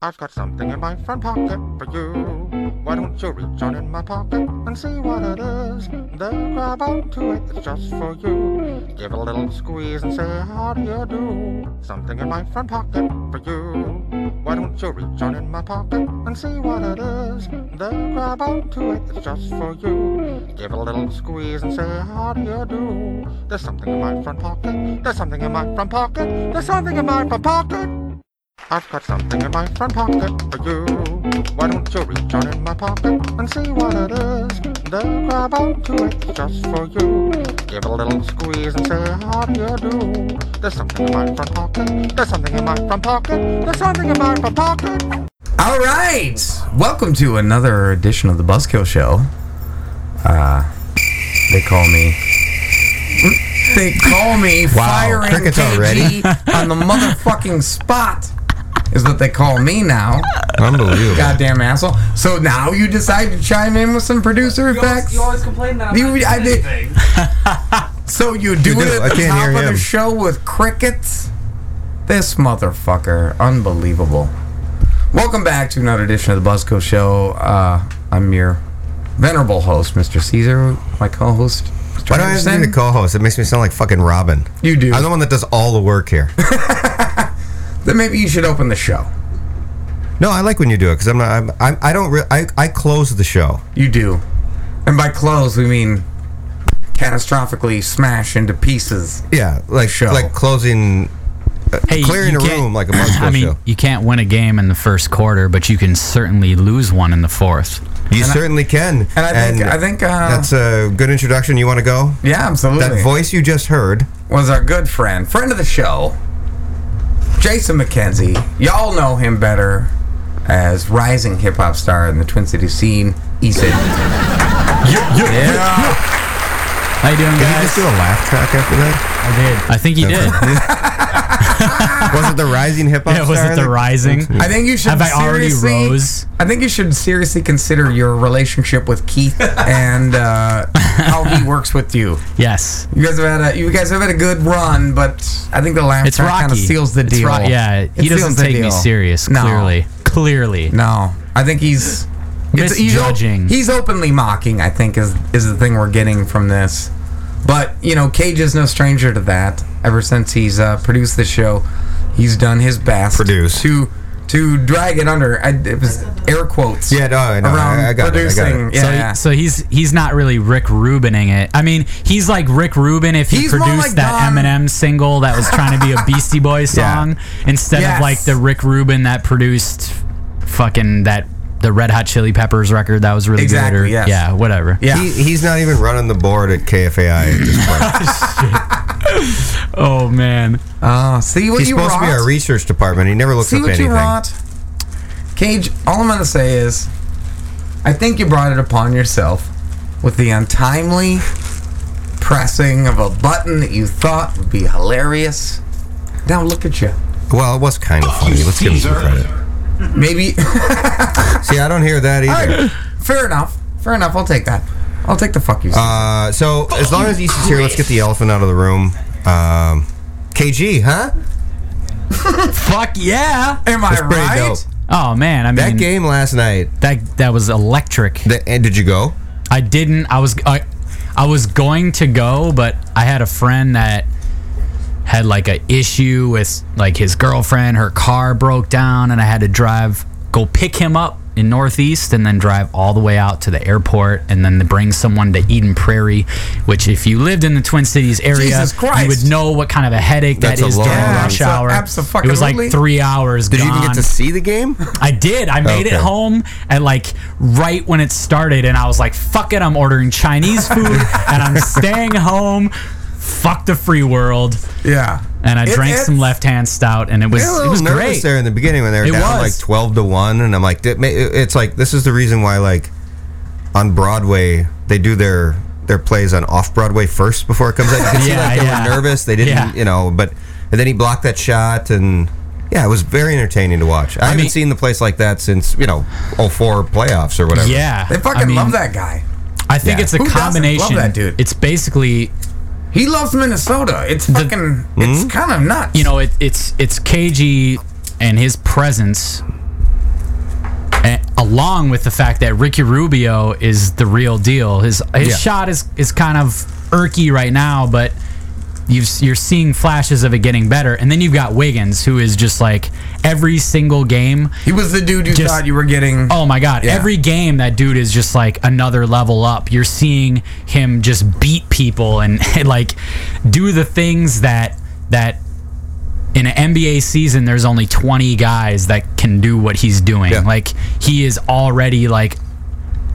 I've got something in my front pocket for you. Why don't you reach on in my pocket and see what it is? Then grab onto it, it's just for you. Give it a little squeeze and say, How do you do? Something in my front pocket for you. Why don't you reach on in my pocket and see what it is? Then grab onto it, it's just for you. Give it a little squeeze and say, How do you do? There's something in my front pocket. There's something in my front pocket. There's something in my front pocket. I've got something in my front pocket for you. Why don't you reach out in my pocket and see what it is? Then grab onto it just for you. Give it a little squeeze and say, How do you do? There's something in my front pocket. There's something in my front pocket. There's something in my front pocket. All right. Welcome to another edition of the Buzzkill Show. Uh, they call me. They call me firing crickets KG already? on the motherfucking spot. Is what they call me now. Unbelievable. Goddamn asshole. So now you decide to chime in with some producer effects. You always complain that I'm You- not doing I did- anything. So you do You it do. I at the can't top hear of the him. show with crickets? This motherfucker. Unbelievable. Welcome back to another edition of the Buzzco Show. Uh, I'm your venerable host, Mr. Caesar, my co host, Mr. Why do I have to Anderson. be the co-host? It makes me sound like fucking Robin. You do. I'm the one that does all the work here. then maybe you should open the show. no, I like when you do it because I'm not. I'm, I'm, I don't. Re- I I close the show. You do. And by close, we mean catastrophically smash into pieces. Yeah, like Show. like closing, uh, Hey, clearing you a can't- room like a monster I mean, show. you can't win a game in the first quarter, but you can certainly lose one in the fourth. You certainly can. And I think, I think, uh, that's a good introduction. You want to go? yeah, absolutely. That voice you just heard. was our good friend, friend of the show, Jason McKenzie. Y'all know him better as rising hip hop star in the Twin Cities scene, Eason. yeah. How you doing, Did you just guys? do a laugh track after that? I did. I think you did. was it the rising hip hop? yeah, was star it the that- rising? I think you should. Have I already seriously- rose? I think you should seriously consider your relationship with Keith and uh, how he works with you. Yes. You guys have had a you guys have had a good run, but I think the last It's track Rocky. kind of seals the It's deal. Ro- yeah, he It seals doesn't the take me deal. serious. No. Clearly, clearly. No, I think he's it's- he's op- Misjudging. He's, openly mocking. I think is is the thing we're getting from this. But you know, Cage is no stranger to that. Ever since he's uh, produced the show, he's done his best Produced. to to drag it under. I, it was air quotes. Yeah, no, I know. I- around I got it, I got producing. it. So, Yeah. so he's he's not really Rick Rubining it. I mean, he's like Rick Rubin if he He's more produced like that Don- Eminem single that was trying to be a Beastie Boys Yeah. song instead Yes. of like the Rick Rubin that produced fucking that the Red Hot Chili Peppers record that was really Exactly, good or yes. yeah, whatever. yeah. He, he's not even running the board at KFAI at this point. Oh man. Uh, see what he's you supposed to be wrought? our research department. He never looks See up what anything. you wrought. Cage, all I'm gonna say is, I think you brought it upon yourself with the untimely pressing of a button that you thought would be hilarious. Now look at you. Well, it was kind of funny. Let's give him some credit. Maybe See, I don't hear that either. fair enough. Fair enough. I'll take that. I'll take the fuck you. say. Uh, so, as long as Easton's here, let's get the elephant out of the room. Um, KG, huh? Fuck yeah. Am I That's pretty right? dope. Oh man, I mean That game last night. that that was electric. The, and did you go? I didn't. I was I, I was going to go, but I had a friend that had like a issue with like his girlfriend. Her car broke down, and I had to drive go pick him up in Northeast, and then drive all the way out to the airport, and then to bring someone to Eden Prairie, which if you lived in the Twin Cities area, Jesus Christ. you would know what kind of a headache That's a that is long during Yeah, rush so hour. It was abso-fucking-lutely. like three hours. Did you even get to see the game? I did. I made Okay. it home at like right when it started, and I was like, "Fuck it, I'm ordering Chinese food, and I'm staying home." Fuck the free world, Yeah. and I It- drank it's- some left hand stout, and it was I was a it little was nervous great. there in the beginning when they were It down was. like twelve to one, and I'm like, "That may- it's like this is the reason why like on Broadway they do their their plays on off Broadway first before it comes out. You can see Yeah, like they yeah. were nervous, they didn't, Yeah. you know, but and then he blocked that shot and. Yeah, it was very entertaining to watch. I, haven't mean- seen the place like that since you know 04 playoffs or whatever. Yeah, They fucking I mean, love that guy. I think Yeah. it's a Who doesn't love combination. that dude? It's basically He loves Minnesota. It's fucking. Hmm? It's kind of nuts. you know it, it's it's KG and his presence eh, along with the fact that Ricky Rubio is the real deal. His his Yeah. shot is is kind of irky right now, but you've you're seeing flashes of it getting better. And then you've got Wiggins, who is just like every single game. He was the dude you Just- thought you were getting. Oh my god! Yeah. Every game that dude is just like another level up. You're seeing him just beat people and, and like do the things that that in an NBA season there's only 20 guys that can do what he's doing. Yeah. Like he is already like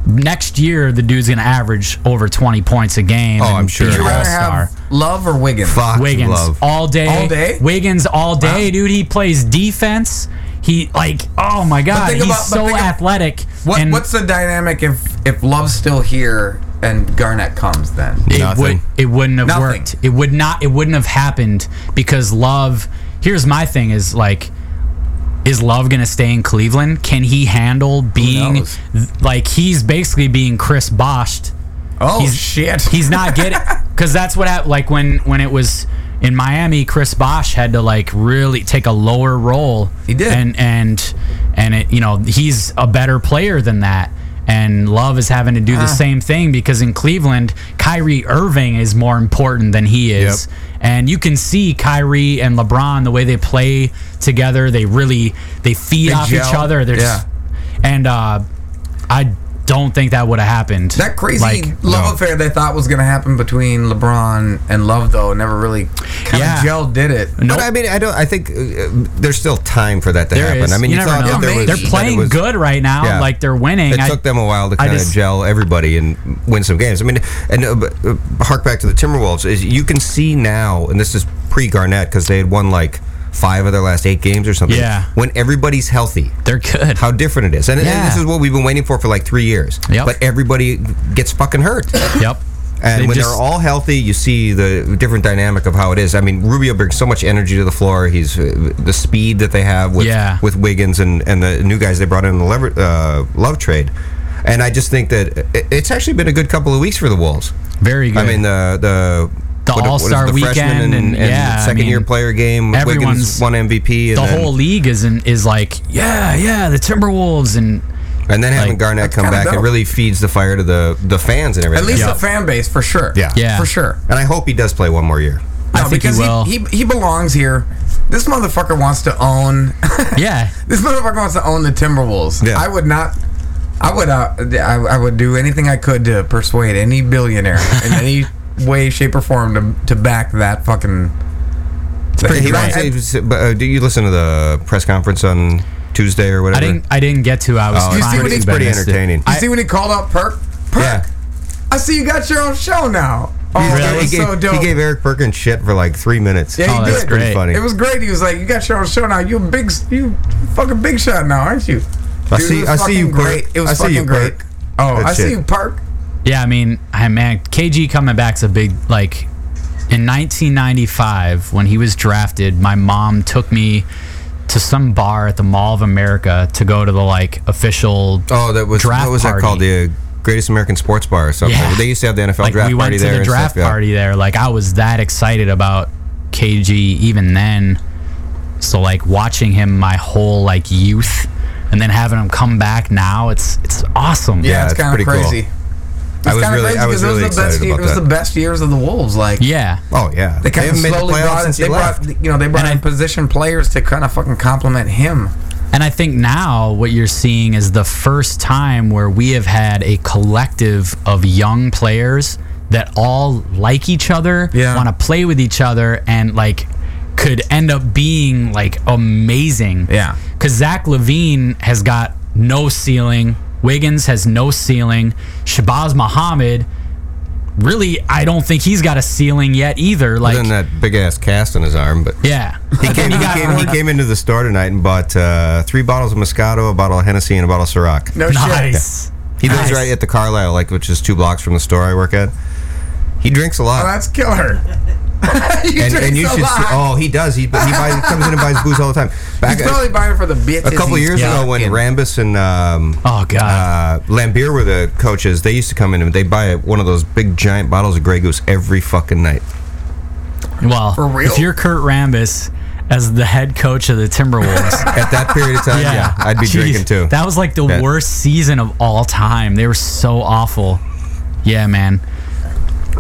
next year the dude's going to average over 20 points a game. Oh, and I'm be sure. an You're you gonna rather all-star. have Love or Wiggins? Fox Wiggins love. all day. All day? Wiggins all day, dude. He plays defense. He like oh my god, think he's about- but so think of- athletic. What, and what's the dynamic if if Love's still here and Garnett comes then? it Nothing. would it wouldn't have Nothing. worked. It would not it wouldn't have happened because love here's my thing is like is love going to stay in Cleveland? Can he handle being knows? like he's basically being Chris Boshed Oh He's- shit! he's not getting because that's what hap- like when when it was in Miami, Chris Bosch had to like really take a lower role. He did. and and and it you know he's a better player than that. And Love is having to do the Uh-huh. same thing because in Cleveland, Kyrie Irving is more important than he is. And you can see Kyrie and LeBron the way they play together. They really they feed They off each gel. other. They're just- and uh, I don't think that would have happened. that crazy Like, love no. affair they thought was gonna happen between LeBron and Love though never really kind of Yeah. gel did it. Nope. But I mean, I don't. I think uh, there's still time for that to There happen. is. I mean, You you, never thought know. that there Yeah, was, They're that it playing was- good right now. Yeah. Like they're winning. It I- took them a while to I kind of just- gel everybody and win some games. I mean, and uh, but, uh, hark back to the Timberwolves is you can see now, and this is pre Garnett because they had won like five of their last eight games or something. Yeah. when everybody's healthy. they're good. How different it is, and, and Yeah. this is what we've been waiting for for like three years. Yep. But everybody gets fucking hurt. Yep. And They when just- they're all healthy, you see the different dynamic of how it is. I mean, Rubio brings so much energy to the floor. He's uh, the speed that they have with Yeah. with Wiggins and, and the new guys they brought in in the lever, uh, love trade. And I just think that i- it's actually been a good couple of weeks for the Wolves. very good. I mean, the the The what- what is it, All-Star freshman weekend and, and- yeah, I second year mean, player game. Wiggins everyone's- won MVP. And the then, whole league is in, is like yeah yeah the Timberwolves and and then having like, Garnett that's come kinda back, it dope. really feeds the fire to the the fans and At everything. least Yeah. the fan base for sure. Yeah. Yeah. for sure. And I hope he does play one more year. I think he because will. He, he belongs here. This motherfucker wants to own. yeah This motherfucker wants to own the Timberwolves. Yeah. I would not. I would. Uh, I, I would do anything I could to persuade any billionaire in any way, shape, or form to to back that fucking. But he wants- right. he was- but, uh, do you listen to the press conference on Tuesday or I whatever? didn't I didn't get to I was Oh, trying it's to pretty- it's but I pretty missed it. entertaining. You I- see when he called out Perk. Perk. Yeah. I see you got your own show now. Oh, He's- that he was He, so gave, dope. he gave Eric Perkins shit for like three minutes. Yeah, he Oh, that's did. great. Pretty funny. it was great. He was like, "You got your own show now. You a big, you fucking big shot now, aren't you?" I Dude, it see- was I see you, fucking great. Perk. It was I see fucking you, great. Perk. Oh, Good I see shit. you, Perk. yeah I mean I man KG coming back's a big like in 1995 when he was drafted my mom took me to some bar at the Mall of America to go to the like official oh, that was Draft what was that party. called? The uh, Greatest American Sports Bar or something. Yeah. They used to have the NFL like draft we went party to there. the and draft stuff, yeah. party there. Like I was that excited about KG even then. So like watching him my whole like youth, and then having him come back now, it's it's awesome. Yeah, it's it's kind pretty of cool. crazy. I was kinda really, I was because really it was the best excited year, about It was that. the best years of the Wolves. Like yeah, oh yeah, they kind of haven't made the slowly playoffs brought in, since he they left. brought you know they brought And in I- position players to kind of fucking compliment him. and I think now what you're seeing is the first time where we have had a collective of young players that all like each other, Yeah. want to play with each other, and like could end up being like amazing. Yeah. Because Zach Levine has got no ceiling. Wiggins has no ceiling. Shabazz Muhammad, really, I don't think he's got a ceiling yet either. Like, Other than that big ass cast on his arm, but yeah. he came, he, came, he came into the store tonight and bought uh, three bottles of Moscato, a bottle of Hennessy, and a bottle of Ciroc. No shit. nice. He lives Nice. right at the Carlisle, like which is two blocks from the store I work at. He drinks a lot. Oh, that's killer. you and, and you should see. Oh, he does. He, he buys, he comes in and buys booze all the time. Back He's probably a, buying for the bitch. a couple years yeah, ago, when Rambus and um, Oh, God. uh, Lambier were the coaches, they used to come in and they buy one of those big giant bottles of Grey Goose every fucking night. Well, real? if you're Kurt Rambis as the head coach of the Timberwolves. At that period of time, yeah, I'd be Jeez. drinking too. That was like the Yeah. worst season of all time. They were so awful. Yeah, man.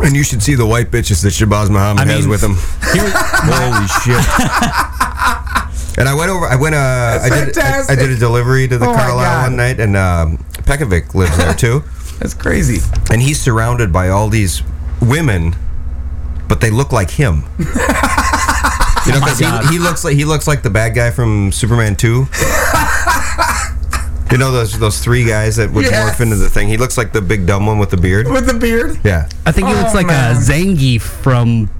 and you should see the white bitches that Shabazz Muhammad I has mean- with him. He was- Holy shit. And I went over. I went. Uh, I did. I, I fantastic. did a delivery to the Oh my Carlisle God. one night, and um, Pekovic lives there too. That's crazy. and he's surrounded by all these women, but they look like him. you know, because Oh God. he, he looks like he looks like the bad guy from Superman Two. you know those those three guys that would Yes. morph into the thing. He looks like the big dumb one with the beard. With the beard. Yeah, I think he Oh, looks like man. a Zangief from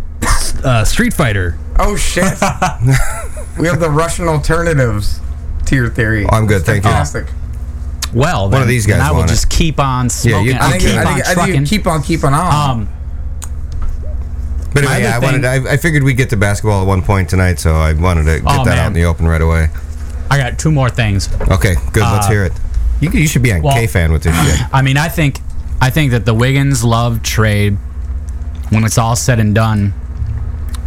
uh, Street Fighter. Oh shit. we have the Russian alternatives to your theory. I'm good, thank you. Fantastic. well, then, of these guys then I will want it. just keep on smoking. you- I'll I think, keep I on think, I think you trucking. keep on keeping on. um, but anyway, Other yeah, I wanted. I, I figured we'd get to basketball at one point tonight, so I wanted to get Oh, that out man. in the open right away. I got two more things. Okay, good. let's hear it. You, could- you should be on Uh, well- K fan with this shit. I mean, I think, I think that the Wiggins love trade, when it's all said and done,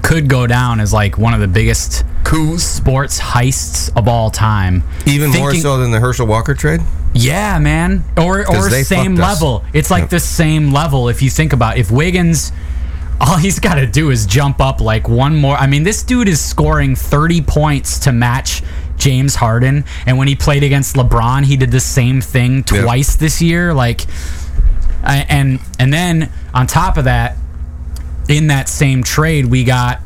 could go down as like one of the biggest Coos. sports heists of all time. Even more Thinking- so than the Herschel Walker trade. Yeah, man. Or or they same fucked us. level. It's like Yep. the same level if you think about it. if Wiggins all he's got to do is jump up like one more. I mean, this dude is scoring 30 points to match James Harden and when he played against LeBron, he did the same thing Yep. twice this year like I- and and then on top of that in that same trade we got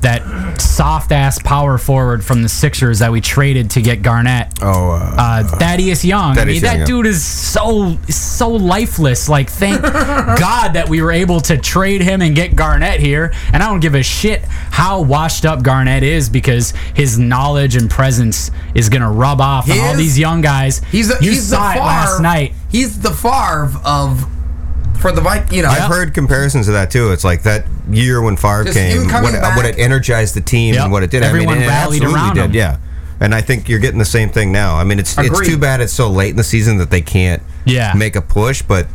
that soft ass power forward from the Sixers that we traded to get Garnett Oh, uh, Thaddeus Young. I Thaddeus mean, Young, that yeah. dude is so so lifeless. Like, thank God that we were able to trade him and get Garnett here. And I don't give a shit how washed up Garnett is because his knowledge and presence is gonna rub off on all is- these young guys. He's the, you he's saw the it Favre, last night. He's the Favre of for the Viking. You know, I've heard comparisons of that too. It's like that year when Favre Just came, him coming when, back. when it energized the team Yep. and what it did. Everyone I mean, it rallied absolutely around did, him. yeah. And I think you're getting the same thing now. I mean, it's Agreed. it's too bad it's so late in the season that they can't Yeah. make a push. But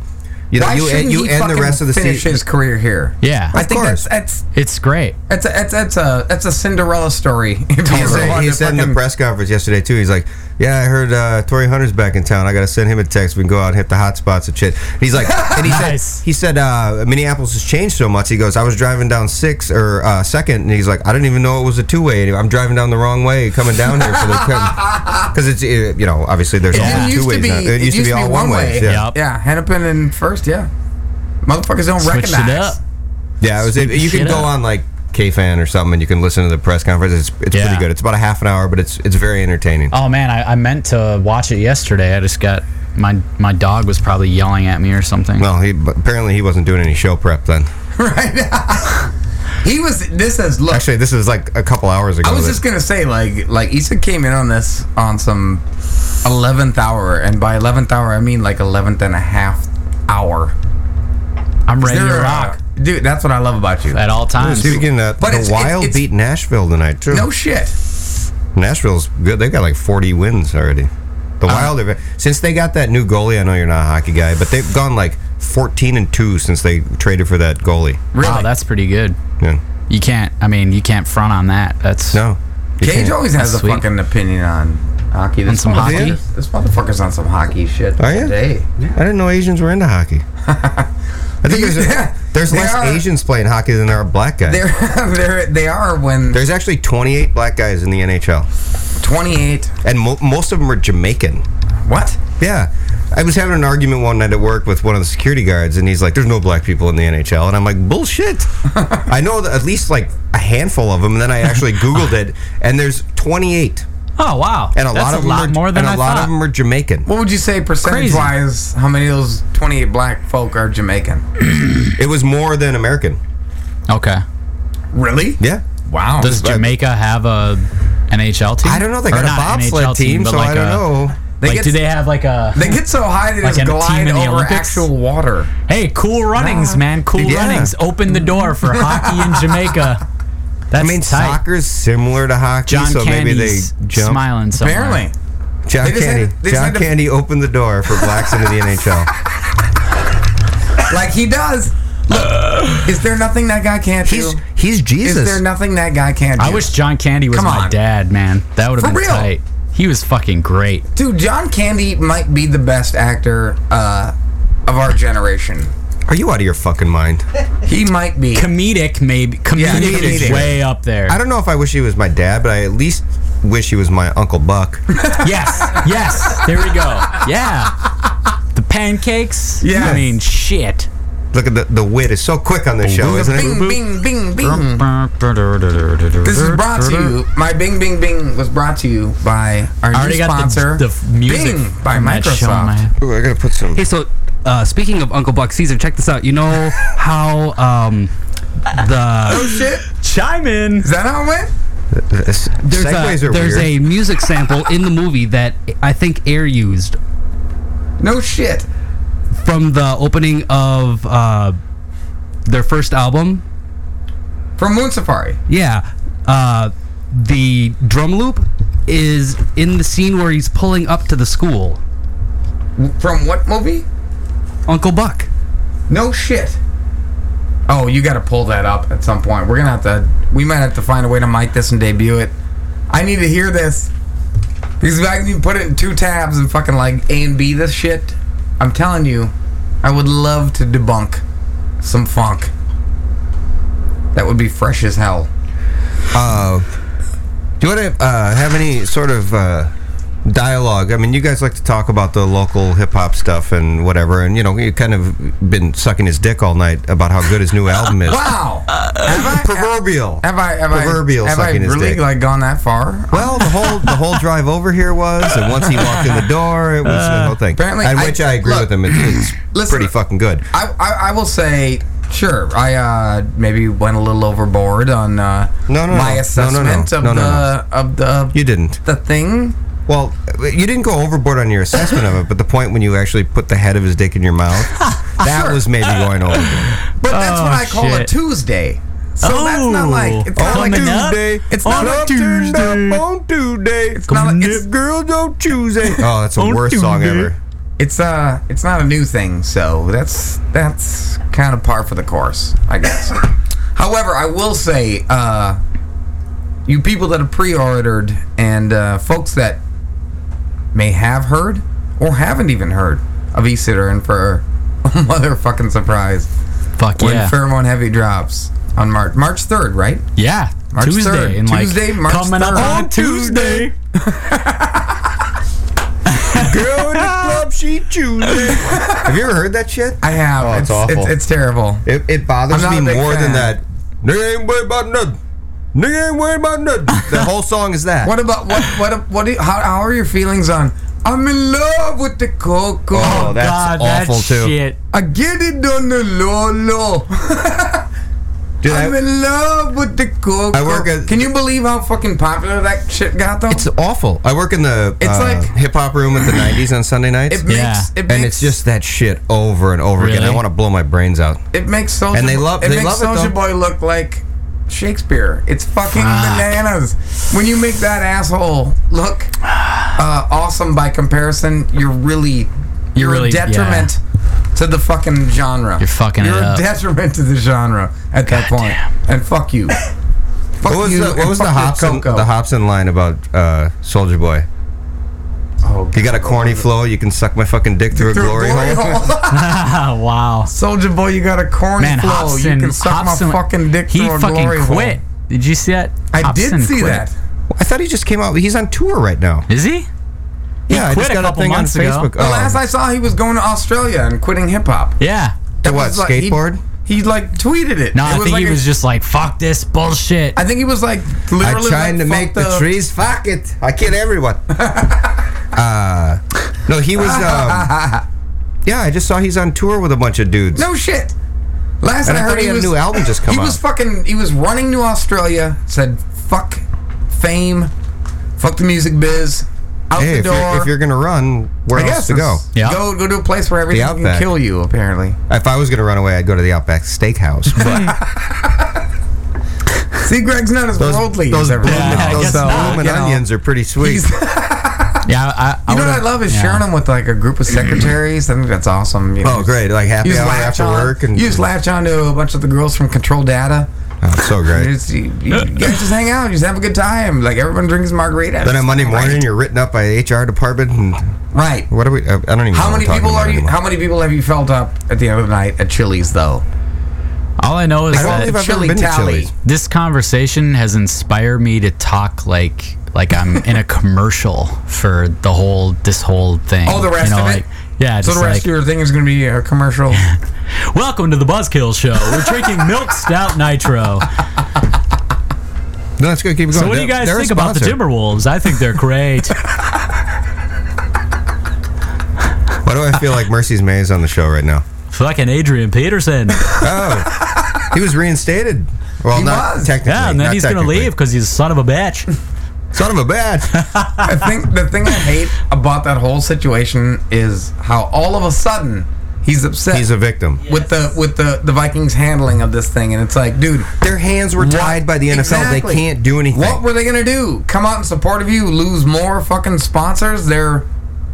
you know, Why you shouldn't you he end the fucking rest of the finish season. his career here? Yeah. I Of think course. that's that's It's great. that's that's that's a that's a Cinderella story. If He you said, wanted he to said in the fucking- press conference yesterday too. He's like, "Yeah, I heard uh, Tory Hunter's back in town. I gotta send him a text. We can go out and hit the hot spots and shit." And he's like, and he Nice. said, he said uh, Minneapolis has changed so much. He goes, "I was driving down six or uh, second, and he's like, I didn't even know it was a two way. I'm driving down the wrong way coming down here, so they come because it's uh, you know obviously there's It only used two to ways. be- now. It, used to be all one ways. way. Yeah, Yep. Yeah, Hennepin in first. Yeah, motherfuckers don't Switched recognize. it up. yeah. It was, it, you can Shit go up. on like K fan or something, and you can listen to the press conference. It's it's Yeah. pretty good. It's about a half an hour, but it's it's very entertaining. Oh man, I, I meant to watch it yesterday. I just got my my dog was probably yelling at me or something. Well, he but apparently he wasn't doing any show prep then. right? he was. This is look. Actually, this is like a couple hours ago. I was that- just gonna say, like, like Issa came in on this on some eleventh hour, and by eleventh hour I mean like eleventh and a half hour. I'm ready to There are- rock dude. That's what I love about you. at all times. Speaking of But uh, the it's- it- Wild it's- beat Nashville tonight too. No shit. Nashville's good. They've got like 40 wins already. Uh-huh. The Wild have since they got that new goalie. I know you're not a hockey guy, but they've gone like 14 and two since they traded for that goalie. Wow, that's pretty good. Yeah. You can't. I mean, you can't front on that. That's No. you Cage can't. always has That's a sweet. fucking opinion on hockey. This some motherfucker- hockey? This, this motherfucker's on some hockey shit Are you? today. I didn't know Asians were into hockey. I think there's, there's They less are- Asians playing hockey than there are black guys. They're, they're, they are when There's actually 28 black guys in the NHL, 28. and mo- most of them are Jamaican. What? Yeah. I was having an argument one night at work with one of the security guards, and he's like, "There's no black people in the NHL," and I'm like, "Bullshit!" I know that at least like a handful of them, and then I actually googled it, and there's 28, Oh wow, and a That's lot of a them lot are, more than and a I lot thought. of them are Jamaican. What would you say percentage wise? How many of those 28 black folk are Jamaican? It was more than American. okay, Really? Yeah. Wow. does Jamaica have a NHL team? I don't know. They Or got a not an NHL bobsled team, but so like I don't a- know. They like, get- do they have like a? They get so high they Like just in a team glide in the over Olympics? actual water. hey, cool runnings, man. Cool Yeah. runnings. Open the door for hockey in Jamaica. That's I mean, tight. soccer's similar to hockey, John so maybe they Candy's jump. smiling somewhere. Apparently. John They just had Candy. to- they just John had to- Candy opened the door for blacks into the NHL. Like he does. Look, Is there nothing that guy can't do? He's he's Is Jesus. there nothing that guy can't do? I wish John Candy was Come my on. dad, man. That would For have been real. tight. He was fucking great. Dude, John Candy might be the best actor uh, of our generation. Are you out of your fucking mind? He might be. Comedic, maybe. Comedic, Yeah, is comedic. way up there. I don't know if I wish he was my dad, but I at least wish he was my Uncle Buck. yes, yes. There we go. Yeah. The pancakes. Yes. I mean, shit. Look at the the wit is so quick on this show, isn't it? Bing, bing, bing, bing. Mm. This is brought to you. My Bing Bing Bing was brought to you by our I already new got sponsor, the, the f- music Bing by from that show, Microsoft. man. Ooh, I gotta put some. Hey, so uh, speaking of Uncle Buck Caesar, check this out. You know how um, the Shit, Chime in. is that how it went? There's there's uh, segues a are there's weird. a music sample in the movie that I think Air used No shit. from the opening of uh, their first album. From Moon Safari. Yeah, uh, the drum loop is in the scene where he's pulling up to the school. From what movie? Uncle Buck. No shit. Oh, you got to pull that up at some point. We're gonna have to. We might have to find a way to mic this and debut it. I need to hear this. Because if I can put it in two tabs and fucking like A and B this shit, I'm telling you, I would love to debunk some funk. That would be fresh as hell. Uh, do you want to uh, have any sort of uh, dialogue? I mean, you guys like to talk about the local hip hop stuff and whatever, and you know, you kind of been sucking his dick all night about how good his new album is. Wow. have, I, Proverbial. have I have Proverbial I have I sucking his really dick. like gone that far? Well, the whole the whole drive over here was, and once he walked in the door, it was the whole thing. Uh, apparently and I- which I, agree look, with him. It's, it's listen, pretty fucking good. I, I, I will say, sure, I uh, maybe went a little overboard on uh, No, no, my no. No, no, no. assessment No, of no, the of the You didn't. the thing. Well, you didn't go overboard on your assessment of it, but the point when you actually put the head of his dick in your mouth, that was maybe going overboard. But that's what Oh, I call a shit. Tuesday. So that's not Oh. like it's not Oh, like coming Tuesday. up? It's not On like a Tuesday. on Tuesday. It's not like- it's- girl don't Tuesday. Oh, that's the On worst song Tuesday. ever. It's uh it's not a new thing, so that's that's kind of par for the course, I guess. However, I will say, uh, you people that have pre-ordered and uh, folks that may have heard or haven't even heard of E-Sitter and for a motherfucking surprise Fuck when yeah. Pheromone Heavy drops on March March 3rd, right? Yeah. March Tuesday. 3rd. And like, Tuesday, March coming up 3rd. on Tuesday. Girl in the club, she Tuesday. Have you ever heard that shit? I have. Oh, it's it's, awful. It's, it's terrible. It, it bothers I'm not me a big more fan. than that. Nigga ain't worried about nothing. Nigga ain't worried about nothing. The whole song is that. What about what what what? Do you, how, how are your feelings on? I'm in love with the cocoa. Oh, that's God, awful that too. shit. I get it on the low low. Dude, I- I'm in love with the cocoa. I work at- Can you believe how fucking popular that shit got though? it's awful. I work in the It's uh, like- hip hop room at the '90s on Sunday nights, it makes Yeah. it makes and it's just that shit over and over again. Really? I want to blow my brains out. it makes Soulja and they Boy- love- it they makes love it, Soulja though. Boy look like Shakespeare. It's fucking bananas. When you make that asshole look uh, awesome by comparison, you're really you're, really- a detriment to the fucking genre. You're fucking You're it a up. detriment to the genre at that point. And fuck you. fuck What was you. the, what and was the fuck your Hobson Coco. the Hobson line about uh, Soldier Boy? Oh, You got a corny flow, you can suck my fucking dick through, a glory, hole. Ah, wow. Soldier boy, you got a corny Man, flow. Hobson. you can suck Hobson, my fucking dick He through a fucking glory hole. quit. Did you see that? I Hobson did see quit. that. I thought he just came out. He's on tour right now. Is he? yeah, I quit just a got a couple thing on months ago. Facebook. Oh, The last I saw, he was going to Australia and quitting hip hop. Yeah. To what? was like- he- skateboard? He, like tweeted it. No, It I think like he a- was just like, fuck this bullshit. I think he was like I'm literally trying like, to fuck make the, trees fuck it. I kid everyone. uh, no, he was. Um, yeah, I just saw he's on tour with a bunch of dudes. No shit. Last and I, I thought heard, he he had was a new album just come he out. was fucking he was running to australia said fuck fame fuck the music biz out hey, the if door you're, if you're gonna run, where I else guess to go? it's- Yeah. go go to a place where everything can Outback. kill you apparently If I was gonna run away, I'd go to the Outback Steakhouse. But see greg's not as those worldly those, as bloomin', everyone Yeah, I those uh, guess not, bloomin' you know. onions are pretty sweet. Yeah, I, I You know what I would've- love is yeah. sharing them with like a group of secretaries. I think that's awesome. You know, Oh, great! Like You happy just, hour latch after on, work, and you just latch on to a bunch of the girls from Control Data. oh, it's so You great. just, you, you guys just hang out, you just have a good time. Like everyone drinks margaritas. Then on Monday morning, you're written up by HR department, and right? what are we? uh, I I don't even. know How what many I'm talking people about are you? anymore. How many people have you felt up at the end of the night at Chili's though? All I know is I don't that believe I've ever Chili been to tally. Chili's. this conversation has inspired me to talk like like I'm in a commercial for the whole this whole thing. Oh, the rest of it? Like, yeah, So just the rest of like, your thing is going to be a commercial. welcome to the Buzzkill Show. We're drinking milk stout nitro. No, that's good. Keep it going. So what do you They're- guys they're a think about the sponsor. Timberwolves? I think they're great. Why do I feel like Mercy's May is on the show right now? Fucking Adrian Peterson. Oh, he was reinstated. Well, He not was. technically. Yeah, and then not he's gonna technically. leave because he's a son of a bitch. Son of a bitch. I think the thing I hate about that whole situation is how all of a sudden he's upset He's a victim. with the with the the Vikings handling of this thing, and it's like, dude, Their hands were tied by the NFL. Exactly. They can't do anything. What were they gonna do? Come out in support of you? Lose more fucking sponsors? Their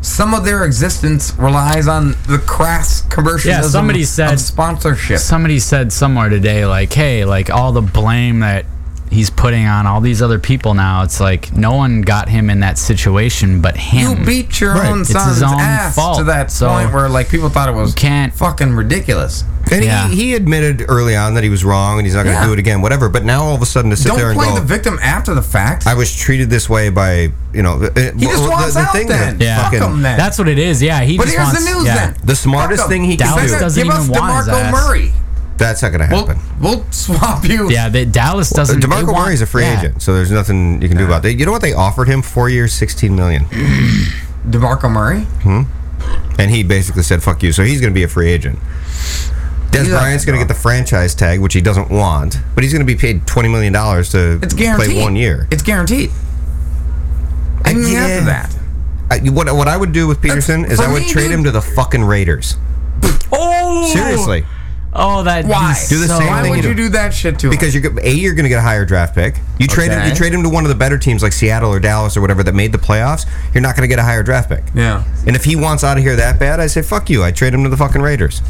some of their existence relies on the crass commercialism Yeah, somebody said- of sponsorship. somebody said somewhere today like hey like all the blame that he's putting on all these other people now it's like no one got him in that situation but You him beat your Right. own It's his son's own ass fault, to that so- point where like people thought it was can't- fucking ridiculous. And Yeah. he, he admitted early on that he was wrong and he's not going to Yeah. do it again, whatever. But now all of a sudden to sit there Don't and play go, the victim after the fact. I was treated this way by, you know, uh, he just wants out then. Yeah. Fuck him then. that's what it is yeah he but just here's wants, the news yeah. then. The smartest Fuck 'em. thing he can Dallas do. doesn't Give us even want his DeMarco ass. Murray. That's not going to We'll, happen. Uh, we'll swap you. yeah that dallas doesn't they DeMarco want- Murray's a free yeah. agent, so there's nothing you can do about that. You know what they offered him? Four years, sixteen million, DeMarco Murray. and he basically said "fuck you." So he's going to be a free agent. Des He's not Bryant's going to gonna get the franchise tag, which he doesn't want, but he's going to be paid twenty million dollars to It's guaranteed. play one year. It's guaranteed. And Yeah. after that. I, what what I would do with Peterson is for I would me, trade dude- him to the fucking Raiders. oh Seriously, oh that Why? he's Do the so- same Why thing would you you do that shit to him? because you're go- a you're going to get a higher draft pick. You trade him, Okay. you trade him to one of the better teams like Seattle or Dallas or whatever that made the playoffs. You're not going to get a higher draft pick. yeah, And if he wants out of here that bad, I say fuck you. I trade him to the fucking Raiders.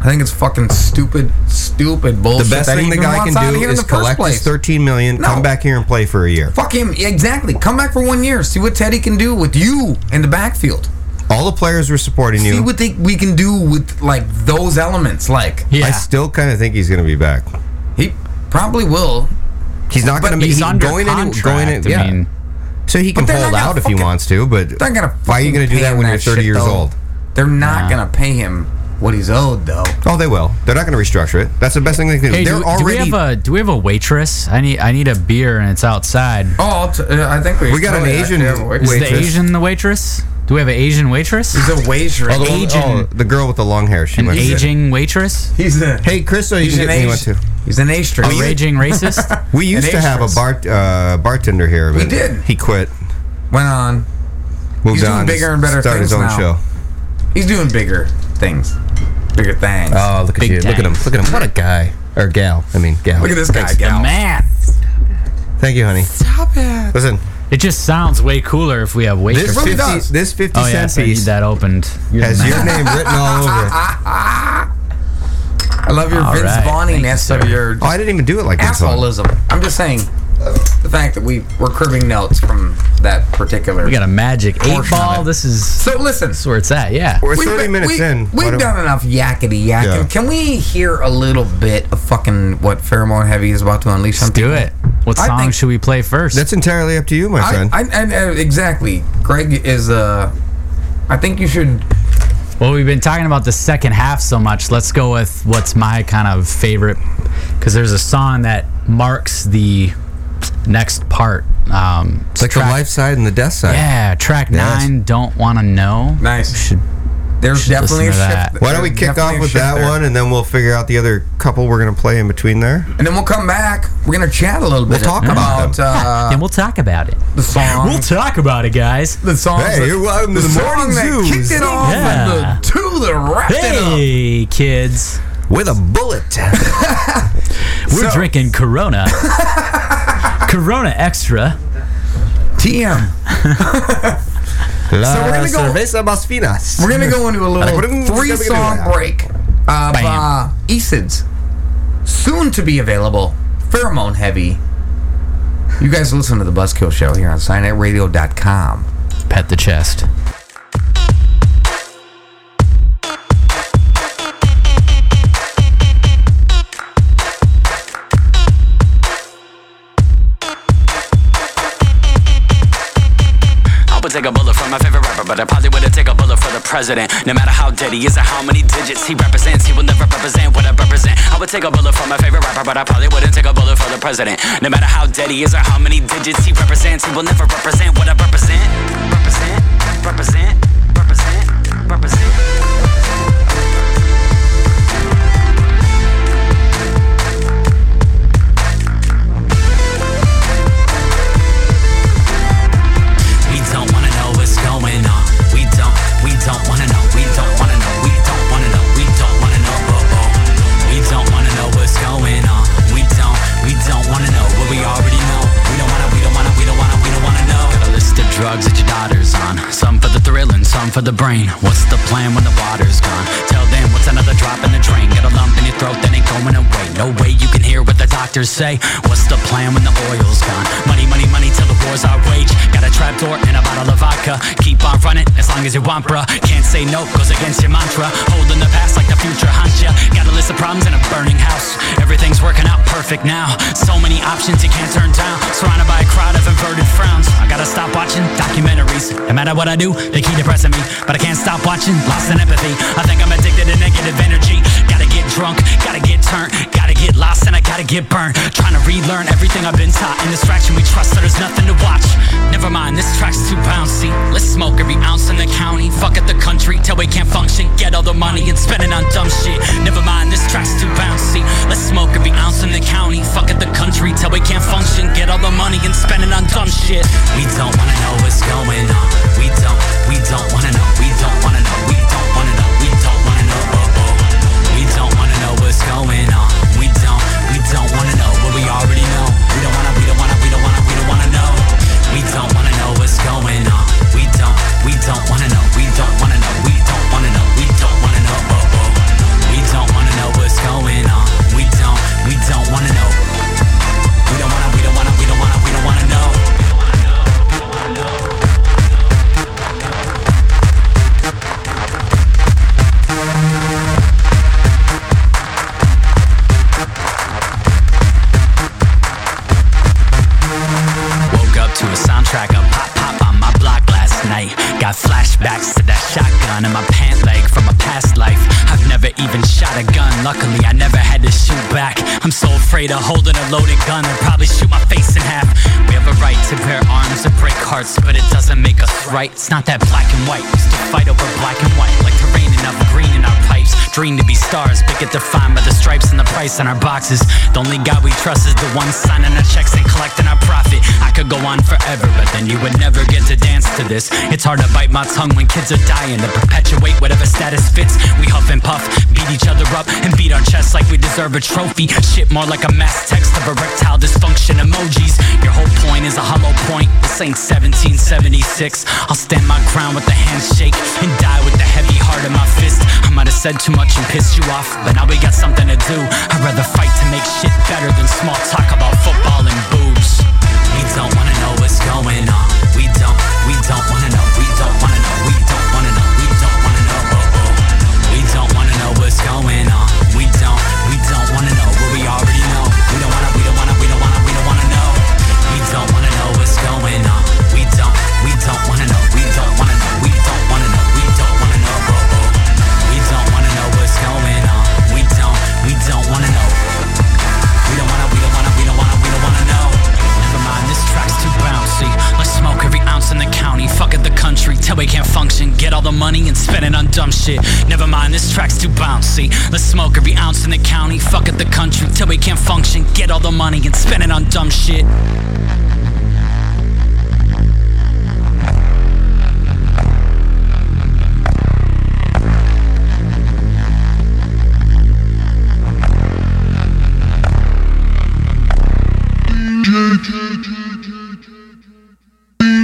I think it's fucking stupid, stupid The bullshit. best that thing he the even guy wants can out do here in is the first collect his place. thirteen million, No. come back here and play for a year. Fuck him, exactly. Come back for one year, see what Teddy can do with you in the backfield. All the players were supporting See you. what they, we can do with like those elements. Like yeah I still kind of think he's going to be back. he probably will. He's not going to be he's he- under going any- contract going in- yeah. I mean so he can they're not hold gonna out if he fucking- wants to. But They're not gonna. why are you fucking going to pay do that him when you're thirty shit, years though. old? They're not gonna pay him what he's owed though. Oh, they will. They're not going to restructure it. That's the best thing they can do. hey They're do, do already. we have a do we have a waitress I need I need a beer and it's outside Oh, t- uh, I think we. We got an Asian is Wait, wait- Waitress. the Asian the waitress do we have an Asian waitress he's a wager. Oh, the, one- aging- oh, the girl with the long hair. She an went aging waitress He's a. Hey, Chris, so you He's can an get me one Asian. too. Oh, He's an A a raging racist We used to have a Asians. bar, uh, bartender here. But did. He quit. Went on. Moved doing on. bigger and better started his things own now. show. He's doing bigger things, bigger things. Oh, look at Big you! Look at him! time. Look at him! What a guy or gal? I mean, gal. Look at this guy, Thanks. gal. man Thank you, honey. Stop it. Listen, It just sounds way cooler if we have waitress. this really does. fifty, this fifty oh cent yes, I need piece that opened. has your name written all over. it. I love your All Vince right. Vaughniness of your Oh, I didn't even do it like this. though. assholeism. I'm just saying the fact that we were cribbing notes from that particular. We got a magic eight Portion of ball. it. This is so listen. that's where it's at. Yeah. We're we've thirty been- minutes we, in. Why We've don't- done enough yakety yakking. Yeah. Can we hear a little bit of fucking what Pheromone Heavy is about to unleash on Let's do it. What I song think- should we play first? That's entirely up to you, my I, friend. I, and, uh, exactly. Greg is. Uh, I think you should. well, we've been talking about the second half so much. Let's go with what's my kind of favorite, because there's a song that marks the next part. Um, it's like the life side and the death side. yeah, track Yes. nine. Don't want to know. Nice. Should There's Should listen definitely a to shift. that. Why don't we there's kick definitely off a with shift that there. one, and then we'll figure out the other couple we're gonna play in between there. and then we'll come back. We're gonna chat a little bit. talk about them. uh, um, and we'll talk about it. the song. We'll talk about it, guys. the song. Hey, you're welcome to the morning zoos. That kicked it off Yeah. and the two that wrapped it Hey, kids. With a bullet. We're So- drinking Corona. Corona Extra. TM. La we're gonna go- cerveza más finas. We're gonna go into a little Like, three song break of uh, Acids, soon to be available, pheromone heavy. You guys listen to the Buzzkill Show here on SignetRadio.com. Pet the chest. I would take a bullet from my favorite rapper, but I probably would have take a bullet for the president. No matter how dead he is or how many digits he represents, he will never represent what I represent. I would take a bullet from my favorite rapper, but I probably wouldn't take a bullet for the president. No matter how dead he is or how many digits he represents, he will never represent what I represent. Represent, represent, represent, represent. We don't wanna know what's going on. We don't, we don't wanna know. We don't wanna know. We don't wanna know. We don't wanna know. Oh, oh. We don't wanna know what's going on. We don't, we don't wanna know what we already know. We don't wanna, we don't wanna, we don't wanna, we don't wanna know. Got a list of drugs that your daughter's on. Some for the thrill and some for the brain. What's the plan when the water's gone? Tell them what's another drop in the drain. Get a lump in your throat that ain't going away. No way you can hear what the doctors say. What's the plan when the oil's gone? Money, money, money till the war's our wage. Got a trapdoor and a bottle of vodka. Keep on running as long as you want, bruh. Can't say no, goes against your mantra. Holding the past like the future haunts ya. Got a list of problems in a burning house. Everything's working out perfect now. So many options you can't turn down. Surrounded by a crowd of inverted frowns. I gotta stop watching documentaries. No matter what I do, they keep depressing me. But I can't stop watching, lost in empathy. I think I'm addicted to negative energy. Gotta get drunk, gotta get turned, gotta get lost, and I gotta get burned. Trying to relearn everything I've been taught. In distraction, we trust, so there's nothing to watch. Never mind, this track's too bouncy. Let's smoke every ounce in the county. Fuck at the country till we can't function. Get all the money and spend it on dumb shit. Never mind, this track's too bouncy. Let's smoke every ounce in the county. Fuck at the country till we can't function. Get all the money and spend it on dumb shit. We don't wanna know what's going on. We don't, we don't wanna know. We don't wanna know. We don't wanna know. We don't wanna know. Oh, oh. We don't wanna know what's going on. We don't, we don't wanna know what we already know. We don't wanna, we don't wanna, we don't wanna, we don't wanna know. We don't wanna know what's going on. We don't, we don't wanna know. We don't wanna know. We don't wanna know. We don't wanna know. Oh, oh. We don't wanna know what's going on. We don't, we don't wanna know. We don't wanna, we don't wanna, we don't wanna, we don't wanna know. We don't wanna know. We don't wanna know. Woke up to a soundtrack of pop pop on my block last night. Got flashbacks to that shotgun in my pant leg from a past life. I've never even shot a gun. Luckily, I never had to shoot back. I'm so afraid of holding a loaded gun. I'd probably shoot my face in half. We have a right to bear arms and break hearts, but it doesn't make us right. It's not that black and white. Used to fight over black and white, like terrain enough green in our pipes. Dream to be stars, but get defined by the stripes and the price on our boxes. The only God we trust is the one signing our checks and collecting our profit. I could go on forever, but then you would never get to dance to this. It's hard to bite my tongue when kids are dying to perpetuate whatever status fits. We huff and puff, beat each other up, and beat our chests like we deserve a trophy. Shit more like a mass text of erectile dysfunction emojis. Your whole point is a hollow point. This ain't 1776. I'll stand my ground with a handshake and die with the heavy heart in my fist. I might have said too much and pissed you off, but now we got something to do. I'd rather fight to make shit better than small talk about football and boobs. We don't wanna know what's going on. We don't, we don't wanna know. We don't wanna know. We don't wanna know. We don't wanna know. Oh, oh. We don't wanna know what's going on. We don't, we don't wanna know what we already know. We don't wanna, we don't wanna, we don't wanna, we don't wanna know. We don't wanna know what's going on. We don't, we don't wanna know. We don't wanna know. We don't wanna know. We don't wanna know. Oh, oh. We don't wanna know what's going on. We don't, we don't wanna know. We don't wanna, we don't wanna, we don't wanna, we don't wanna know. Never mind, this track's too bouncy. Let's smoke every ounce in the county. Fuck it, the country till we can't function. Get all the money and spend it on dumb shit. Never mind, this track's too bouncy. Let's smoke every ounce in the county. Fuck it, the country till we can't function. Get all the money and spend it on dumb shit. DJ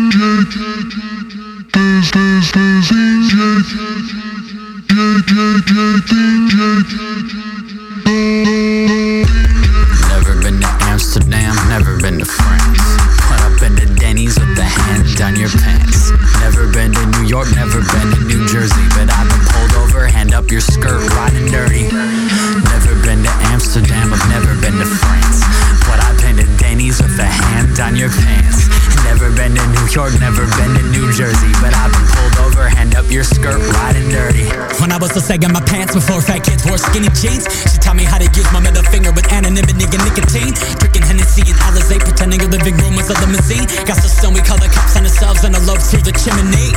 York, never been to New Jersey, but I've been pulled over, hand up your skirt, riding dirty. Never been to Amsterdam, I've never been to France. But I've been to Denny's with a hand on your pants. Never been to New York, never been to New Jersey, but I've been pulled over, hand up your skirt, riding dirty. When I was a sag in my pants before fat kids wore skinny jeans, she taught me how to use my middle finger with anonymity and nicotine. Drinking Hennessy and Alizé, pretending your living room was a limousine. Got so stoned we call the cops on ourselves and a loaf through the chimney.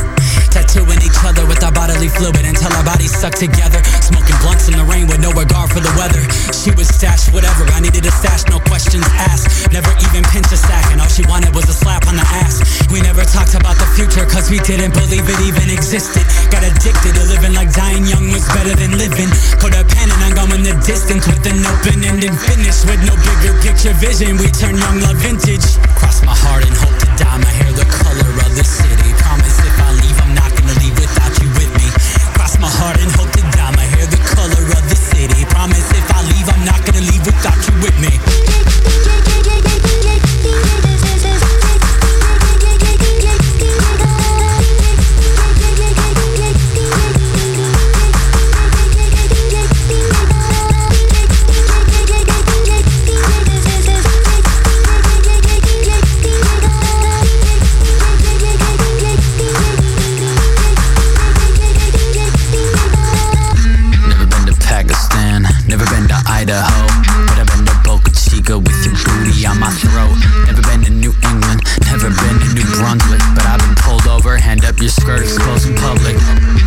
Tattooing each other with our bodily fluid until our bodies suck together. Smoking blunts in the rain with no regard for the weather. She was stashed, whatever. I needed a stash, no questions asked. Never even pinch a sack, and all she wanted was a slap on the ass. We never talked about the future, cause we didn't believe it even existed. Got addicted to living like dying young was better than living. Codependent on going the distance with an open ended finish. With no bigger picture vision, we turn young love vintage. Cross my heart and hope to die. My hair the color of the city. Promise if I leave, I'm not gonna leave without you with me. Cross my heart and hope to die. My hair the color of the city. Promise if I leave, I'm not gonna leave without you with me. Never been to Pakistan, never been to Idaho. But I've been to Boca Chica with your booty on my throat. Never been to New England, never been to New Brunswick. But I've been pulled over, hand up your skirt, exposed in public.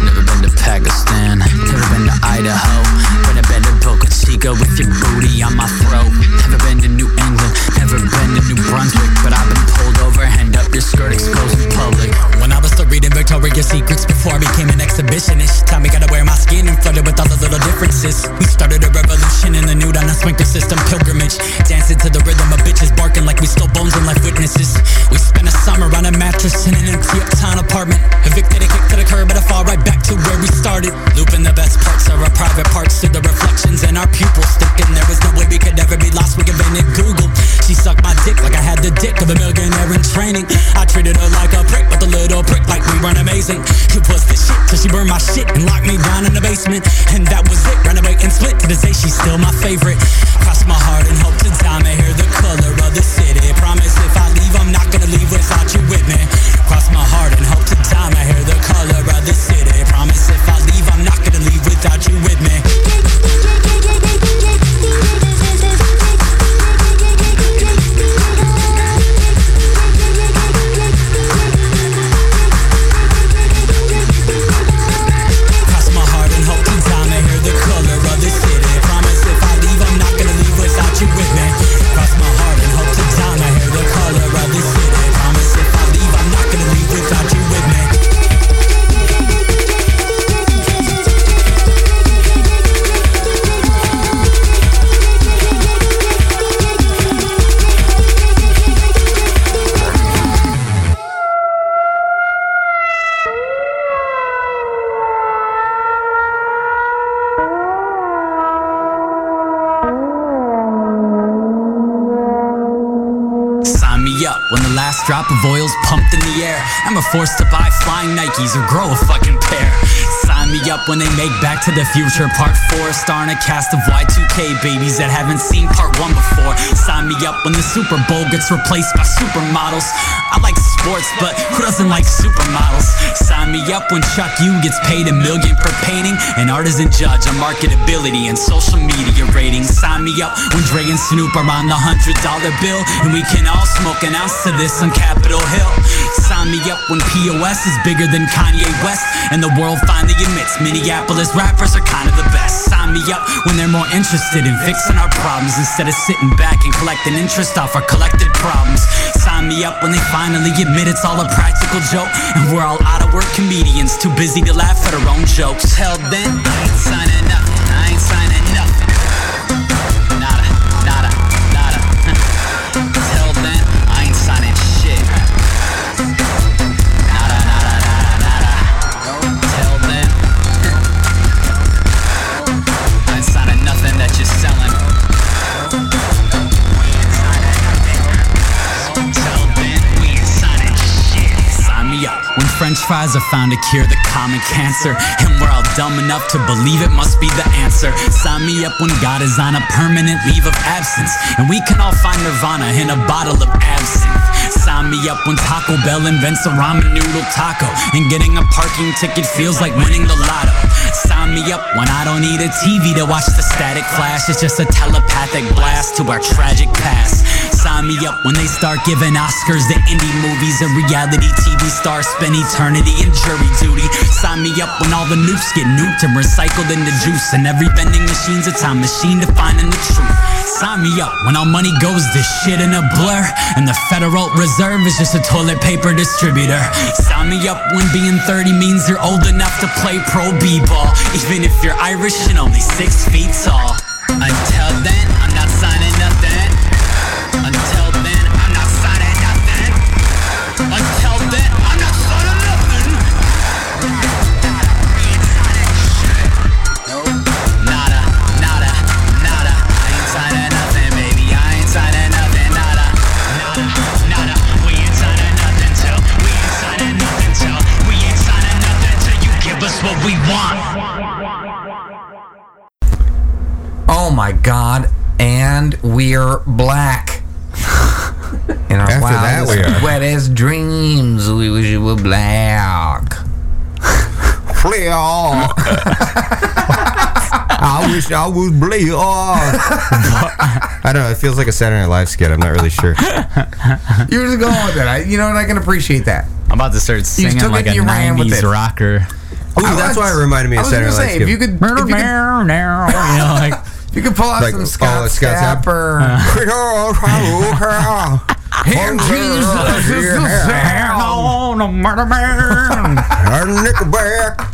Never been to Pakistan, never been to Idaho. But I've been to Boca Chica with your booty on my throat. Never been to New England, never been to New Brunswick. But I've been pulled over, hand up your skirt, exposed in public. When I was still reading Victoria's Secrets before I became an exhibitionist, she taught me gotta wear my skin and flirted with all the little differences. We started a revolution in the nude on a sprinkler system pilgrimage. Dancing to the rhythm of bitches barking like we stole bones and left witnesses. We spent a summer on a mattress in an empty uptown apartment. Evicted and kicked to the curb, but I fall right back to where we started. Looping the best parts of our private parts to the reflections in our pupils. Thinking there was no way we could ever be lost, we invented Google. She sucked my dick like I had the dick of a millionaire in training. I treated her like a prick, but the little prick like we weren't amazing. It was the shit till she burned my shit and locked me down in the basement. And that was it, ran away and split. To this day, she's still my favorite. Cross my heart and hope to die. May hear the color of the city. Promise if I leave, I'm not gonna leave without you with me. Cross my heart and hope to die. May hear the color of the city. Promise if I leave, I'm not gonna leave without you with me. Cross my heart and hope to die. May hear the color of the city. Promise if I leave, I'm not gonna leave without you with me. Cross my heart and hope to die. May hear the color of the city. Promise if I leave, I'm not gonna leave without you with me. Sign me up when the last drop of oil's pumped in the air. I'm a force to buy flying Nikes or grow a fucking pair. Sign me up when they make Back to the Future Part 4, starring a cast of Y2K babies that haven't seen Part 1 before. Sign me up when the Super Bowl gets replaced by supermodels. I like sports, but who doesn't like supermodels? Sign me up when Chuck Yu gets paid a million for painting. An artisan judge on marketability and social media ratings. Sign me up when Dre and Snoop are on the hundred dollar bill, and we can all smoke an ounce of this on Capitol Hill. Sign me up when POS is bigger than Kanye West, and the world finally admits Minneapolis rappers are kind of the best. Sign me up when they're more interested in fixing our problems instead of sitting back and collecting interest off our collected problems. Sign me up when they finally admit it's all a practical joke, and we're all out of work comedians too busy to laugh at our own jokes. Hell then, I ain't signing up. I ain't signing nothing. Nada, nada, nada. Till then, I ain't signing shit. Nada, nada, nada, nada. Till then, I ain't signing nothing that you're selling. Till then, we ain't signing shit. Sign me up when friends. french fries are found to cure the common cancer. And we're all dumb enough to believe it must be the answer. Sign me up when God is on a permanent leave of absence. And we can all find nirvana in a bottle of absinthe. Sign me up when Taco Bell invents a ramen noodle taco. And getting a parking ticket feels like winning the lotto. Sign me up when I don't need a TV to watch the static flash. It's just a telepathic blast to our tragic past. Sign me up when they start giving Oscars to indie movies and reality TV stars spend eternity in jury duty. Sign me up when all the noobs get nuked and recycled into juice. And every vending machine's a time machine to finding the truth. Sign me up when all money goes to shit in a blur. And the Federal Reserve is just a toilet paper distributor. Sign me up when being 30 means you're old enough to play pro B ball. Even if you're Irish and only six feet tall. Until then, I'm not signing nothing. Until then, I'm not signing nothing. Until then, I'm not signing nothing. Nada, nada, nada. I ain't signing nothing, baby. I ain't signing nothing. Nada, nada, nada. We ain't signing nothing till we ain't signing nothing till we ain't signing nothing till you give us what we want. Oh my god. And we're black. In our After that, wildest, we are. wettest dreams, we wish you were black. Play on. I wish I was play on. I don't know. It feels like a Saturday Night Live skit. I'm not really sure. You're just going with it. I, you know what? I can appreciate that. I'm about to start singing took like it a and you ran with 90s it. rocker. Ooh, that's why it reminded me I of was Saturday gonna Night Live say, skit. if you could, if you could, meow, meow, you know, like if you could pull out Like, some oh, Scott Scott Stapp. Uh-huh. Tapper. Here, Jesus is the on a murder man. Nickelback.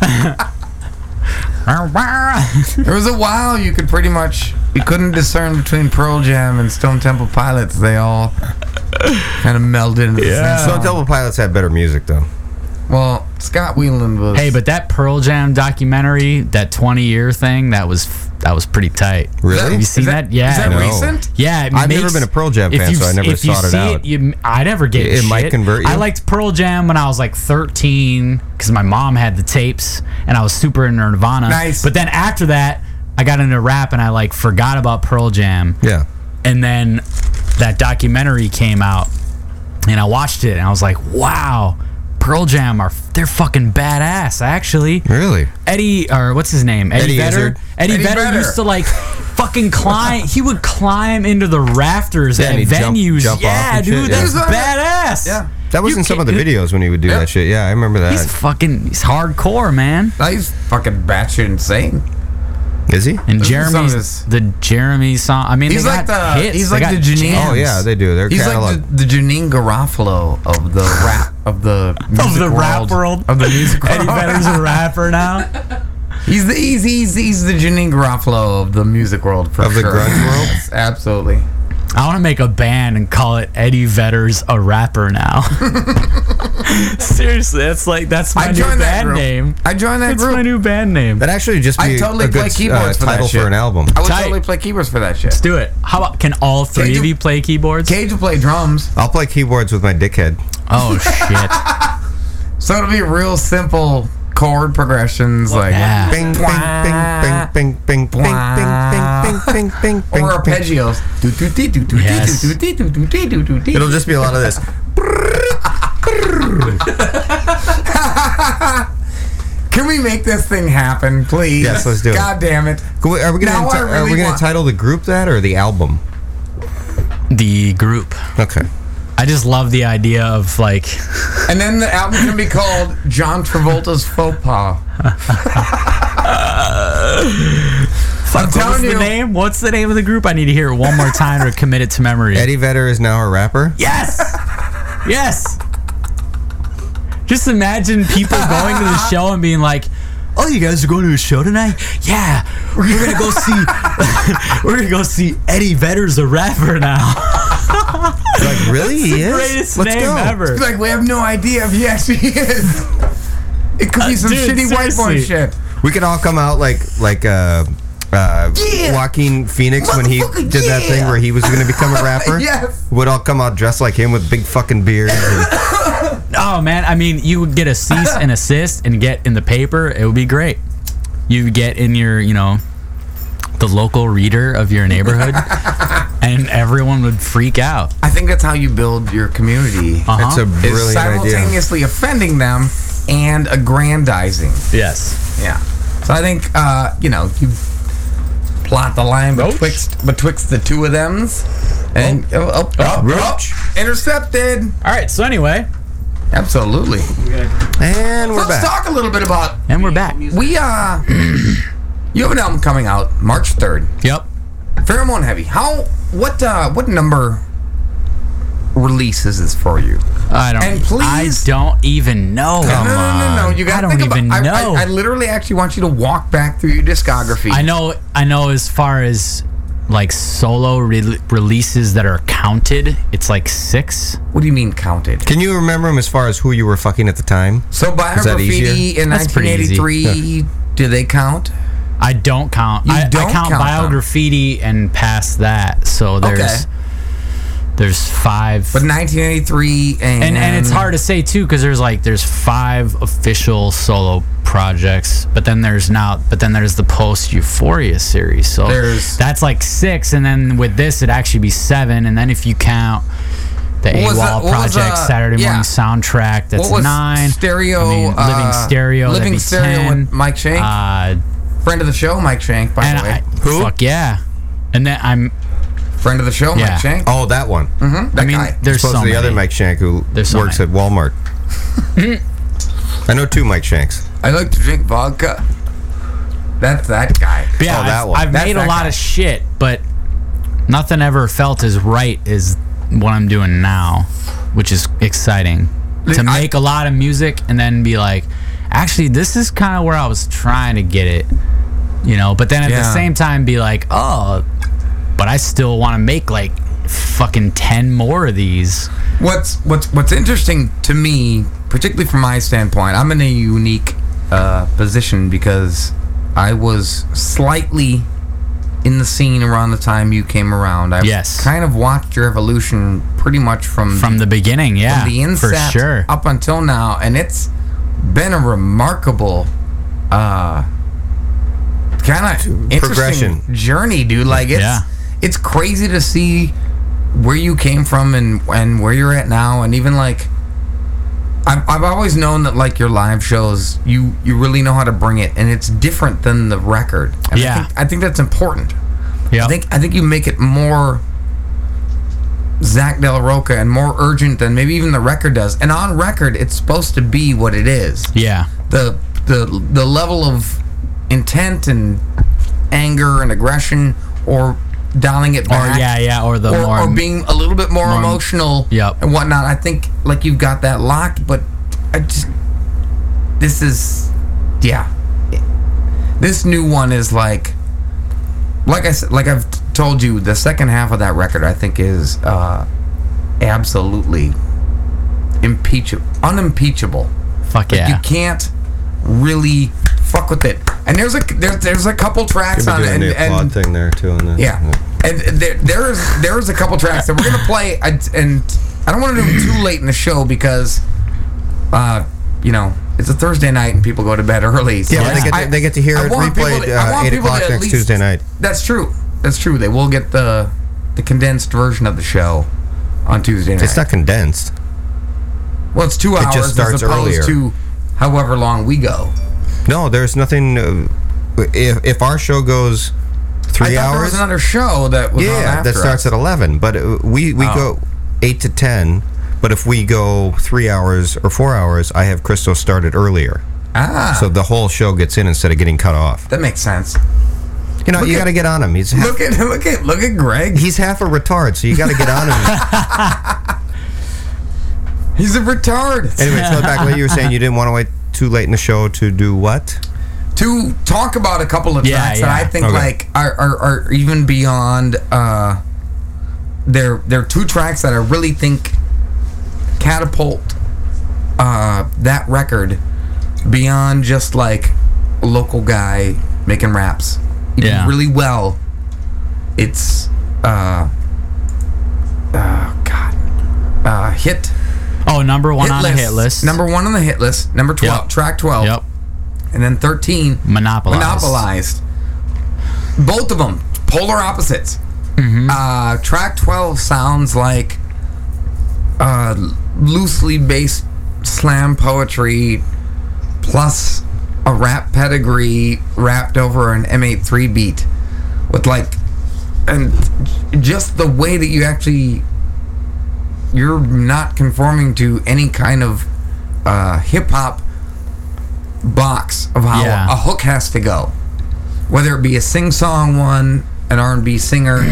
There was a while you could pretty much you couldn't discern between Pearl Jam and Stone Temple Pilots. They all kind of melded into the same Stone song. Temple Pilots had better music though. well, Scott Weiland was. hey, but that Pearl Jam documentary, that 20 year thing, that was that was pretty tight. Really? Have you seen Is that? Yeah. Is that No. recent? Yeah, it I've never makes- been a Pearl Jam if fan, you- so I never if you sought it see out. you, I never get It- it might shit. convert you? I liked Pearl Jam when I was like 13 because my mom had the tapes and I was super into Nirvana. Nice. But then after that, I got into rap and I like forgot about Pearl Jam. Yeah. And then that documentary came out and I watched it and I was like, wow, Pearl Jam are they're fucking badass actually. Really? Eddie or what's his name? Eddie, Eddie Vedder. Izzard. Eddie, Eddie Vedder, Vedder. used to like fucking climb. He would climb into the rafters Yeah, at and he'd jump- venues. jump off yeah, and dude, shit, yeah. that's He was on badass. Yeah. That was You in some of can't- the videos when he would do Yeah. that shit. Yeah, I remember that. He's fucking he's hardcore, man. He's fucking batshit insane. Is he? And Those are some of his- Jeremy's the Jeremy song. I mean, He's they like got the hits. he's They like got the Janine. jams. Oh yeah, they do. Their He's catalog. like the, the Janine Garofalo of the rap of the music the world, rap world. of the music Eddie world. Vedder's a rapper now. he's the he's, he's he's the Janine Garofalo of the music world for Of the sure. grunge world? Yes, absolutely. I want to make a band and call it Eddie Vedder's a rapper now. Seriously, that's like that's my I new joined band that group. name. I joined that That's group. my new band name. That actually just be I totally a good play keyboards uh, for that title shit. for an album. I would Tight. totally play keyboards for that shit. Let's do it. How about can all three Can you- of you play keyboards? Cage will play drums, I'll play keyboards with my dickhead. Oh shit! so it'll be real simple chord progressions like yeah. Bing, bing, bing, bing, bing, bing, bing, bing, bing, bing, bing, or bing, bing. arpeggios. Yes. It'll just be a lot of this. Can we make this thing happen, please? Yes, let's do it. God damn it. Can we- Are we Now I gonna enti- are really we gonna want- title the group that or the album? The group. Okay. I just love the idea of like And then the album's gonna be called John Travolta's Faux Pas. I'm what's telling the you, name. What's the name of the group? I need to hear it one more time or commit it to memory. Eddie Vedder is now a rapper. Yes. yes. Just imagine people going to the show and being like. Oh, you guys are going to a show tonight? Yeah, we're gonna go see. we're gonna go see Eddie Vedder's a rapper now. Like really? He is. Greatest Let's name go. ever. it's like we have no idea if he actually is. It could be Uh, some dude, shitty white boy seriously. shit. We could all come out like like uh, uh, Yeah. Joaquin Phoenix when he Motherfucker, did that thing yeah. where he was going to become a rapper. Yes. Uh-huh. Would all come out dressed like him with big fucking beards. and- Oh man, I mean, you would get a cease and assist and get in the paper. It would be great. You would get in your, you know, the local reader of your neighborhood, and everyone would freak out. I think that's how you build your community. Uh-huh. That's a Is brilliant idea. simultaneously offending them and aggrandizing. Yes. Yeah. So I think uh, you know you plot the line Roach? betwixt betwixt the two of them's, and oh, oh, oh, Roach. oh, intercepted. All right. So anyway, Absolutely. And we're Let's back. talk a little bit about and we're back. we. Uh, you have an album coming out March third. Yep. Pheromone Heavy. How? What? Uh, what number? Release is this for you? I don't. And please- I don't even know. no, no, no, no, no. You I gotta don't think about. even I- know. I, I, literally actually want you to walk back through your discography. I know. I know. As far as like solo re- releases that are counted, it's like six. What do you mean counted? Can you remember him as far as who you were fucking at the time? So by Is that graffiti easier? in That's pretty easy. 1983, do they count? I don't count. You I, don't I count, count bio them. graffiti and past that. So there's there's five. But 1983 and and and it's hard to say too because there's like there's five official solo projects, but then there's not. But then there's the post Euphoria series. So There's- that's like six, and then with this it'd actually be seven, and then if you count. The What was AWOL the- what was project, the- Saturday yeah. morning soundtrack. That's What was nine. Stereo, I mean, living uh, stereo. that'd Living be Stereo 10. with Mike Shank? Uh, friend of the show, Mike Shank. By and the way, I, fuck yeah. And then I'm friend of the show, Yeah. Mike Shank. Oh, that one. that I mean, guy. there's Supposed so to the many. other Mike Shank who There's so works many. at Walmart. I know two Mike Shanks. I like to drink vodka. That's that guy. But yeah, Oh, that I've, one. I've That's made a that lot guy. of shit, but nothing ever felt as right as what I'm doing now, which is exciting. Dude, I- To make a lot of music and then be like, actually, this is kind of where I was trying to get it, you know. But then at Yeah. the same time, be like, oh, but I still want to make like fucking ten more of these. Mm-hmm. What's what's what's interesting to me, particularly from my standpoint, I'm in a unique uh, position because I was slightly in the scene around the time you came around. I Yes. kind of watched your evolution pretty much from From the beginning, yeah, from the for inset sure. up until now, and it's been a remarkable uh, kind of Progression. interesting journey, dude. Like it's Yeah. it's crazy to see where you came from and and where you're at now, and even like. I've, I've always known that like your live shows you you really know how to bring it and it's different than the record And I Yeah. think, I think that's important Yeah, I think I think you make it more Zach Del Roca and more urgent than maybe even the record does. And on record, it's supposed to be what it is. yeah, The the the level of intent and anger and aggression or dialing it or back. yeah, yeah, or the Or, more or being a little bit more, more- emotional Yep. and whatnot. I think like you've got that locked, but I just this is yeah. This new one is like like I said, like I've t- told you, the second half of that record I think is uh, absolutely impeachable, unimpeachable. fuck yeah. You can't really fuck with it. And there's a there's there's a couple tracks Could on be it, and, doing the applaud and thing there too. And then, yeah, and there there is there is a couple tracks that we're gonna play, I- and I don't want to do them too late in the show because, uh, you know, it's a Thursday night and people go to bed early. So Yeah, but they get to- they get to hear it want people replayed, to- I uh, want 8 people to o'clock at next Tuesday night. That's true. That's true. They will get the the condensed version of the show on Tuesday night. It's not condensed. well, it's two hours just starts as opposed earlier. to however long we go. No, there's nothing. Uh, if if our show goes three I thought there hours, was another show that was on yeah, after that starts us. at eleven. But uh, we we Oh. go eight to ten. But if we go three hours or four hours, I have Christo started earlier, ah. so the whole show gets in instead of getting cut off. that makes sense. You know, you at- got to get on him. He's half, Look at look at look at Greg. he's half a retard, so you got to get on him. He's a retard. anyway, so back to what you were saying. You didn't want to wait too late in the show to do what? to talk about a couple of Yeah, tracks yeah. that I think Okay. like are, are, are even beyond uh they're they're two tracks that I really think catapult uh that record beyond just like a local guy making raps. He did Yeah. really well. It's uh uh god. Uh hit. Oh, Oh, number one on the hit list. Number one on the hit list. Number twelve, Yep. track twelve. Yep. And then thirteen, Monopolized. monopolized. Both of them polar opposites. Uh, track twelve sounds like uh, loosely based slam poetry plus a rap pedigree wrapped over an M83 beat with like and j- just the way that you actually you're not conforming to any kind of uh, hip hop box of how Yeah. a hook has to go, whether it be a sing song one, an R and B singer,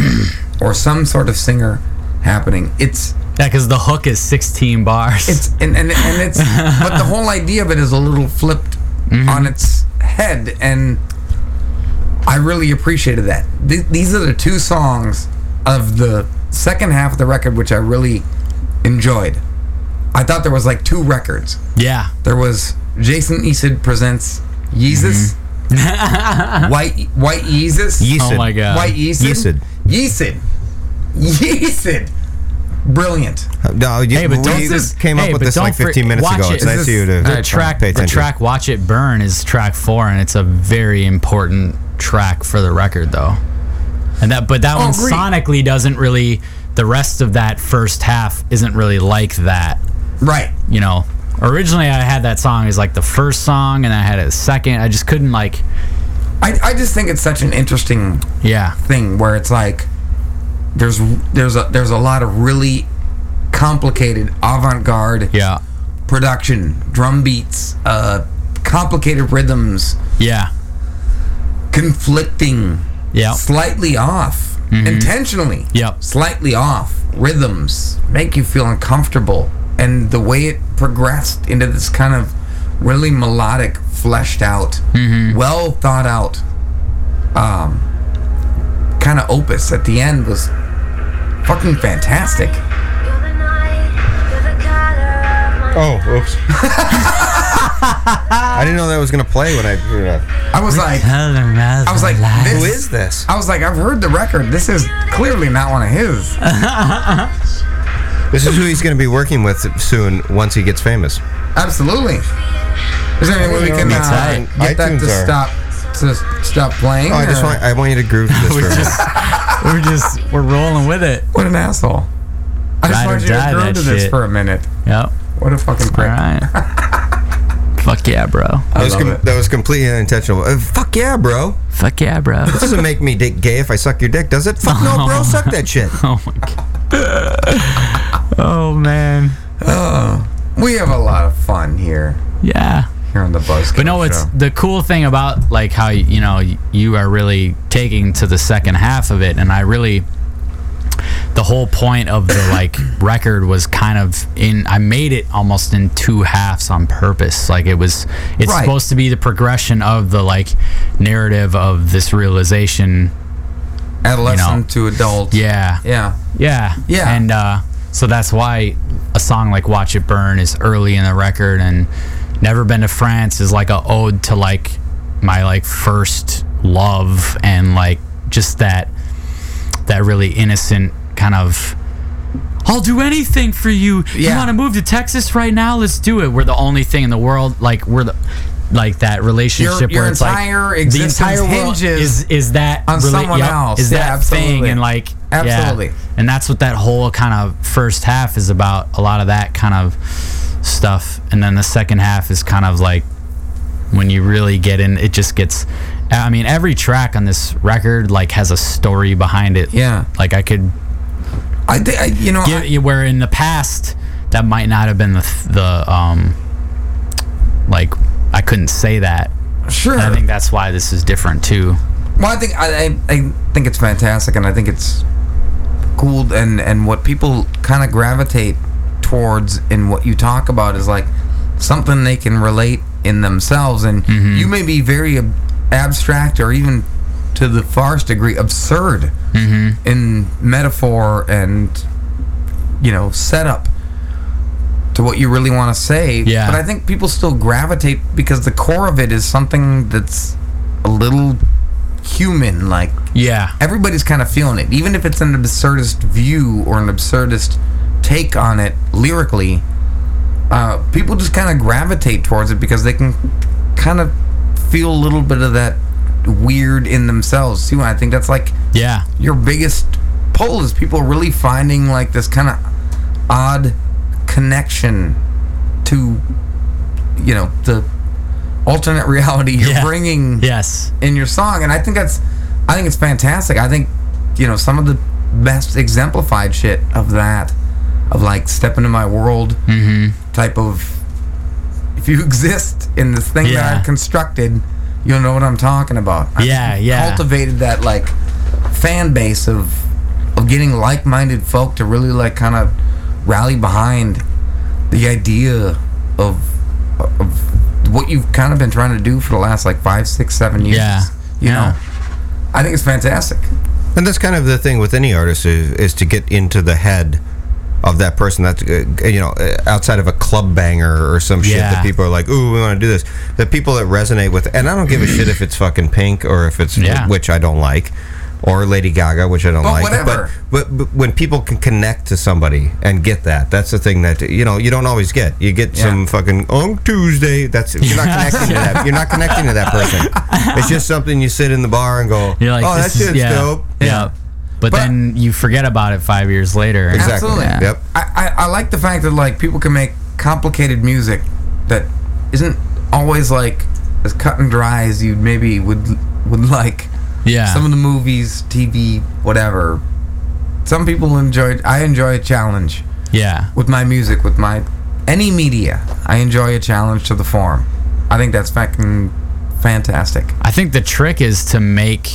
or some sort of singer happening. It's Yeah, because the hook is 16 bars. it's and, and, and it's but the whole idea of it is a little flipped on its head and i really appreciated that Th- these are the two songs of the second half of the record which i really enjoyed i thought there was like two records yeah. there was jason Isid presents yeezus white white yeezus Yeesid. Oh my god. white yeezus Yeesid. yeesid yeesid brilliant No, you, Hey, but don't we this, came hey, up with but this don't like for- 15 minutes watch ago. It. It's nice This of you to is- the track, pay the attention. track "Watch It Burn" is track four, and it's a very important track for the record, though. And that, Oh, but that one agreed. sonically doesn't really. The rest of that first half isn't really like that, right you know. Originally, I had that song as like the first song, and I had a second. I just couldn't like, I, I just think it's such an interesting yeah, thing where it's like there's there's a there's a lot of really complicated avant-garde yeah, production, drum beats, uh, complicated rhythms, yeah, conflicting, yeah, slightly off, intentionally, Yep. slightly off rhythms make you feel uncomfortable, and the way it progressed into this kind of really melodic, fleshed out, well thought out, um, kind of opus at the end was fucking fantastic. Oh, oops. I didn't know that was gonna play when I. I was like, I was like, this, Who is this? I was like, I've heard the record. This is clearly not one of his. This is who he's gonna be working with soon once he gets famous. Absolutely. Is there any way we can Be uh, tight. get that to iTunes are- stop to stop playing? Oh, I just or- want I want you to groove to this for a minute. we're just we're rolling with it. What an asshole! I just Ride or want you to die grow that to this shit. for a minute. Yep. What a fucking All prick! right. Fuck yeah, bro. That was, love com- it. that was completely unintentional. Uh, fuck yeah, bro. Fuck yeah, bro. This doesn't make me dick gay if I suck your dick, does it? Fuck no, bro. Suck that shit. Oh my god. oh man. We have a lot of fun here Yeah. here on the Buzz. But no, it's the cool thing about like how you know you are really taking to the second half of it, and I really the whole point of the like record was kind of in I made it almost in two halves on purpose. Like it was it's Right. supposed to be the progression of the like narrative of this realization. adolescent to adult. Yeah. yeah. Yeah. Yeah. And uh, so that's why a song like Watch It Burn is early in the record and Never Been to France is like a ode to like my like first love and like just that that really innocent kind of I'll do anything for you. You Yeah. want to move to Texas right now? Let's do it. We're the only thing in the world like we're the like that relationship Your- your where it's like entire existence hinges is is that on someone else. Is Yeah, that thing absolutely. and like yeah. Absolutely. And that's what that whole kind of first half is about. A lot of that kind of stuff, and then the second half is kind of like when you really get in. It just gets. I mean, every track on this record like has a story behind it. Yeah. Like I could I, thi- I you know give you where in the past that might not have been the th- the um like I couldn't say that. I, sure. And I think that's why this is different too. Well, I think I, I, I think it's fantastic, and I think it's cool, and and what people kind of gravitate towards in what you talk about is like something they can relate in themselves, and you may be very ab- abstract or even to the farthest degree absurd in metaphor and you know setup to what you really want to say. Yeah. But I think people still gravitate because the core of it is something that's a little human. Like Yeah. everybody's kind of feeling it, even if it's an absurdist view or an absurdist take on it lyrically. uh, people just kind of gravitate towards it because they can kind of feel a little bit of that weird in themselves too. And I think that's like Yeah. your biggest pull is people really finding like this kind of odd connection to you know the alternate reality you're Yeah. bringing Yes. in your song and i think that's i think it's fantastic i think you know some of the best exemplified shit of that of like step into my world Mm-hmm. type of if you exist in this thing that Yeah. i've constructed you'll know what i'm talking about I Yeah, yeah. cultivated that like fan base of of getting like-minded folk to really like kind of rally behind the idea of of what you've kind of been trying to do for the last like five, six, seven years. Yeah. You Yeah. know, I think it's fantastic. And that's kind of the thing with any artist is, is to get into the head of that person. That's uh, you know uh, outside of a club banger or some shit Yeah. that people are like, "Ooh, we want to do this." The people that resonate with, and I don't give a shit if it's fucking Pink or if it's Yeah. which I don't like, or Lady Gaga, which I don't But like. whatever. But, but but when people can connect to somebody and get that, that's the thing that you know you don't always get. You get Yeah. some fucking on Tuesday. That's you're not connecting to that. You're not connecting to that person. It's just something you sit in the bar and go, You're like, "Oh, that this is- shit's yeah, dope." Yeah. But, But- then you forget about it five years later. Exactly. Absolutely. Yeah. Yep. I, I, I like the fact that like people can make complicated music that isn't always like as cut and dry as you maybe would would like. Yeah. Some of the movies, TV, whatever. Some people enjoy. I enjoy a challenge yeah. with my music, with my any media. I enjoy a challenge to the form. I think that's fucking fantastic. I think the trick is to make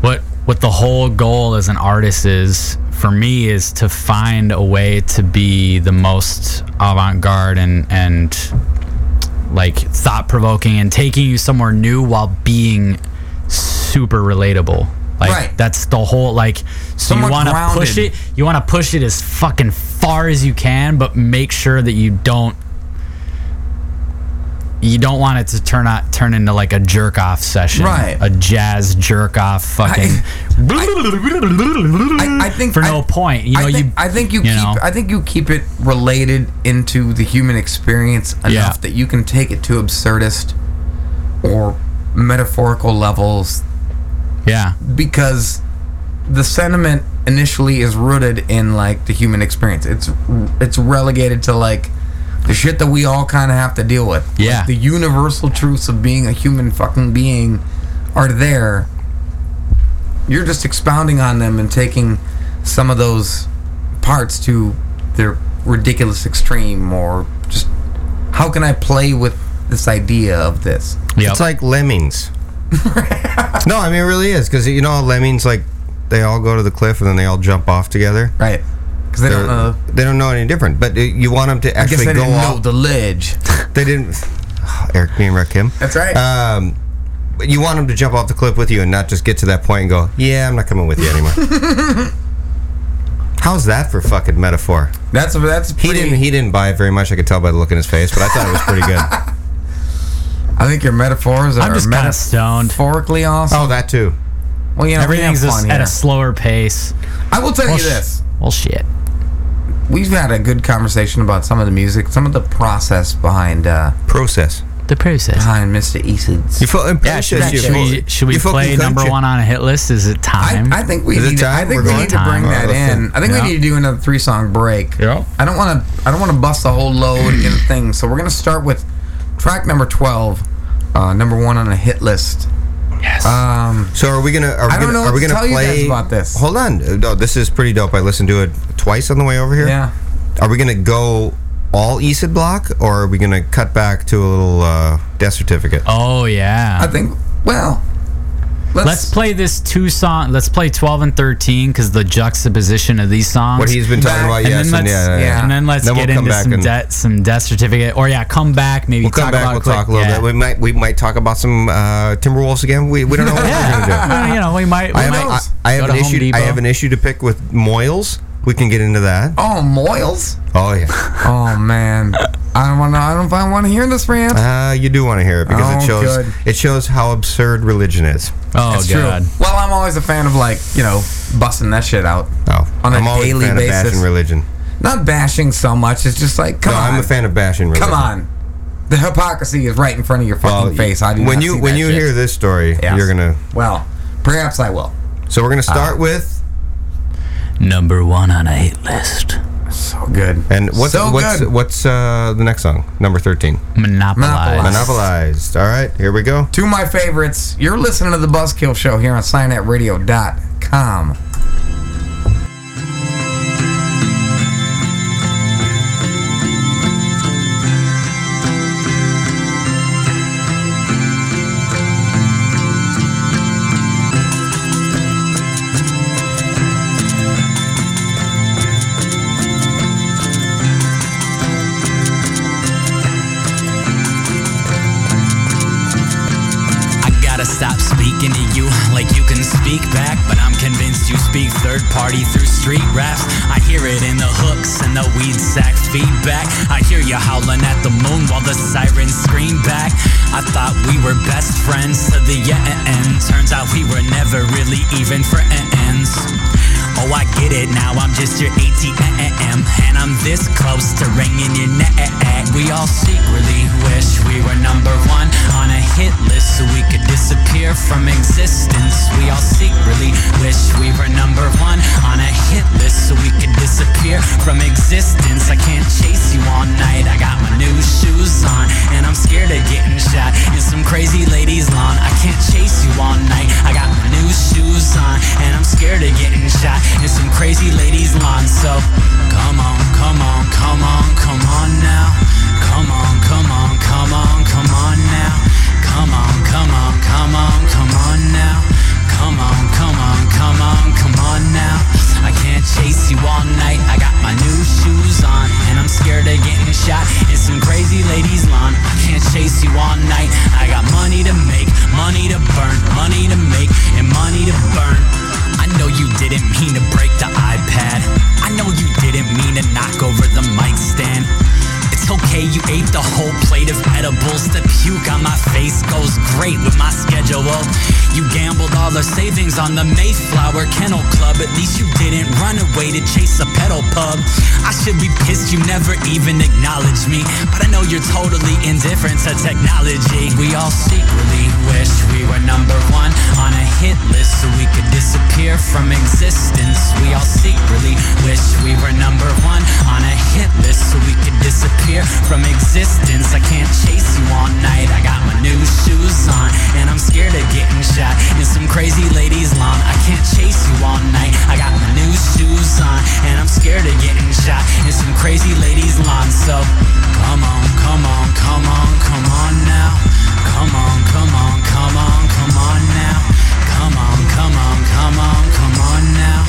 what what the whole goal as an artist is for me is to find a way to be the most avant-garde and and like thought-provoking and taking you somewhere new while being super relatable. Like Right. that's the whole like so Somewhat you want to grounded. push it you want to push it as fucking far as you can but make sure that you don't you don't want it to turn out turn into like a jerk off session, Right. A jazz jerk off fucking. I- I think- for no I- point, you know I, think, you. I think you, keep know. I think you keep it related into the human experience enough Yeah. that you can take it to absurdist or metaphorical levels yeah, because the sentiment initially is rooted in like the human experience. It's it's relegated to like the shit that we all kind of have to deal with. Like, Yeah. the universal truths of being a human fucking being are there. You're just expounding on them and taking some of those parts to their ridiculous extreme or just how can I play with this idea of this? yep. It's like lemmings. no, I mean it really is because you know how lemmings like they all go to the cliff and then they all jump off together. Right. Cuz they They're- don't know they don't know any different, but uh, you want them to Uh-huh. I guess actually they go didn't know off. the ledge. they didn't. Eric, me and Rakim. That's right. Uh, Um, but you want them to jump off the cliff with you and not just get to that point and go, "Yeah, I'm not coming with you anymore." How's that for fucking metaphor? That's that's He pretty, didn't. He didn't buy it very much. I could tell by the look in his face, but I thought it was pretty good. I think your metaphors are I'm just kind of metaphorically stoned. awesome. oh, that too. well, you know, we have Everything's fun just at here. a slower pace. I will tell Well, you sh- this: well, shit. we've had a good conversation about some of the music, some of the process behind uh, Process. The process. behind Mr. Eason's. You feel Yeah, should, we- should we should we play number one on a hit list? Is it I, time? I think we Is it need. To, I time? think We're we going need to bring time. that Oh, that's in. it. I think Uh, Yeah. we need to do another three song break. Yeah. I don't want to. I don't want to bust the whole load in a thing. So we're gonna start with track number twelve, uh, number one on a hit list. yes. Um, So are we gonna? Are we I don't gonna, know Are what we to gonna tell you play guys about this. Hold on. Uh, No, this is pretty dope. I listened to it twice on the way over here. Yeah. Are we gonna go all E ESID block, or are we gonna cut back to a little uh, death certificate? oh yeah. I think. Well, let's, Let's play this two song. Let's play 12 and 13 because the juxtaposition of these songs. What he's been talking Back- about, and yes, then and let's- yeah, yeah, yeah. yeah. And then let's Then get we'll come into back some and- debt, some death certificate, or yeah, come back. Maybe We'll come talk back. about We'll it quick. talk a little yeah. bit. We might. We might talk about some uh, Timberwolves again. We, we don't know what we're gonna do. yeah, you know, we might. We I have, might I, I go have to an Home issue. I Depot. have an issue to pick with Moyles. We can get into that. Oh, Moyles. Oh yeah. Oh man, I don't want to. I don't I want to hear this rant. Uh, you do want to hear it because it Oh, shows good. it shows how absurd religion is. Oh god. Well, I'm always a fan of like you know busting that shit out Oh, on a I'm always daily a fan of basis. bash and religion. Not bashing so much. It's just like, come No, on. I'm a fan of bashing. Religion. Come on. The hypocrisy is right in front of your fucking face. I do when not you see when that you shit. hear this story, Yes. Ah. you're gonna. Well, perhaps I will. So we're gonna start with Number one on a hit list. So good. and what's so what's good. what's uh, the next song? Number thirteen. Monopolize. Monopolize. Monopolized. All right, here we go. Two of my favorites. You're listening to the Buzzkill Show here on signetradio.com. I gotta stop speaking to you like you can speak back, but I'm convinced you speak third party through street raps. I hear it in the hooks and the weed sack feedback. I hear you howling at the moon while the sirens scream back. I thought we were best friends to the end. Turns out we were never really even friends. Oh, I get it now. I'm just your ATM, and I'm this close to ringing your neck. We all secretly wish we were number one on a hit list so we could disappear from existence. We all secretly wish we were number one on a hit list so we could disappear from existence. I can't chase you all night. I got my new shoes on, and I'm scared of getting shot in some crazy lady's lawn. I can't chase you all night. I got my new shoes on, and I'm scared of getting shot in some crazy lady's lawn. So come on, come on, come on, come on now. Come on, come on, come on, come on now. Come on, come on, come on, come on now. Come on, come on, come on, come on now. I can't chase you all night. I got my new shoes on, and I'm scared of getting shot in some crazy lady's lawn. I can't chase you all night. I got money to make, money to burn, money to make, and money to burn. I know you didn't mean to break the iPad. I know you didn't mean to knock over the mic stand. It's okay, you ate the whole plate of edibles. The puke on my face goes great with my schedule. You gambled all our savings on the Mayflower Kennel Club. At least you didn't run away to chase a pedal pub. I should be pissed you never even acknowledged me. But I know you're totally indifferent to technology. We all secretly wish we were number one on a hit list so we could disappear from existence. We all secretly wish we were number one on a hit list so we could disappear from existence. I can't chase you all night. I got my new shoes on and I'm scared of getting shot in some crazy lady's lawn. I can't chase you all night. I got my new shoes on and I'm scared of getting shot in some crazy lady's lawn. So come on, come on, come on, come on now. Come on, come on, come on, come on now. Come on, come on, come on, come on now.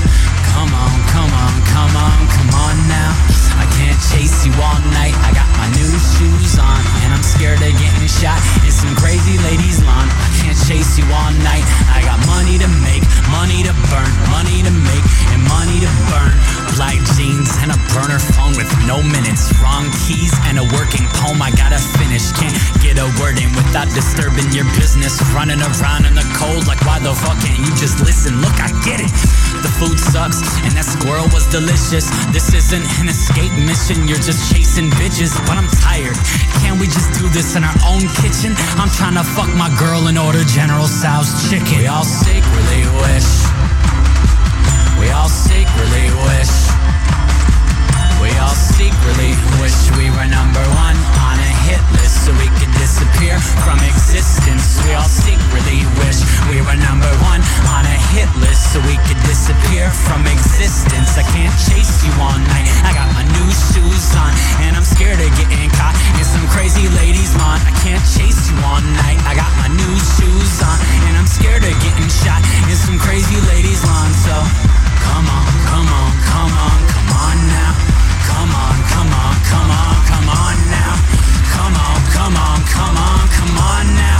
Come on, come on, come on, come on now. I can't chase you all night. I got my new shoes on, and I'm scared of getting shot. It's some crazy lady's lawn. I can't chase you all night. I got money to make, money to burn, money to make, and money to burn. Black jeans and a burner phone with no minutes. Wrong keys and a working poem I gotta finish. Can't get a word in without disturbing your business. Running around in the cold like why the fuck can't you just listen? Look, I get it. The food sucks and that squirrel was delicious. This isn't an escape mission. You're just chasing bitches, but I'm tired. Can't we just do this in our own kitchen? I'm trying to fuck my girl and order General Tso's chicken. We all secretly wish. We all secretly wish. We all secretly wish we were number one on a hit list so we could disappear from existence. We all secretly wish we were number one on a hit list so we could disappear from existence. I can't chase you all night. I got my new shoes on and I'm scared of getting caught in some crazy lady's lawn. I can't chase you all night. I got my new shoes on and I'm scared of getting shot in some crazy lady's lawn. So come on, come on, come on, come on now. Come on, come on, come on, come on now. Come on, come on, come on, come on now.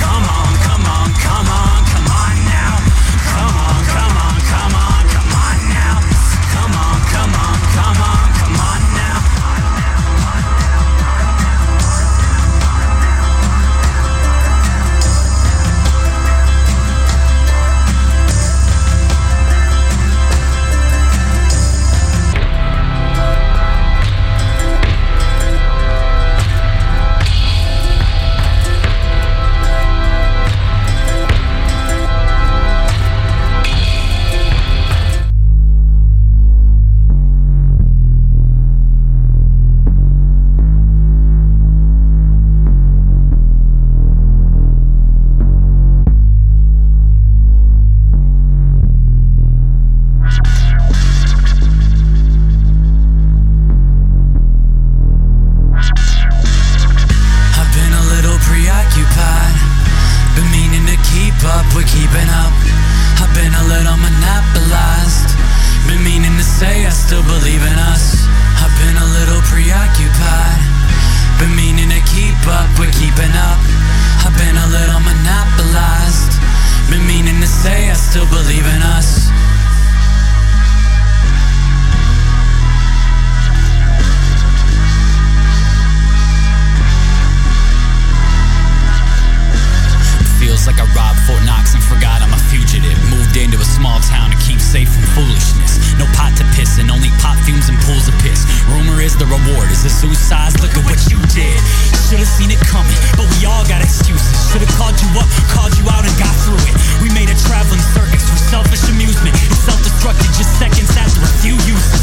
Come on, come on, come on, come on now. Come on, come on, come on, come on now. Come on, come on, come on, come on now. still believe in us. I've been a little preoccupied. Been meaning to keep up, we're keeping up. I've been a little monopolized. Been meaning to say I still believe in us. Feels like I robbed Fort Knox and forgot I'm a fugitive. Moved into a small town to keep safe from foolishness. No pot to piss and only pot fumes and pools of piss. Rumor is the reward is a suicide. Look at what you did. Should've seen it coming, but we all got excuses. Should've called you up, called you out, and got through it. We made a traveling circus for selfish amusement. It self-destructed just seconds after a few uses.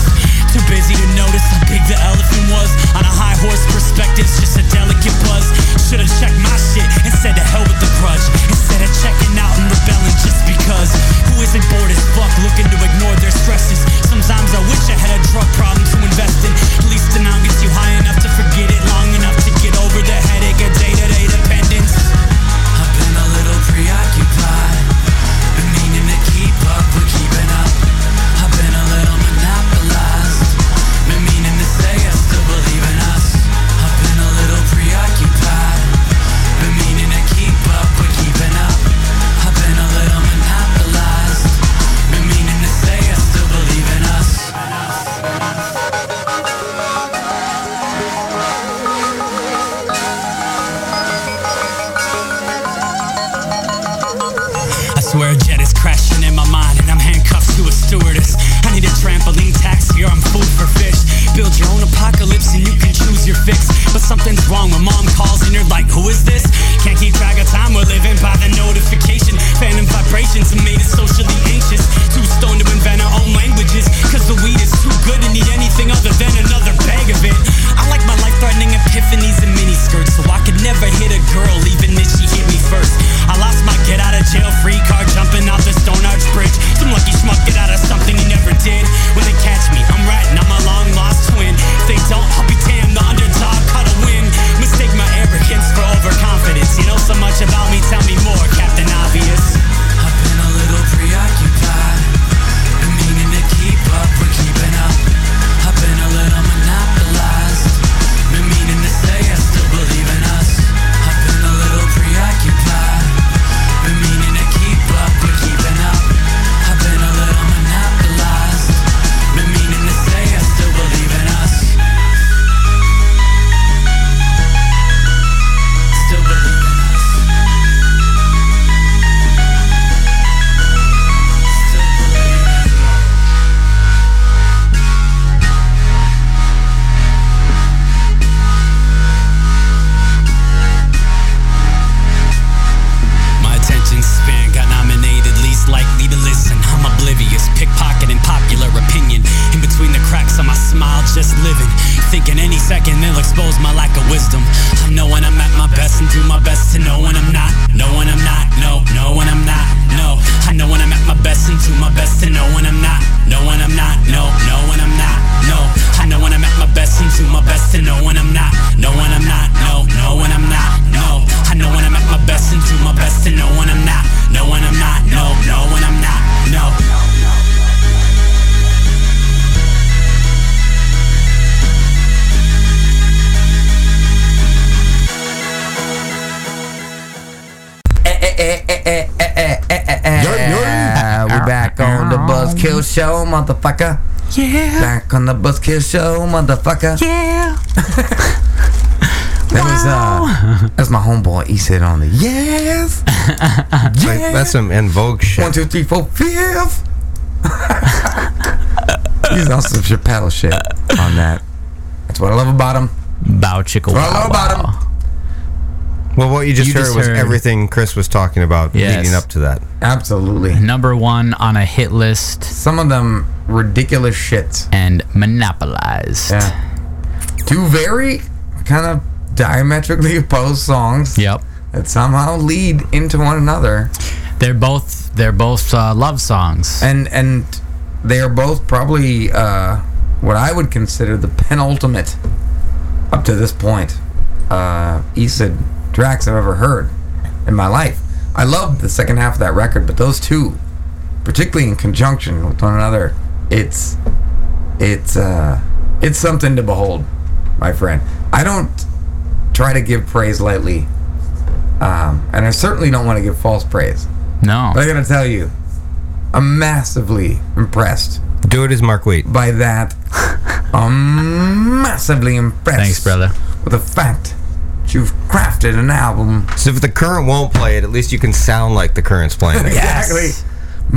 Too busy to notice how big the elephant was. On a high horse perspective, it's just a delicate buzz. Should've checked my shit instead of hell with the grudge. Instead of checking out and rebelling just because. Who isn't bored as fuck looking to ignore their stresses? Sometimes I wish I had a drug problem to invest in. At least the now gets you high enough to forget it long enough to get over the headache of day to day dependence. I've been a little preoccupied. Been meaning to keep up, we're keeping up. I've been a little monopolized. Been meaning to say I still believe in us. I've been a little preoccupied. Been meaning to keep up, we're keeping up. I've been a little monopolized. Been meaning to say I still believe in us. I swear a jet is crashing in my mind and I'm handcuffed to a stewardess. I need a trampoline taxi or I'm food for fish. Build your own apocalypse and you can choose your fix. But something's wrong when mom calls and you're like, who is this? Can't keep track of time, we're living by the notification. Phantom vibrations have made us socially anxious. Too stoned to invent our own languages. Cause the weed is too good to need anything other than another bag of it. I like my life threatening epiphanies and miniskirts. So I could never hit a girl even if she hit me first. I lost my get out of jail free card jumping off the Stone Arch Bridge. Some lucky schmuck get out of something he never did. When they catch me, I'm ratting, I'm a long lost twin. If they don't, I'll be damned, the underdog caught a win. Mistake my arrogance for overconfidence. You know so much about me, tell me more, Captain Obvious. I've been a little preoccupied. Been meaning to keep up, we're keeping up. I've been a little monopolized. Been meaning to say I still believe in us. I've been a little preoccupied. Been meaning to keep up, we're keeping up. I've been a little monopolized. Been meaning to say I still believe in us. Still believe in us. Still believe in us. My attention span got nominated, least likely to listen. I'm oblivious, pickpocketing popular opinion. In between the cracks of my smile, just living. Thinking any second they'll expose my lack of wisdom. I know when I'm at my best and do my best to know when I'm not. Know when I'm not, no, know when I'm not, no. I know when I'm at my best and do my best to know when I'm not. Know when I'm not, no, know when I'm not, no. I know when I'm at my best and do my best to know when I'm not. Know when I'm not, no, know when I'm not, no. I know when I'm at my best and do my best to know when I'm not. Know when I'm not, no, know when I'm not, no. Yeah, we back on the Buzzkill Show, motherfucker. Yeah. Back on the Buzzkill Show, motherfucker. Yeah. that was uh, that's my homeboy. He said on the yes. Like, that's some en vogue shit. One, two, three, four, fifth. He's on some Chappelle shit on that. That's what I love about him. Bow chicka That's what I wow, love about him. wow. Well, what you just You heard just was heard- everything Chris was talking about Yes. leading up to that. Absolutely. Number one on a hit list Some of them ridiculous shits. and monopolized. Yeah. Two very kind of diametrically opposed songs Yep. that somehow lead into one another. They're both they're both uh, love songs. And and they are both probably uh, what I would consider the penultimate up to this point uh Isid tracks I've ever heard in my life. I love the second half of that record, but those two, particularly in conjunction with one another, it's it's uh, it's something to behold, my friend. I don't try to give praise lightly, um, and I certainly don't want to give false praise. No. But I gotta tell you, I'm massively impressed Do it as Mark Wheat. by that. I'm massively impressed. Thanks, brother. With the fact that you've crafted an album So if the current won't play it, at least you can sound like the current's playing it. Yes.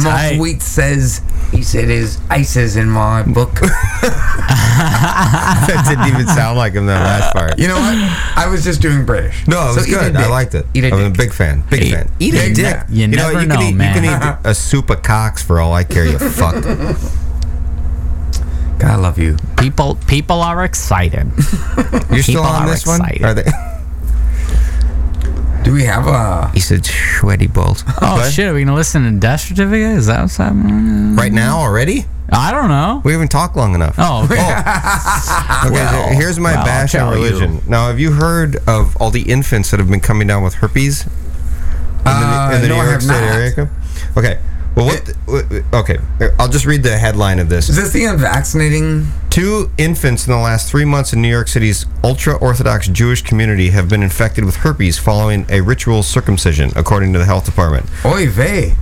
Mark Tight. Wheat says he said his ices in my book. that didn't even sound like him that last part. you know what? I was just doing British. No, it was So eat a good. I dick. liked it. Eat a I'm a dick. big fan. Big Eat- fan. eat a dick. You never you know, can eat, You man. can eat a soup of cocks for all I care. You fuck. God, I love you. People people are excited. You're still People on are this one? excited. Are they? Do we have a? He said sweaty balls. Oh Okay. shit, are we gonna listen to death certificate? Is that what's happening? Right now already? I don't know. We haven't talked long enough. Oh, okay. Okay, Well, here's my well, I'll bash on tell you. religion. Now, have you heard of all the infants that have been coming down with herpes in the, Uh, no, I have not. Okay. Well, what? the- wh- okay, I'll just read the headline of Is this. this the unvaccinating? Two infants in the last three months in New York City's ultra Orthodox Jewish community have been infected with herpes following a ritual circumcision, according to the health department. Oy vey.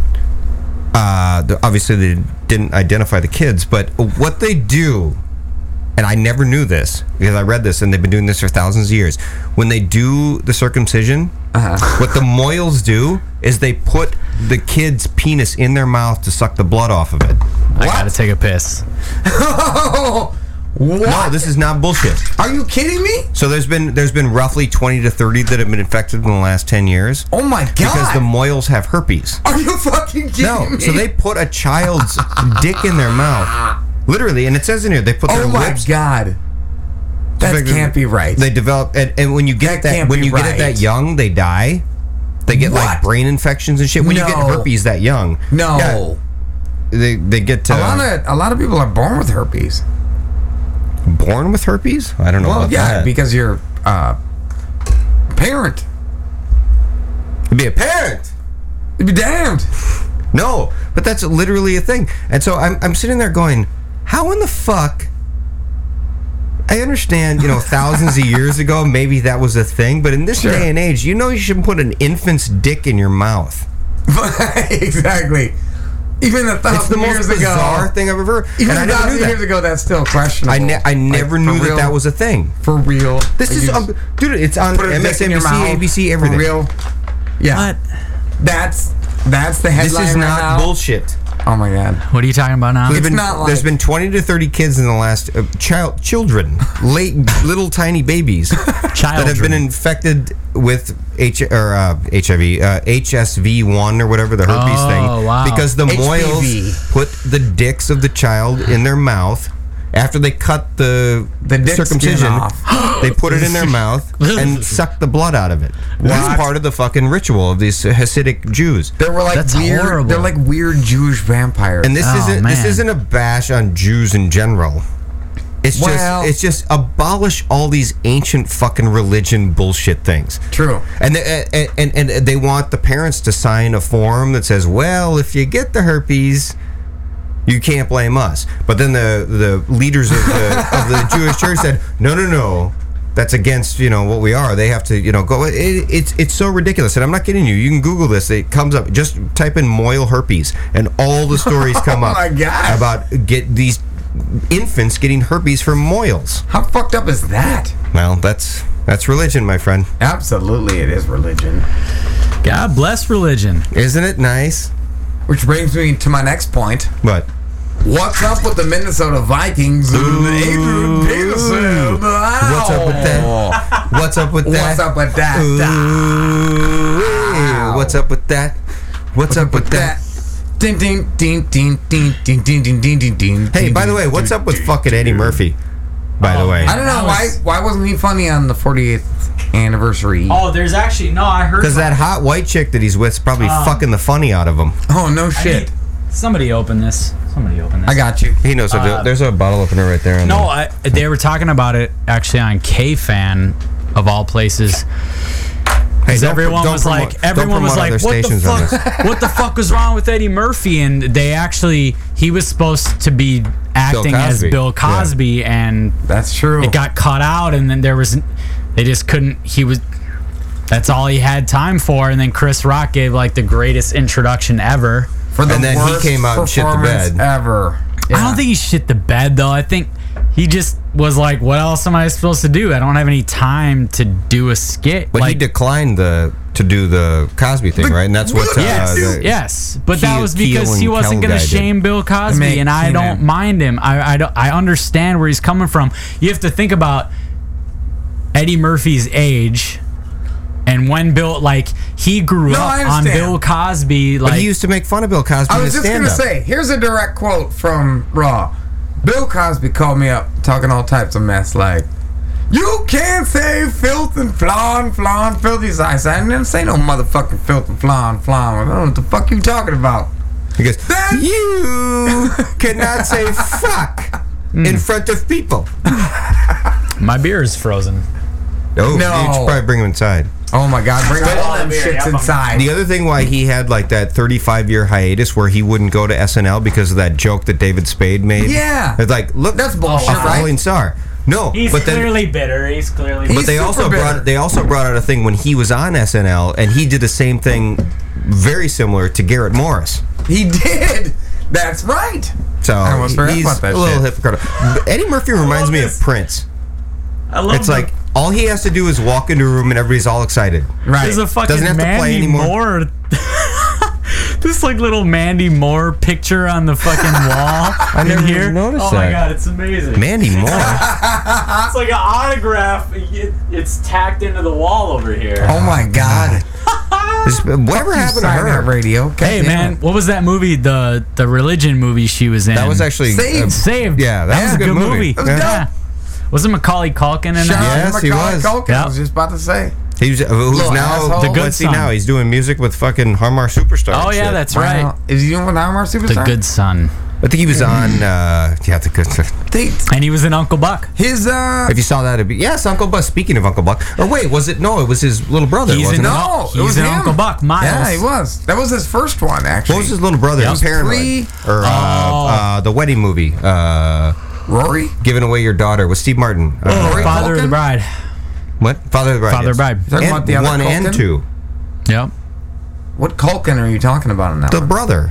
uh, the- obviously they didn't identify the kids, but what they do, and I never knew this because I read this and they've been doing this for thousands of years. When they do the circumcision, what the moils do is they put the kid's penis in their mouth to suck the blood off of it. I gotta take a piss. what? No, this is not bullshit. Are you kidding me? So there's been there's been roughly 20 to 30 that have been infected in the last 10 years Oh my god. because the moils have herpes. Are you fucking kidding No, me? so they put a child's dick in their mouth. Literally, and it says in here they put their Oh my lips god. That Because can't be right. They develop, and, and when you That get that, can't when be you get it right. that young, they die. They get like What? brain infections and shit. When you get No. herpes that young, no. yeah, they they get uh, to A lot of a lot of people are born with herpes. born with herpes. I don't know Well, about yeah, that. because you're uh, parent. It'd be a parent. You'd be damned. No, but that's literally a thing. And so I'm I'm sitting there going, how in the fuck? I understand, you know, thousands of years ago, maybe that was a thing, but in this Sure. day and age, you know, you shouldn't put an infant's dick in your mouth. exactly. Even a thousand It's the most years bizarre ago. thing I've ever. Even and I a never knew thousand that. years ago, that's still questionable. I, ne- I Like, never for knew real- that that was a thing. for real. This Like, is, you um, just dude, it's on put a dick in your mouth. MSNBC, ABC, everything. For real. Yeah. That's that's the headline. This is right not now. bullshit. Oh my god. What are you talking about now? There's been, not there's like- been 20 to 30 kids in the last uh, child children, late little tiny babies that have been Children. infected with H or uh, HIV, uh, HSV1 or whatever the herpes Oh, thing, wow. because the HPV. moils put the dicks of the child in their mouth. After they cut the, The dick skin circumcision, off. they put it in their mouth and suck the blood out of it. This is part of the fucking ritual of these Hasidic Jews. There were like That's weird. horrible. They're like weird Jewish vampires. And this Oh, isn't this man. isn't a bash on Jews in general. It's Well- just it's just abolish all these ancient fucking religion bullshit things. True. And they, and, and and they want the parents to sign a form that says, "Well, if you get the herpes, you can't blame us." But then the the leaders of the of the Jewish church said, "No, no, no." That's against you know what we are. They have to you know go. It, it's it's so ridiculous, and I'm not kidding you. You can Google this. It comes up. Just type in Moyle herpes, and all the stories come up Oh my gosh. about get these infants getting herpes from moils. How fucked up is that? Well, that's that's religion, my friend. Absolutely, it is religion. God bless religion. Isn't it nice? Which brings me to my next point. But What's up with the Minnesota Vikings and Adrian Peterson? What's up with that? What's up with that? What's up with that? Ooh, What's up with that? What's up with that? Ding ding ding ding ding ding ding ding ding ding ding. Hey, ding, by the ding, way, what's ding, up with ding. fucking Eddie Murphy? By the way, I don't know That why. was- Why wasn't he funny on the 48th anniversary? Oh, there's actually no. I heard because that hot white chick that he's with's probably fucking the funny out of him. Oh, no shit! somebody open this. Somebody open this. I got you. He knows. a, there's a bottle opener right there. On No, I, they were talking about it actually on K Fan of all places, Because Hey, don't- everyone don't was promote- like, don't everyone was promote like, other what the stations on fuck? what the fuck was wrong with Eddie Murphy? And they actually, he was supposed to be acting as Cosby. Bill Yeah. Cosby, and That's true. it got cut out. And then there was, they just couldn't. He was. That's all he had time for. And then Chris Rock gave like the greatest introduction ever. For the And then he worst came out and shit the performance bed. ever. I Yeah. don't think he shit the bed though. I think he just was like, "What else am I supposed to do? I don't have any time to do a skit." But like, he declined the to do the Cosby thing, right? And that's what. Uh, Yes, the- yes, but that Keel- was because he Keelan wasn't going Kel to guy did. shame Bill Cosby, Make and I Keenan. don't mind him. I, I don't- I understand where he's coming from. You have to think about Eddie Murphy's age, and when Bill like he grew No, I up on understand. Bill Cosby. Like But he used to make fun of Bill Cosby. I in was his just going to stand-up. say, here's a direct quote from Raw. Bill Cosby called me up talking all types of mess like, you can't say filth and flan, flan, filthy size. I didn't say no motherfucking filth and flan, flan. I don't know what the fuck you talking about. He goes, Then- you cannot say fuck in front of people. my beer is frozen. Oh, No. you should probably bring him inside. Oh my God, bring all them beer, shits yep, I'm- inside. The other thing why he had like that 35 year hiatus where he wouldn't go to SNL because of that joke that David Spade made. Yeah. It's like, look, That's bullshit, a falling right? star. No, He's but then clearly bitter. He's clearly. He's but they super also bitter. brought they also brought out a thing when he was on SNL and he did the same thing very similar to Garrett Morris. He did. That's right. So I almost forgot he's about that a little shit. hypocritical. Eddie Murphy reminds me of Prince. I love It's like all he has to do is walk into a room and everybody's all excited. Right. There's a fucking Doesn't have to play Mandy anymore. Moore. this like little Mandy Moore picture on the fucking wall. I never in here. even noticed Oh my that. god, it's amazing. Mandy Moore. It's like an autograph. It- it's tacked into the wall over here. oh my God. Just- whatever happened to Sign that her? radio. God hey damn man, it. what was that movie? The the religion movie she was in. That was actually Saved. uh, saved. Yeah, that was a good movie. That was Yeah. Wasn't Macaulay Culkin in Shout that? out Yes, to he Macaulay was. Culkin. I Yeah. was just about to say. He's uh, who's Little now asshole. The good let's see son. now he's doing music with fucking Harmar Superstar. Oh and yeah, shit. that's right. Wow. Is he doing with I'm our superstar? The Good Son, I think he was on. Uh, yeah, the good. Son. They- and he was in Uncle Buck. His uh, If you saw that, it'd be yes, Uncle Buck. Speaking of Uncle Buck, or wait, was it no? It was his little brother. He's wasn't in it? no, He's it was an him. Uncle Buck, Miles. Yeah, he was. That was his first one, actually. What was his little brother? Yeah. It was Paranoid. Three- Oh. or uh, uh, the wedding movie, uh, Rory? giving away your daughter with Steve Martin. Uh, Rory Father of the Culkin? Bride. what? Father of the Bride. Father yes. of the Bride. Talking And about the other one and Culkin? two. Yep. What Culkin are you talking about in that The one? brother.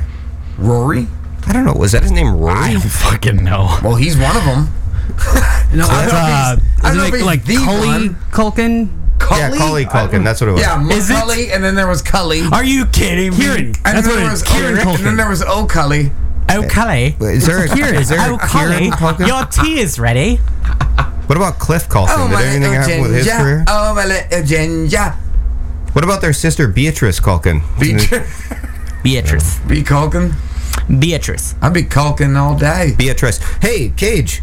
Rory? I don't know. Was that his name? Rory. Fucking no. Well, he's one of them. No, I don't uh, know if he's- I is don't know it if like, he's the like Cully one. Culkin? Yeah, Cully Culkin. That's what it was. Yeah, Is it- Cully, and then there was Cully. Are you kidding me? Kieran. And That's then what there it was is. Kieran Kieran And then Culkin. there was O'Cully. O'Cully. Is there a, Oh, Kieran. is there a O'Cully. Kieran Culkin? Your tea is ready. What about Cliff Culkin? Oh, Did my anything little happen with his ginger. career? Oh, my little ginger. What about their sister Beatrice Culkin? Be, Beatrice. be Culkin. Beatrice. I'd be Culkin all day. Beatrice. Hey, Cage.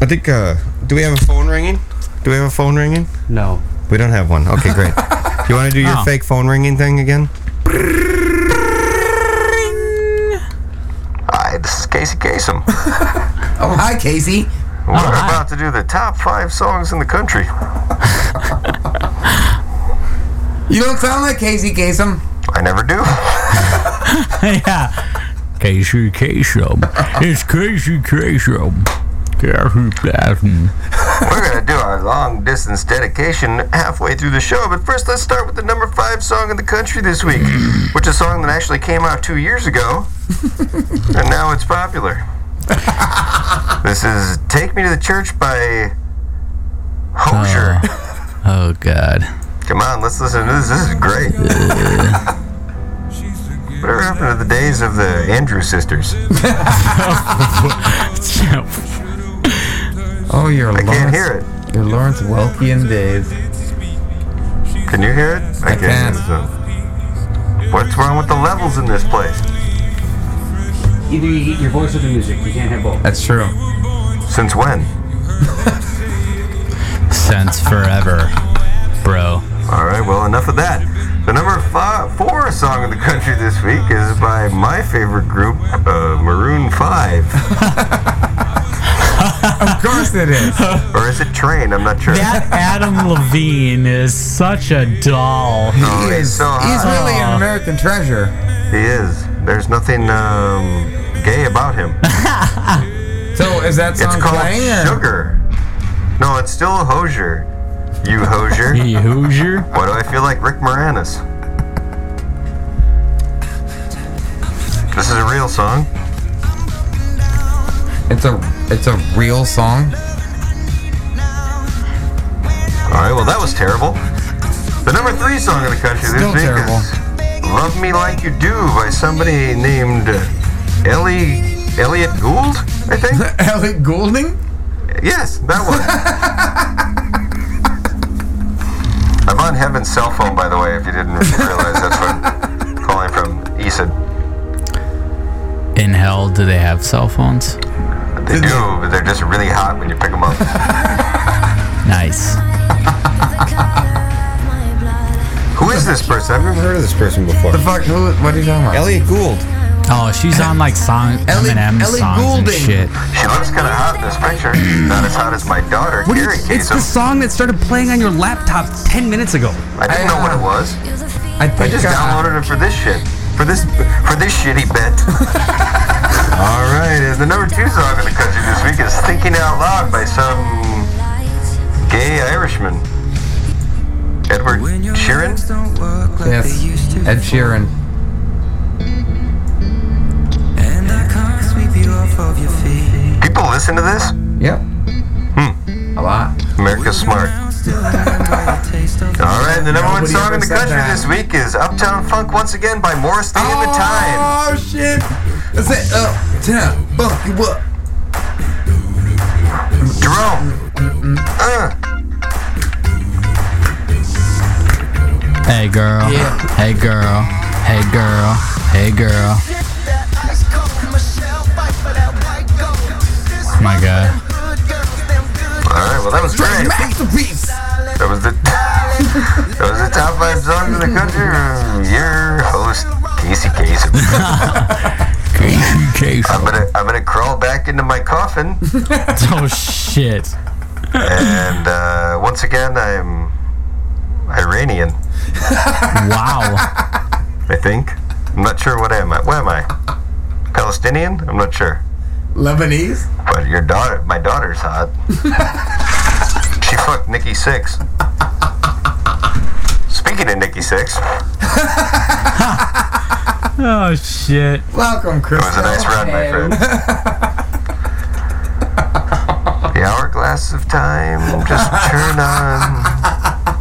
I think. Uh, do we have a phone ringing? Do we have a phone ringing? No. We don't have one. Okay, great. you want to do your Oh. fake phone ringing thing again? Hi, this is Casey Kasem. Oh, hi, Casey. We're hi. about to do the top five songs in the country. You don't sound like Casey Kasem. I never do. yeah. Casey Kasem. It's Casey Kasem. Casey Kasem. We're gonna do our long distance dedication halfway through the show, but first let's start with the number five song in the country this week, which is a song that actually came out two years ago, and now it's popular. This is "Take Me to the Church" by Hosier. Oh, God. Come on, let's listen to this. This is great. Whatever happened to the days of the Andrew sisters? Oh, you're I Lawrence. can't hear it. Your Lawrence Welkian days. Can you hear it? I, can. so. What's wrong with the levels in this place? Either you get your voice or the music. You can't have both. That's true. Since when? Since forever, bro. All right, well, enough of that. The number five, four song in the country this week is by my favorite group, uh, Maroon 5. course it is. Or is it train? I'm not sure. That Adam Levine is such a doll. Oh, He he's is. so He's hot. really an American treasure. He is. There's nothing um, gay about him. So is that It's song called playing? or- Sugar. No, it's still Hosier. You Hosier. Hey, Hoosier. Why do I feel like Rick Moranis? This is a real song. It's a it's a real song. All right, well, that was terrible. The number three song in the country Still this week terrible. is Love Me Like You Do by somebody named uh, Ellie, Elliot Gould, I think? Alec Goulding? Yes, that one. I'm on Heaven's cell phone, by the way, if you didn't realize that's what I'm calling from ESID. In hell, do they have cell phones? They do, but they're just really hot when you pick them up. Nice. Who is this person? I've never I've heard heard of this person before. The fuck? Who? What are you talking about? Elliot Gould. Oh, she's on like song Ellie- Eminem Ellie songs Goulding. and shit. She looks kind of hot in this picture. Not as hot as my daughter, What do you, Carrie it's the Kasem. song that started playing on your laptop 10 minutes ago. I didn't know what it uh, was. I think I just uh, downloaded it for this shit. For this, for this shitty bit. All right, and the number two song in the country this week is "Thinking Out Loud" by some gay Irishman, Edward Sheeran. Yes. Ed Sheeran. People listen to this. Yep. Hmm. A lot. America's smart. All right, and the number one Nobody song ever in the said country that. this week is "Uptown Funk" once again by Morris Day and the Time. Oh shit! That's it. Oh, damn. Fuck you up. Jerome. Uh, Hey girl. Hey girl. Hey girl. Hey girl. My God. all right, well that was great. Masterpiece. That was the that was the top five songs in the country. from Your host Casey Kasem. I'm gonna I'm gonna crawl back into my coffin, Oh shit. and uh, once again I'm Iranian. Wow. I think I'm not sure what am I. What am I? Palestinian? I'm not sure. Lebanese. But your daughter, my daughter's hot. she fucked Nikki Six. Speaking of Nikki Six, it Oh shit. Welcome, Chris. was a nice run, my friend. the hourglass of time just turn on.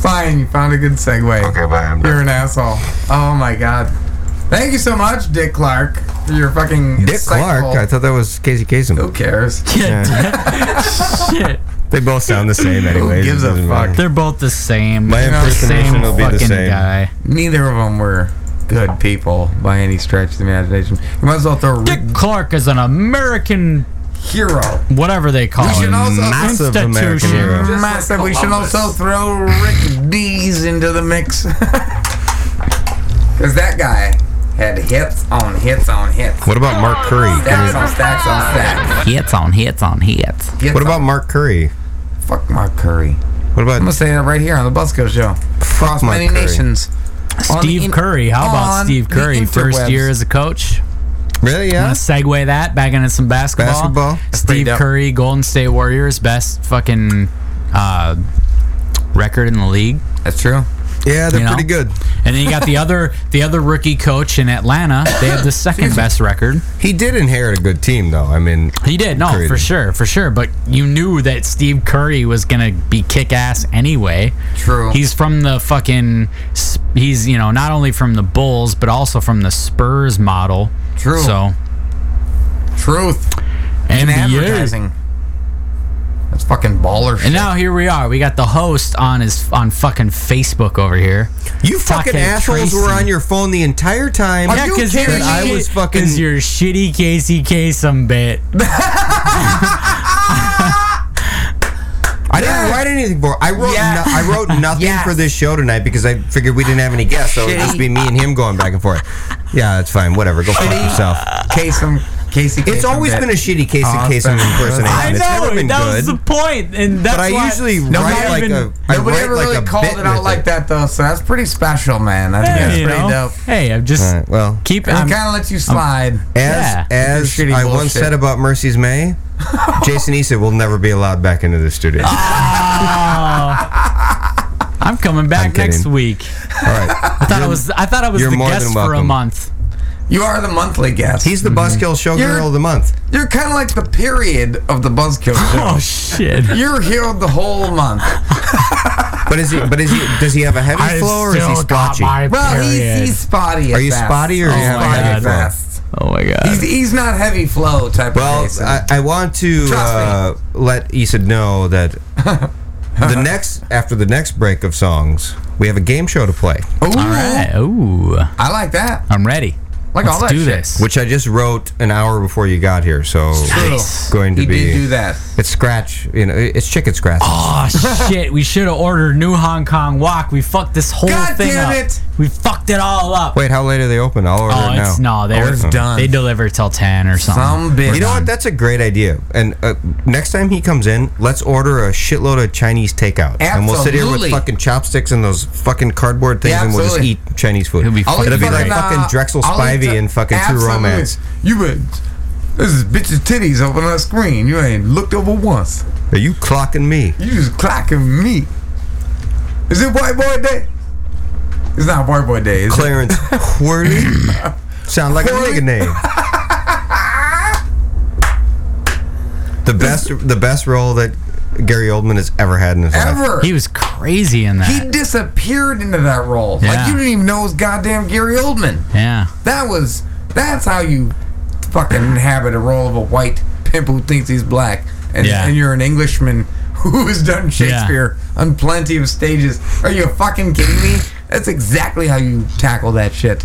Fine. You found a good segue. Okay, bye. I'm You're done. an asshole. Oh my god. Thank you so much, Dick Clark. for your fucking Dick insightful- Clark. I thought that was Casey Kasem. Who cares? Shit. They both sound the same, anyways. gives It a doesn't fuck? matter. They're both the same. My They're the impersonation same will be the fucking same. guy. Neither of them were good people by any stretch of the imagination. You might as well throw Dick Clark is an American, Hero. whatever they call We should him. also- Massive American Institution. hero. Just Massive. we should also throw Rick D's into the mix. Because that guy had hits on hits on hits. What about Mark Curry? Stacks on stacks on stacks. Hits on hits on hits. Hits What about Mark Curry? on- Fuck Mark Curry. What about I'm going to say that right here on the Busco Show. Across Mark many Curry. nations. On the Steve in- Curry. How on about Steve the Curry? First interwebs. year as a coach. really? Yeah. Gonna segue that back into some basketball. Basketball. That's pretty Steve dope. Curry, Golden State Warriors, best fucking uh, record in the league. That's true. Yeah, they're You know? pretty good. And then you got the other the other rookie coach in Atlanta. They have the second best record. He did inherit a good team, though. I mean, He did, no, Curry for did. sure, for sure. But you knew that Steve Curry was gonna be kick ass anyway. True. He's from the fucking. s- He's you know not only from the Bulls but also from the Spurs model. True. So Truth. and NBA. advertising. That's fucking baller shit. And now here we are. We got the host on his on fucking Facebook over here. you fucking Fucking assholes were Tracy. on your phone the entire time. you you're kidding me? I was fucking- Cause you're shitty Casey Kasem bit. I didn't write anything for. I wrote. Yeah. No, I wrote nothing Yes. for this show tonight because I figured we didn't have any guests, so it would just be me and him going back and forth. Yeah, that's fine. Whatever. Go fuck yourself. Kasem Casey. It's Kasem always bit. been a shitty Casey Oh, it's Kasem been- I impersonation. I It's never know been that good. was the point, and that's but I why usually No, write not like a. even- I Nobody write ever like really a called bit it out with like that though, so that's pretty special, man. That's, Hey, that's you pretty know? dope. Hey, I'm just All right, well, keep. It I'm, kind of lets you slide. Yeah. As as Shitty I once bullshit. said about Mercy's May, Jason Issa will never be allowed back into the studio. Ah. All oh. I'm coming back I'm next kidding. week. right. I thought I was. I thought I was you're the more guest than for a welcome. month. you are the monthly guest. He's the buskill showgirl Mm-hmm. You're- of the month. You're kind of like the period of the Buzzkill Oh show. shit! You're here the whole month. But is he? But is he? Does he have a heavy flow or is he splotchy? Well, he's, he's spotty. At Are you best. Oh spotty or do you He's have a spotty heavy at flow? best. oh my god! He's, he's not heavy flow type of Uh, Well, Jason. I, I want to Trust me. uh, let Issa know that the next after the next break of songs, we have a game show to play, Ooh, All right. Ooh, I like that. I'm ready. Like Let's all that do shit. this. which I just wrote an hour before you got here. So it's going to He be did do that. it's scratch, you know, it's chicken scratch. Oh shit! We should have ordered New Hong Kong Walk. We fucked this whole God thing damn up. it. We fucked it all up. Wait, how late are they open? I'll order oh, it now. it's no. They're Oh, it's done. They deliver till ten or something. Some bitch. You know what? That's a great idea. And uh, next time he comes in, let's order a shitload of Chinese takeout, and we'll sit here with Absolutely. fucking chopsticks and those fucking cardboard things, Yeah, and we'll just eat absolutely. Chinese food. It'll be I'll eat It'll be like fucking, fucking uh, Drexel I'll eat Spivey the- and fucking True absolutely. Romance. You been this is bitch's titties up on that screen. You ain't looked over once. Are you clocking me? You just clocking me. Is it white boy day? It's not white boy day. Is it? Clarence Quirty? Sound like Quirty? a nigga name. the best, the best role that Gary Oldman has ever had in his life. Ever. he was crazy in that. He disappeared into that role. Like Yeah. you didn't even know it was goddamn Gary Oldman. yeah. That was that's how you fucking inhabit a role of a white pimp who thinks he's black, and, Yeah. and you're an Englishman who has done Shakespeare on plenty of stages. Are you fucking kidding me? That's exactly how you tackle that shit.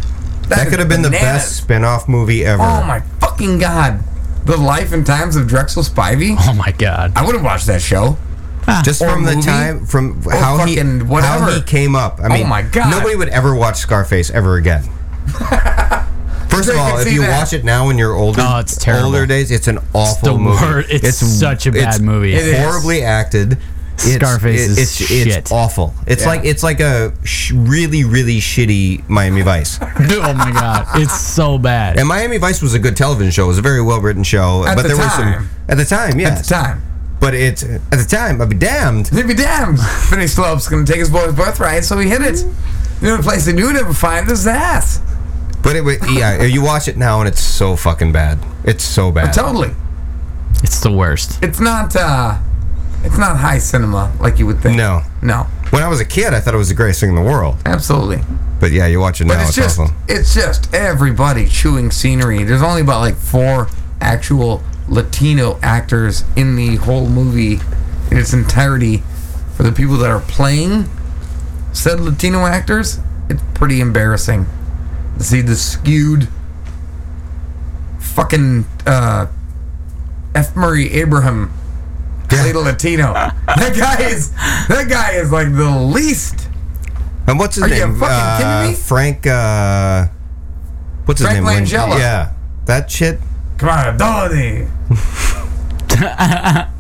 That is could have been the bananas. best spin-off movie ever. Oh my fucking god! The life and times of Drexel Spivey. Oh my god. Ah. I would have watched that show. just Or from the movie? time from how he fucking how whatever. Oh he came up. I mean, my God. nobody would ever watch Scarface ever again. First of I all, can if see you that. watch it now when you're older, Oh, it's terrible. older days, it's an awful the movie. wor- it's such a bad movie. It It's is. horribly acted. It's- Scarface it- is it's, it's shit. awful. It's like it's like a sh- really really shitty Miami Vice. Dude, oh my god. It's so bad. And Miami Vice was a good television show. It was a very well written show. At but the there were time. some at the time, yes. At the time. But it's at the time. I'd be damned. He'd be damned. Finney Slope's gonna take his boy's birthright, so he hid it. The only place they knew to ever find is his ass. But it, wa- yeah, you watch it now and it's so fucking bad. It's so bad. Totally. it's the worst. It's not uh it's not high cinema like you would think. No. No. When I was a kid, I thought it was the greatest thing in the world. Absolutely. But yeah, you watch it now, But it's it's, just awful. it's just everybody chewing scenery. There's only about like four actual Latino actors in the whole movie in its entirety for the people that are playing said Latino actors. It's pretty embarrassing to see the skewed fucking uh, F. Murray Abraham played a Latino. that guy is that guy is like the least And what's his Are you name? fucking Uh, kidding me? Frank. Uh, what's his Frank name? When- Langella. Yeah, that shit. Cardone.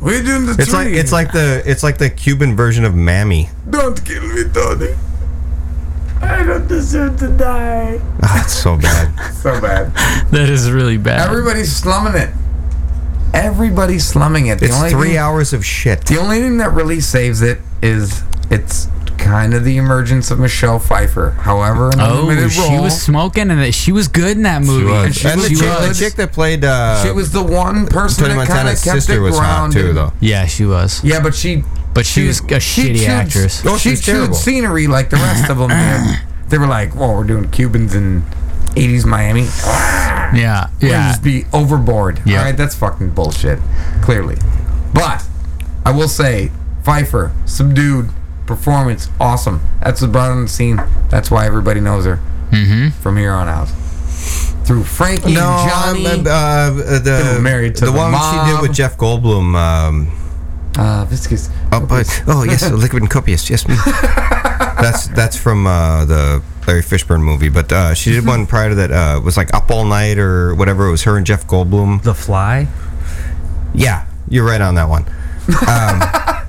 we doing the It's like tree. it's like the it's like the Cuban version of Mammy. don't kill me, Tony. I don't deserve to die. Ah, it's so bad. So bad. That is really bad. Everybody's slumming it. Everybody's slumming it. The It's three thing, hours of shit. The only thing that really saves it is it's kind of the emergence of Michelle Pfeiffer. However, in a oh, limited she role, was smoking and that she was good in that movie. was. She and the, she chick, the was. chick that played uh, she was the one person Tony that kind of Montana's kept it sister was hot grounded. too, though. Yeah, she was. Yeah, but she But she was a shitty chewed- actress. Oh, she she was chewed terrible. scenery like the rest of them did. They were like, "Well, we're doing Cubans in '80s Miami. Yeah. We're gonna Yeah. just be overboard." Yeah. All right, that's fucking bullshit. Clearly, but I will say, Pfeiffer subdued performance, awesome. That's what brought her on the scene. That's why everybody knows her Mm-hmm. from here on out. Through Frankie and Johnny, I'm, uh, They uh, the were married to the, the one she did mob. with Jeff Goldblum. Um, uh, Viscous. oh, Oh, but, oh yes, liquid and copious. Yes, me. that's that's from uh, the Larry Fishburne movie, but uh, she did one prior to that. Uh, it was like Up All Night or whatever. It was her and Jeff Goldblum. The Fly. Yeah, you're right on that one. Um,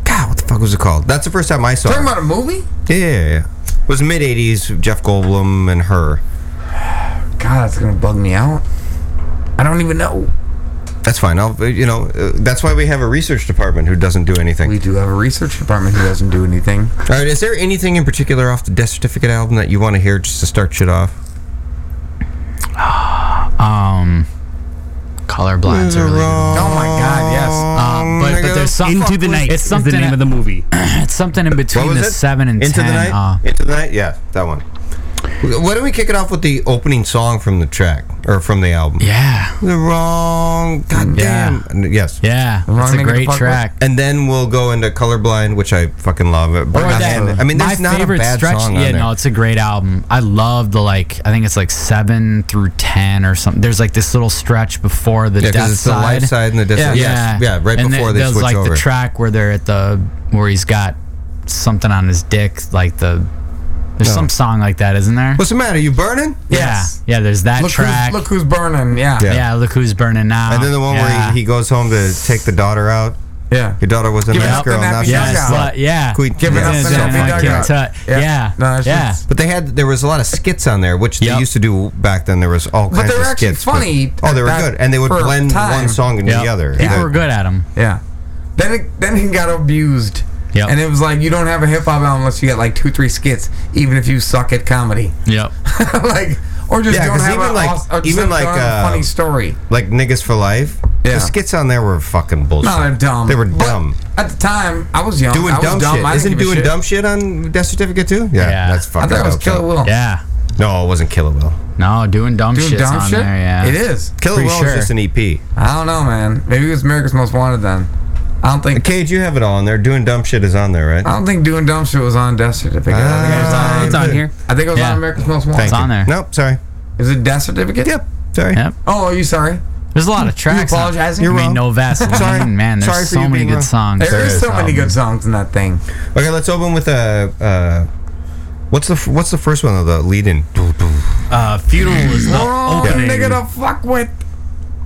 God, what the fuck was it called? That's the first time I saw. Talking it. about a movie? Yeah, yeah, yeah. It was mid '80s. Jeff Goldblum and her. God, that's gonna bug me out. I don't even know. That's fine. I'll, you know, uh, that's why we have a research department who doesn't do anything. We do have a research department who doesn't do anything. All right. Is there anything in particular off the Death Certificate album that you want to hear just to start shit off? Um, colorblind's are really good. Oh my God, yes. Uh, but, but there's something Into the Night It's is the something. name of the movie. it's something in between the seven and Into ten. the night. Uh, Into the night. Yeah, that one. Why don't we kick it off with the opening song from the track or from the album? yeah, The wrong. Goddamn. damn. Yes. yeah. It's Wrong a nigga to great fuck with. track. And then we'll go into Colorblind, which I fucking love. It. Or that- I mean, there's my not a favorite bad stretch. song. yeah, on there. no, it's a great album. I love the like. I think it's like seven through ten or something. There's like this little stretch before the Yeah, 'cause death it's the side. life side and the death yeah, side. Yes. Yeah, right and before then they there's switch like over. the track where they're at the where he's got something on his dick, like the. There's No. some song like that, isn't there? What's the matter? You burning? yeah, yeah. There's that Look track. who's, look who's burning. Yeah. Yeah. Yeah. yeah, look who's burning now. And then the one yeah. where he, he goes home to take the daughter out. Your daughter was a Give it nice up girl. and Now happy she's dug yeah, out. slut, yeah. Queen- Giving yeah, up Yeah, and so yeah, happy fucking dug fucking out. tut. Yeah, No, that's yeah. just- But they had there was a lot of skits on there, which Yep. they used to do back then. There was all kinds they were of actually skits. funny oh, they were at that- good, and they would for blend time. one song into Yep. the other. People They- were good at him. Yeah. Then it then he got abused. Yep. And it was like you don't have a hip hop album unless you get like two three skits, even if you suck at comedy. Yep. like or just Yeah, don't 'cause have even a, like- aw- or just don't even like, have a uh, funny story. like niggas for life. Yeah. The skits on there were fucking bullshit. No, they're dumb. They were But dumb. At the time, I was young. Doing I was dumb, dumb. I shit. didn't Isn't give a doing shit. dumb shit on death certificate too? Yeah, Yeah. that's I fucking. thought it was dope, though. Killer Will. Yeah. No, it wasn't Killer Will. No, doing dumb Oh. Doing shit's dumb on shit. there. Yeah. It is. Killer Pretty Will sure. was just an E EP. I don't know, man. Maybe it was America's Most Wanted then. I don't think. Cage, you have it all on there. Doing dumb shit is on there, right? I don't think doing dumb shit was on death certificate. I think it was Ah, on. Uh, It's on here. I think it was Yeah. on America's Most Wanted. Thank It's you. on there. Nope, sorry. Is it death certificate? Yep, sorry. Yep. Oh, are you sorry? There's a lot of tracks. on- apologizing? I You're mean, wrong. no Vaseline. Sorry. Man, there's Sorry for so you many being good wrong. songs. There is There's so many good songs in that thing. Okay, let's open with a. Uh, uh, what's the f- What's the first one of the lead in? Uh, Funeral is the Oh, opening. nigga to fuck with.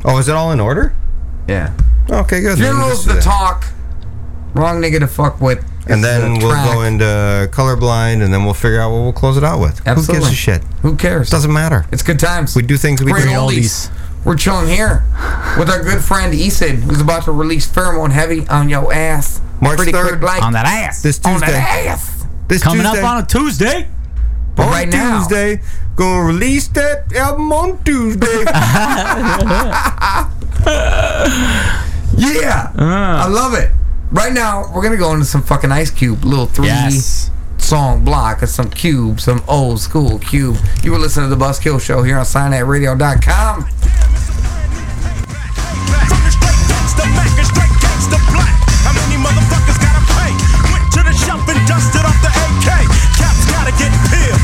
Oh, is it all in order? Yeah. Okay, good. Then we'll Funeral's just do the that. talk. Wrong nigga to fuck with. And then It's the we'll track. go into colorblind, and then we'll figure out what we'll close it out with. Absolutely. Who gives a shit? Who cares? Doesn't matter. It's good times. We do things we Great can. oldies. We're chilling here with our good friend Esid, who's about to release Pheromone Heavy on your ass. March Pretty 3rd. quick, like On that ass. This on that Tuesday. ass. This Coming Tuesday, up on a Tuesday. But on right now, Tuesday. Gonna release that album on Tuesday. yeah, Ah. I love it. Right now, we're gonna go into some fucking Ice Cube, little three Yes. song block of some Cube, some old school Cube. You were listening to the Buskill Show here on SignatRadio.com. From the straight gangsta Mac and straight gangsta black. How many motherfuckers gotta pay? Went to the shop and dusted off the AK. Caps gotta get peeled.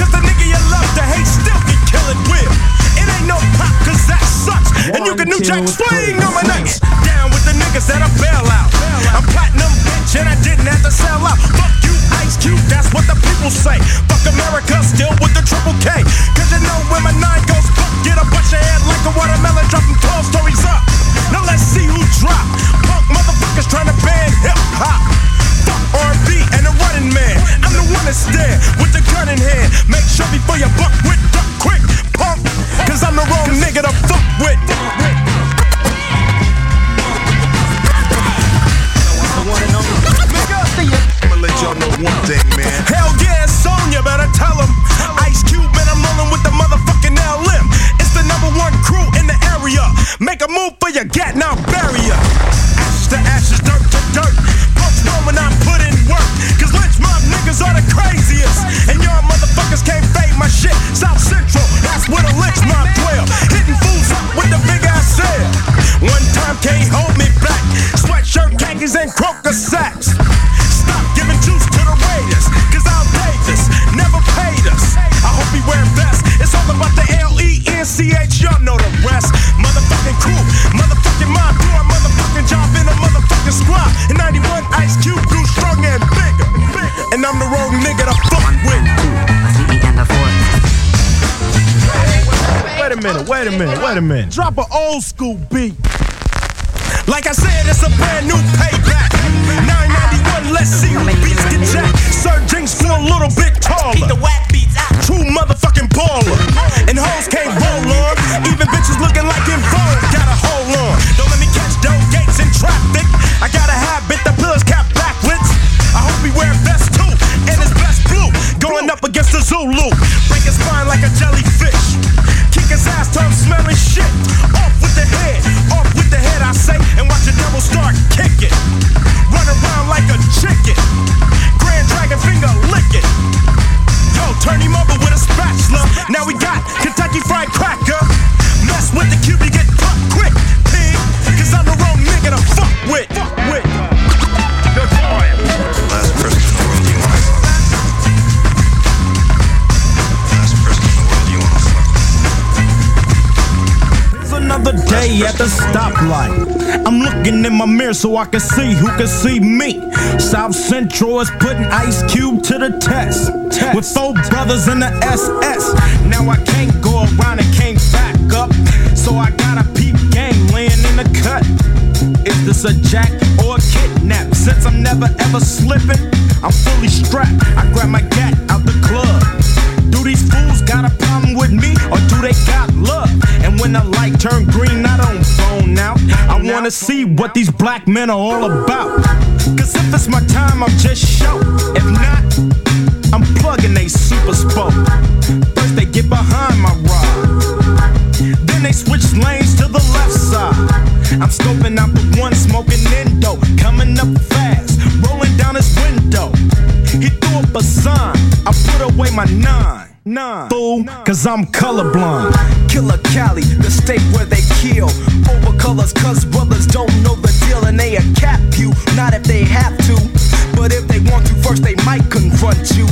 Cause the nigga you love to hate still can kill it will. It ain't no pop cause that sucks. and you can new jack swing on my nuts. Down with the niggas that I bail out. I'm platinum bitch and I didn't have to sell out. Fuck you, Ice Cube, that's what the people say. Fuck America, still with the triple K. Cause you know when my nine goes fuck, get a bunch of head like a watermelon dropping tall stories up. Now let's see who drop. Punk motherfuckers trying to ban hip hop. Fuck R&B and the running man. I'm the one that's there with the gun in hand. Make sure before you buck with duck quick, punk. Cause I'm the wrong nigga to fuck with. I'ma let y'all know one thing, man. Hell yeah, it's Sonya, better tell him. Ice Cube, man, I'm rolling with the motherfucking LM. It's the number one crew in the area. Make a move for your gat, now barrier. Ashes to ashes, dirt to dirt. Punch one when I put in work. Cause lynch mob niggas are the craziest. And y'all motherfuckers can't fade my shit. South Central, that's where the lynch mob dwell. Hitting fools up with the big ass air. One time can't hold me back. Sweatshirt, khakis, and croaker sacks. Stop giving juice to the Raiders, cause outrageous, never paid us. I hope he wear vests. It's all about the E L-E-N-C-H, y'all know the rest. Motherfucking crew, motherfucking mob, do our motherfucking job in a motherfucking squad. In 91, Ice Cube grew stronger and bigger, and I'm the wrong nigga to fuck with. minute, wait a minute, wait a minute. Drop an old school beat. Like I said, it's a brand new payback. 991, let's see who beats get jacked. Serve drinks for a little bit taller. The whack beats out. True motherfucking baller. And hoes can't roll on. Even bitches looking like in Vogue. Gotta hold on. Don't let me catch dough gates in traffic. I got a habit that pillars cap backwards. I hope he wear vest too. And his best blue. Going up against the Zulu. Break his spine like a jellyfish. Kick his ass till I'm smelling shit. Off with the head. Off with the head, I say. And watch the devil start kicking. Run around like a chicken. Grand dragon finger licking. Yo, turn him over with a spatula. Now we got Kentucky Fried Cracker. Mess with the cube, you get fucked quick, pig. Cause I'm the wrong nigga to fuck with. Fuck with. Good boy. Last person in the world you want to fuck. Last person in the world you want to fuck. It's another day at the stoplight. I'm looking in my mirror so I can see who can see me. South Central is putting Ice Cube to the test. With four brothers in the SS. Now I can't go around and can't back up. So I got to peep gang laying in the cut. Is this a jack or a kidnap? Since I'm never ever slipping, I'm fully strapped. I grab my gat out the club. Do these fools got a problem with me, or do they got love? And when the light turn green, I don't phone out. I wanna see what these black men are all about. Cause if it's my time, I'm just show. If not, I'm plugging they super spoke. First they get behind my rod. Then they switch lanes to the left side. I'm scoping out the one smoking endo, coming up fast, rolling down his window. He threw up a sign. I put away my nine. Nine. Fool, cause I'm colorblind. Killer Cali, the state where they kill. Over colors, cause brothers don't know the deal. And they'll cap you, not if they have to. But if they want to first, they might confront you.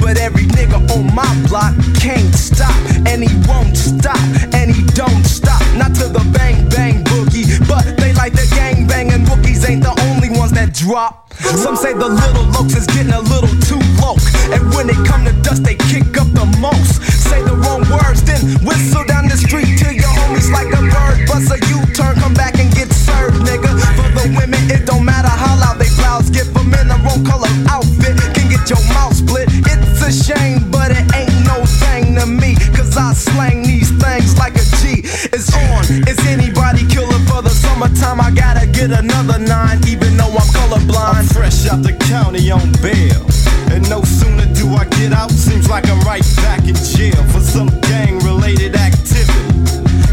But every nigga on my block can't stop. And he won't stop, and he don't stop. Not to the bang bang boogie. But they like the gang bang, and rookies ain't the only ones that drop. Some say the little lokes is getting a little too woke. And when they come to dust, they kick up the most. Say the wrong words, then whistle down the street to your homies like a bird. Bust a U turn, come back and get served, nigga. For the women, it don't matter how loud they blouse. Get for men, a wrong color outfit can get your mouth split. It's a shame, but it ain't no thing to me. Cause I slang these things like a G. It's on, it's anybody killer for the summertime. I gotta get another nine, even though I'm I'm colorblind. fresh out the county on bail. And no sooner do I get out, seems like I'm right back in jail for some gang related activity.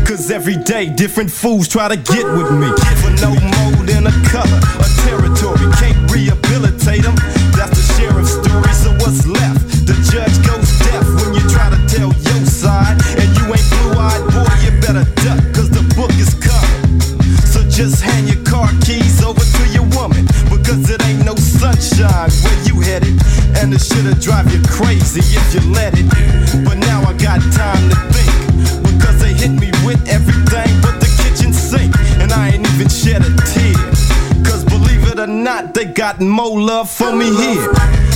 Cause every day different fools try to get with me. For no more than a color, a territory. Can't rehabilitate them. That's the sheriff's story, so what's left? The judge goes deaf when you try to tell your side. And you ain't blue eyed, boy, you better duck, cause the book is covered. So just hand your car keys over to your woman. Because it ain't no sunshine where you headed. And it should've drive you crazy if you let it. But now I got time to think. Because they hit me with everything but the kitchen sink. And I ain't even shed a tear. Cause believe it or not, they got more love for me here.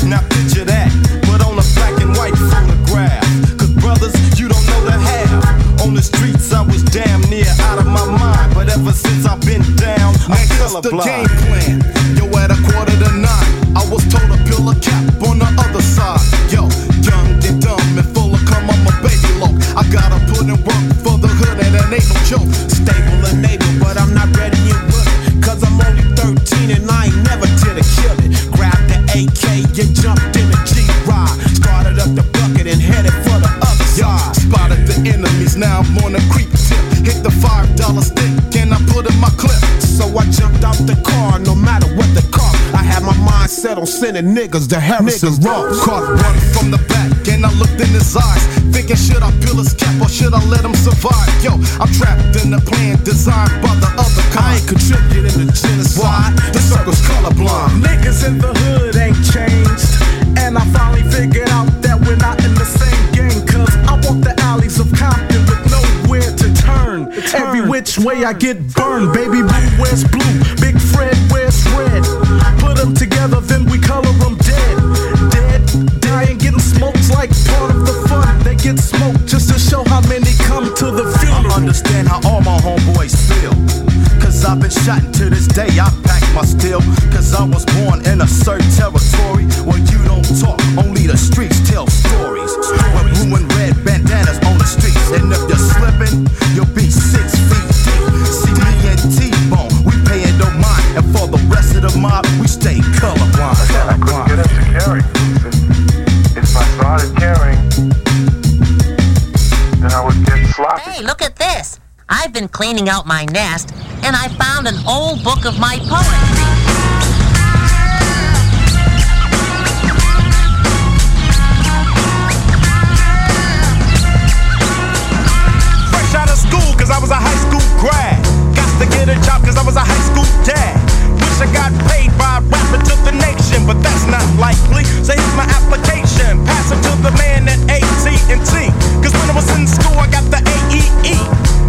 Now picture that, but on a black and white photograph. Cause brothers, you don't know the half. On the streets, I was damn near out of my mind. But ever since I've been down, Now I'm here's the game colorblind. plan. Yo, at a quarter to nine, I was told to peel a cap on the other side. Yo, young and dumb and full of cum, I'm a baby low. I gotta put in work for the hood and it ain't no joke. Stable and able, but I'm not ready and willing. Cause I'm only 13 and I ain't never did a killing. Grabbed the AK and jumped in the G-Ride. Started up the bucket and headed for the other side. Spotted the enemies, now I'm on a creep tip. Hit the five dollar stick and I put in my clip. So I jumped out the car, no matter what the car. I had my mind set on sending niggas to Harrison Ross. Caught one from the back and I looked in his eyes. Thinking, should I peel his cap or should I let him survive? Yo, I'm trapped in the plan designed by the other I kind. ain't contributing to genocide. The circle's colorblind. Niggas in the hood ain't changed. And I finally figured out that we're not in the same gang. Cause I walk the alleys of Compton with nowhere to turn. Every which way I get burned. Baby blue wears blue. Big Fred wears red. Put them together, then we color them dead. Dead, dying, getting smoked like part of the fun. They get smoked just to show how many come to the I've been cleaning out my nest and I found an old book of my poetry. Fresh out of school, cause I was a high school grad. Got to get a job, cause I was a high school dad. Wish I got paid by rapping to the nation, but that's not likely. So here's my application. Pass it to the man at AT&T. Cause when I was in school, I got the AEE.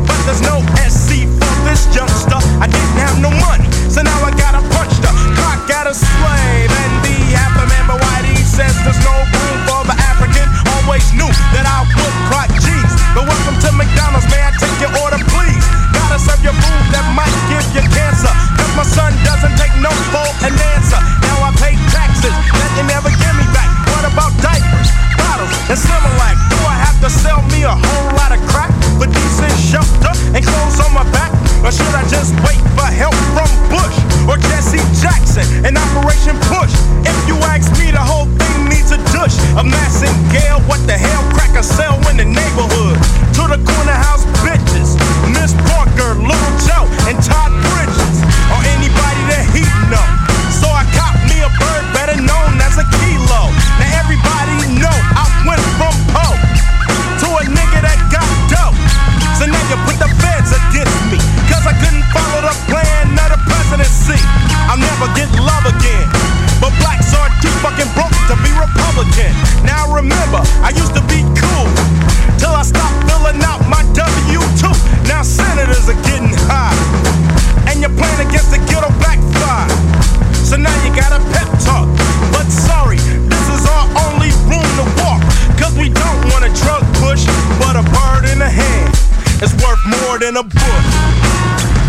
But there's no SC for this youngster. I didn't have no money, so now I got a punched up. Clock got a slave and the half a man, but Whitey says there's no room for the African. Always knew that I would clock G's. But welcome to McDonald's, may I take your order, please? Gotta serve your food that might give you cancer. Cause my son doesn't take no for an answer. Now I pay taxes that they never give me back. What about diapers, bottles, and Similac? Do I have to sell me a whole lot of crack for decent shelter and clothes on my back? Or should I just wait for help from Bush or Jesse Jackson and Operation Push? If you ask me, the whole thing needs a dush. A mass and gale, what the hell? Crack a cell in the neighborhood. To the corner house bitches. Miss Parker, Little Joe, and Todd Bridges. Or anybody that he know. So I cop me a bird better known as a kilo. Now everybody know I went from Poe to a nigga that got dope. So now you put the feds against me. Cause I couldn't follow the plan of the presidency. I'll never get love again. But blacks are too fucking broke to be Republican. Now remember, I used to be cool. Till I stopped filling out my W2. Now senators are getting high. And you're playing against the ghetto backfire. So now you got a pep talk. But sorry, this is our only room to walk. Cause we don't want a drug push, but a bird in the hand is worth more than a book.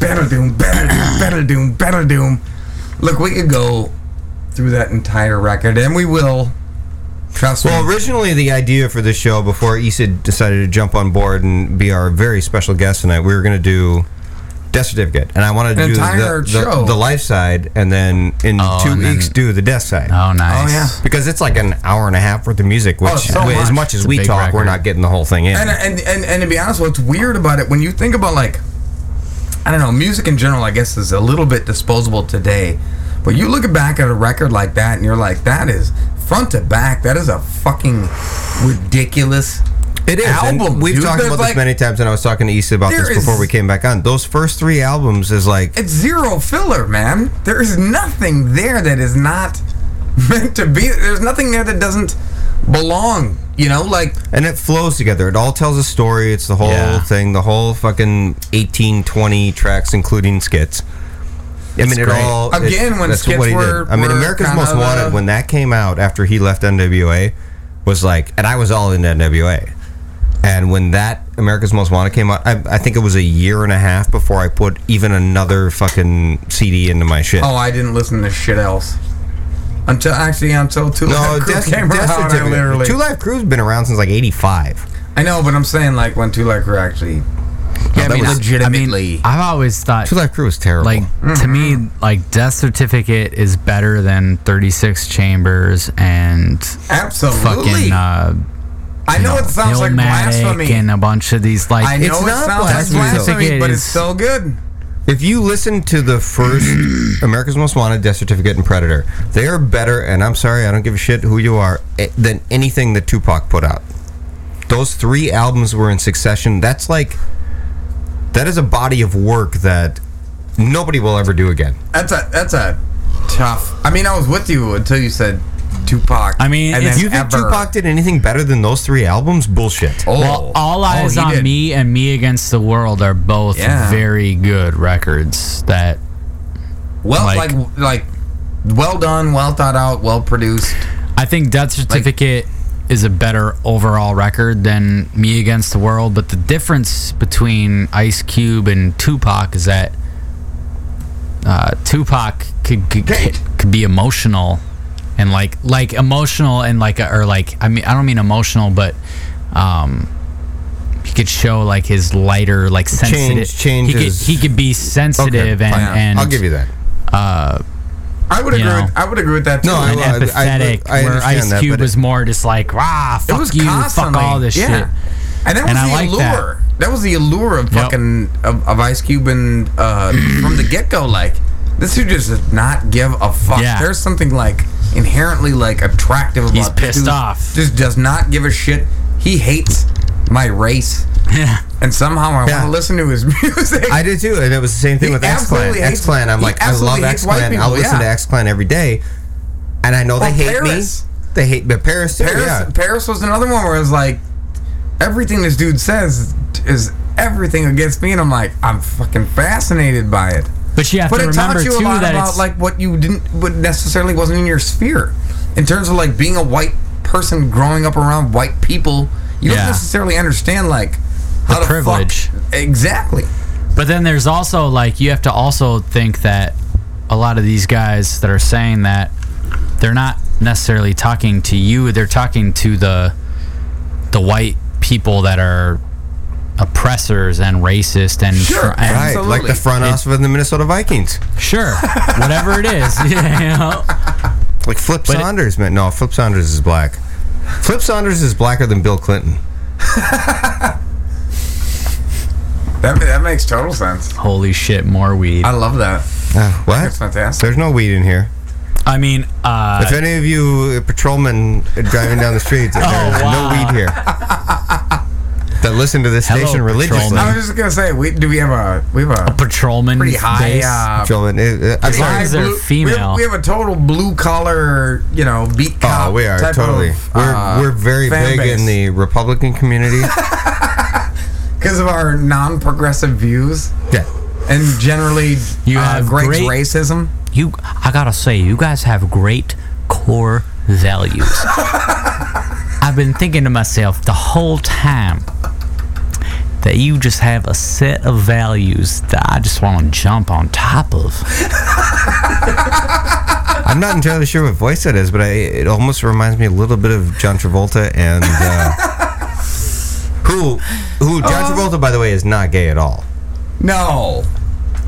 Better doom, better doom, better doom, better doom. Look, we could go through that entire record, and we will. Trust well, originally the idea for this show, before Issa decided to jump on board and be our very special guest tonight, we were going to do death certificate, and I wanted to An do the- entire the, the, show. the life side, and then in Oh, two and then- weeks do the death side. Oh, nice. Oh, yeah. because it's like an hour and a half worth of music, which Oh, so wi- as much. much as It's a we big talk, we're record. not getting the whole thing in. And, and and and to be honest, what's weird about it when you think about like, I don't know, music in general, I guess is a little bit disposable today, but you look back at a record like that and you're like, that is front to back, that is a fucking ridiculous. It is. and Album, we've dude. talked There's about like- this many times, and I was talking to Issa about There this before is- we came back on. Those first three albums is like It's zero filler, man. There is nothing there that is not meant to be. There's nothing there that doesn't belong. You know, like and it flows together. It all tells a story. It's the whole Yeah. thing, the whole fucking 18, 20 tracks, including skits. I It's mean, it great. all it- Again, when that's skits what he did. were- I mean, were America's kind Most of, Wanted uh, when that came out after he left NWA was like, and I was all in NWA. And when that America's Most Wanted came out, I, I think it was a year and a half before I put even another fucking CD into my shit. oh, I didn't listen to shit else until actually until two. no, Live Crew Death, came Death around, I Certificate. literally- Two Life Crew's been around since like '85. I know, but I'm saying like when two like were actually. Yeah, I mean, I- legitimately. I have always thought Two Life Crew was terrible. Like to Mm-hmm. me, like Death Certificate is better than Thirty Six Chambers and Absolutely. fucking. Uh, I know it sounds like Illmatic blasphemy. and a bunch of these like. I know it sounds like blasphemy, but it's so good. If you listen to the first America's Most Wanted, Death Certificate, and Predator, they are better. And I'm sorry, I don't give a shit who you are eh, than anything that Tupac put out. Those three albums were in succession. That's like that is a body of work that nobody will ever do again. That's a that's a tough. I mean, I was with you until you said Tupac. I mean, if you think Tupac did anything better than those three albums, bullshit. Oh. Well, All Eyes on Me and Me Against the World are both Yeah. very good records that well, like- like, like well done, well thought out, well produced. I think Death Certificate is a better overall record than Me Against the World, but the difference between Ice Cube and Tupac is that uh, Tupac could, could could be emotional and like like emotional and like a, or like I mean I don't mean emotional, but um, he could show like his lighter, like sensitive. Change- change he could his- he could be sensitive and, fine. and I'll give you that. Uh, I would you agree know, with- I would agree with that too. No, No, I- and I- I- empathetic. I where understand Ice that, Cube but it- was more just like, rah, fuck you, constantly- fuck all this yeah. shit. And that was And the I like allure. that. That. was the allure of fucking of, of Ice Cube and uh, from the get go. Like this dude just does not give a fuck. Yeah. There's something like inherently like attractive about He's this pissed dude. off. Just does not give a shit. He hates my race. Yeah. And somehow I Yeah. want to listen to his music. I did too, and it was the same thing He with X Clan. absolutely hates- X Clan, I'm he like, I absolutely love hates X white Clan. I'll people, listen to yeah. X Clan every day, and I know they Or hate Paris. me. They hate, but Paris too. Paris, yeah. Paris was another one where it was like, everything this dude says is everything against me, and I'm like, I'm fucking fascinated by it. But you have but to it remember taught you a too lot that about it's like what you didn't, what necessarily wasn't in your sphere, in terms of like being a white person growing up around white people. You Yeah. don't necessarily understand like how the to privilege. Fuck. Exactly. But then there's also like you have to also think that a lot of these guys that are saying that they're not necessarily talking to you, they're talking to the the white people that are oppressors and racist and Sure, and- right, like the front office of the Minnesota Vikings, Sure, whatever it is, yeah, you know. like Flip But it- Saunders. man, no, Flip Saunders is black. Flip Saunders is blacker than Bill Clinton. That that makes total sense. Holy shit, more weed. I love that. Uh, Oh. what? That's fantastic. There's no weed in here. I mean, uh, Oh, if any of you patrolmen are driving down the streets, there's wow. no weed here. that listen to this Hello, station religiously. patrolmen. I was just gonna say, we do we have a we have a patrolman pretty high base. uh, Patrolmen, uh, uh, I'm As long sorry. as they're blue- We female. have, we have a total blue collar, you know, beat cop. Oh, we are type totally. Of, uh, we're we're very big in the Republican community. because of our non-progressive views yeah. and generally You uh, have Greg's great- racism. you I gotta say, you guys have great core values. I've been thinking to myself the whole time that you just have a set of values that I just want to jump on top of. I'm not entirely sure what voice that is, but I, it almost reminds me a little bit of John Travolta and uh, who who John Um, Travolta, by the way, is not gay at all. No,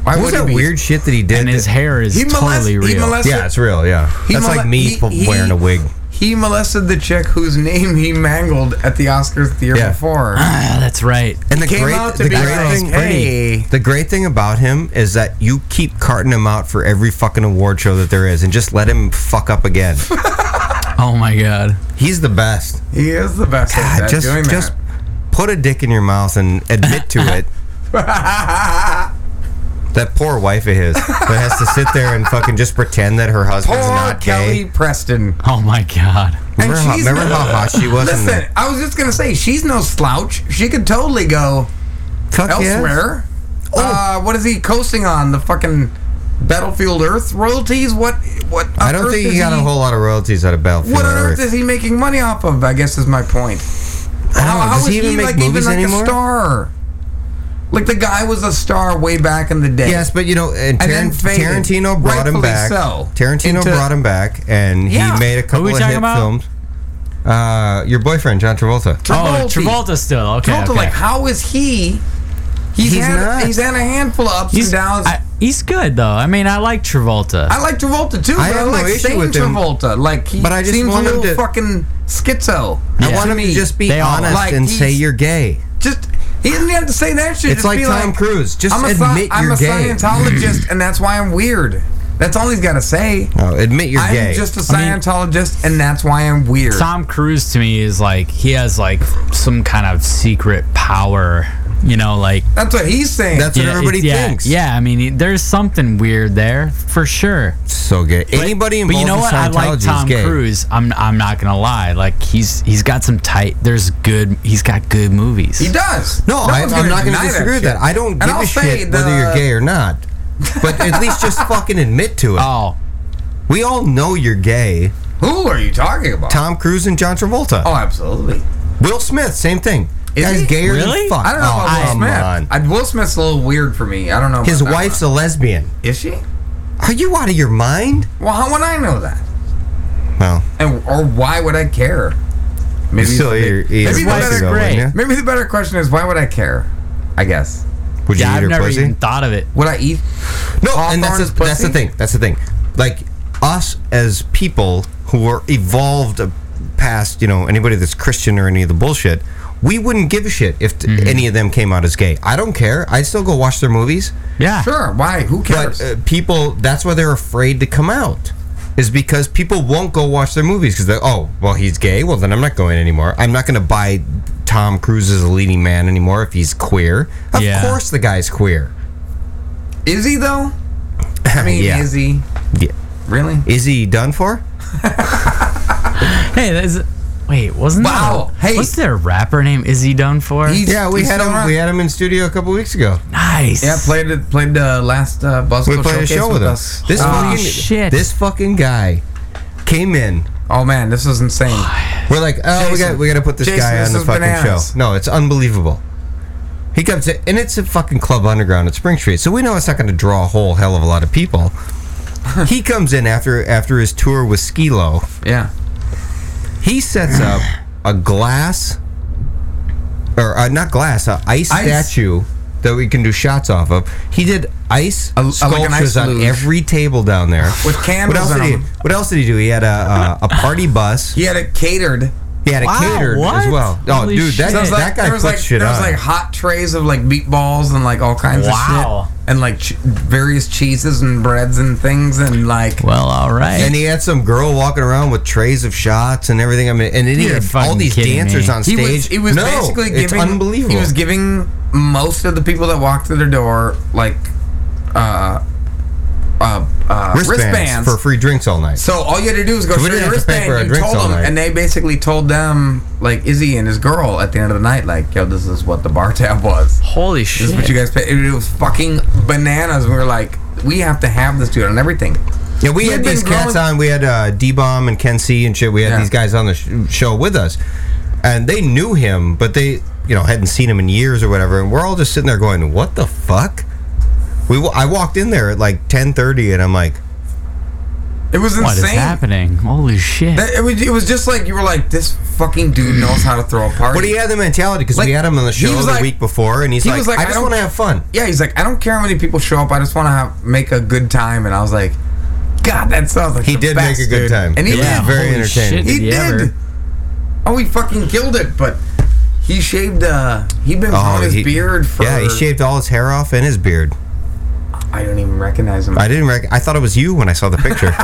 why What was would he that be? weird shit that he did? And his that- hair is He molest- totally he real. molest- yeah, it's real. Yeah, He that's like mole- me he- p- he- wearing a wig. He molested the chick whose name he mangled at the Oscars the year Yeah. before. Ah, that's right. And the Came great, out to the be great like, thing, hey. the great thing about him is that you keep carting him out for every fucking award show that there is, and just let him fuck up again. Oh my god. He's the best. He is the best God, at just doing that. just put a dick in your mouth and admit to it. that poor wife of his that has to sit there and fucking just pretend that her husband's Poor not Kelly gay. Preston. Oh my god. Remember, how, remember how hot she was in Listen, the I was just gonna say she's no slouch. She could totally go Fuck yes. Oh. elsewhere. Uh, what is he coasting on? The fucking Battlefield Earth royalties? What? What? on I don't earth think is he got a whole lot of royalties out of Battlefield. What on earth Earth. is he making money off of? I guess is my point. How, know. how Oh, Does is he even make like movies even anymore? like a star? Like the guy was a star way back in the day. Yes, but you know, And and, Taran- then faded. Tarantino brought him Rightfully back. so. Tarantino Into- brought him back, and Yeah. he made a couple we of talking hit about? films. Uh, your boyfriend, John Travolta. Oh, Travolta still. Okay. Travolta, okay. like how is he? He's, He's had not. he's had a handful of ups he's and downs. I, he's good though. I mean, I like Travolta. I like Travolta too. I but I have no like issue same with him. Travolta. Like he But I just seems a want him little to- fucking schizo. I Yeah. want him to just be They all- honest Like, and say he's- you're gay. Just he doesn't have to say that shit. It's just like be Tom like, Cruise. Just I'm a, sci- admit I'm you're a gay. Scientologist, and that's why I'm weird. That's all he's got to say. Oh, admit you're I'm gay. just a I mean- Scientologist, and that's why I'm weird. Tom Cruise to me is like he has like some kind of secret power, you know, like that's what he's saying. That's what Yeah, everybody it's- yeah, thinks. Yeah, I mean, there's something weird there for sure. so gay. But- Anybody but involved you know in what? I Scientology like is Tom gay. Cruise. I'm I'm not gonna lie. Like he's he's got some tight. There's good. He's got good movies. he does. No, I, one's I'm not going deny to disagree with shit. that. I don't And give I'll a say shit the- whether you're gay or not. But at least just fucking admit to it. Oh, We all know you're gay. Who are you talking about? Tom Cruise and John Travolta. Oh, absolutely. Will Smith, same thing. Is Guy's he? gayer Really? than fuck. I don't know Oh, about Will come on. Smith. I, Will Smith's a little weird for me. I don't know. His about that wife's one. a lesbian. is she? Are you out of your mind? Well, how would I know that? Well, And or why would I care? Maybe It's still the- eat- maybe eat your the pussy better though, wouldn't ya? Maybe the better question is why would I care? I guess. Would you Yeah, eat I've her never pussy? even thought of it. Would I eat? No, and that's the, that's the thing. That's the thing. Like us as people who are evolved uh, past, you know, anybody that's Christian or any of the bullshit, we wouldn't give a shit if t- any of them came out as gay. I don't care. I'd still go watch their movies. Yeah. Sure. Why? Who cares? But uh, people, that's why they're afraid to come out. Is because people won't go watch their movies because they're oh well he's gay well then I'm not going anymore I'm not going to buy Tom Cruise as a leading man anymore if he's queer of Yeah. course the guy's queer Is he though? I mean, Yeah. is he? yeah really is he done for Hey, that is. Wait, wasn't Wow, There, hey. What's their rapper name? Is he done for? yeah, we had him. We had him in studio a couple weeks ago. Nice. Yeah, played it. Played the last uh, Buzzkill We played a showcase show with him. us. Oh, This fucking This fucking guy came in. Oh man, this is insane. We're like, oh, we got we got to put this Jason, guy this on the is fucking bananas. show. No, it's unbelievable. He comes in, and it's a fucking club underground at Spring Street, so we know it's not going to draw a whole hell of a lot of people. he comes in after after his tour with Skilo. Yeah, he sets up a glass, or uh, not glass, a ice, Ice. statue that we can do shots off of. He did ice like an ice sculptures on luge. every table down there With candles What else in did he? them. What else did he do? He had a uh, a party bus. He had it catered. He had it catered as well. Oh, dude, that, Sounds that like- guy there was puts like, shit There was on. like hot trays of like meatballs and like all kinds Wow. of shit, and like ch- various cheeses and breads and things, and like. Well, all right. And he had some girl walking around with trays of shots and everything. I mean, and then he You're had all fucking these kidding dancers me. on He stage. was- He was, no, basically it's giving. unbelievable. He was giving most of the people that walked through their door like uh, uh, uh, wristbands, for free drinks all night. So all you had to do was go So we show didn't your have to pay wristband. for our You drinks told all them, night. and they basically told them, like Izzy and his girl, at the end of the night, like, "Yo, this is what the bar tab was. Holy This is what you guys paid. It was fucking bananas. We were like, we have to have this dude on everything. Yeah, we He had been these cats growing- on. We had uh, D Bomb and Ken C and shit. We had these guys on the sh- show with us, and they knew him, but they you know hadn't seen him in years or whatever. And we're all just sitting there going, "What the fuck?" We wa- I walked in there at like ten thirty, and I'm like, It was insane. What is happening? Holy shit! That- it, was, it was just like you were like, this fucking dude knows how to throw a party. But he had the mentality because Like, we had him on the he show was the like- week before, and he's like, "I just don't- want to have fun." Yeah, he's like, I don't care how many people show up. I just want to have make a good time. And I was like, God, that sounds like He the did best, make a good dude." time. and he It was did. very Holy entertaining. shit, He did he did. ever. Oh, he fucking killed it. But he shaved. uh He'd been growing his Oh, he- beard for. yeah, he shaved all his hair off and his beard. I don't even recognize him. I didn't. Rec- I thought it was you when I saw the picture.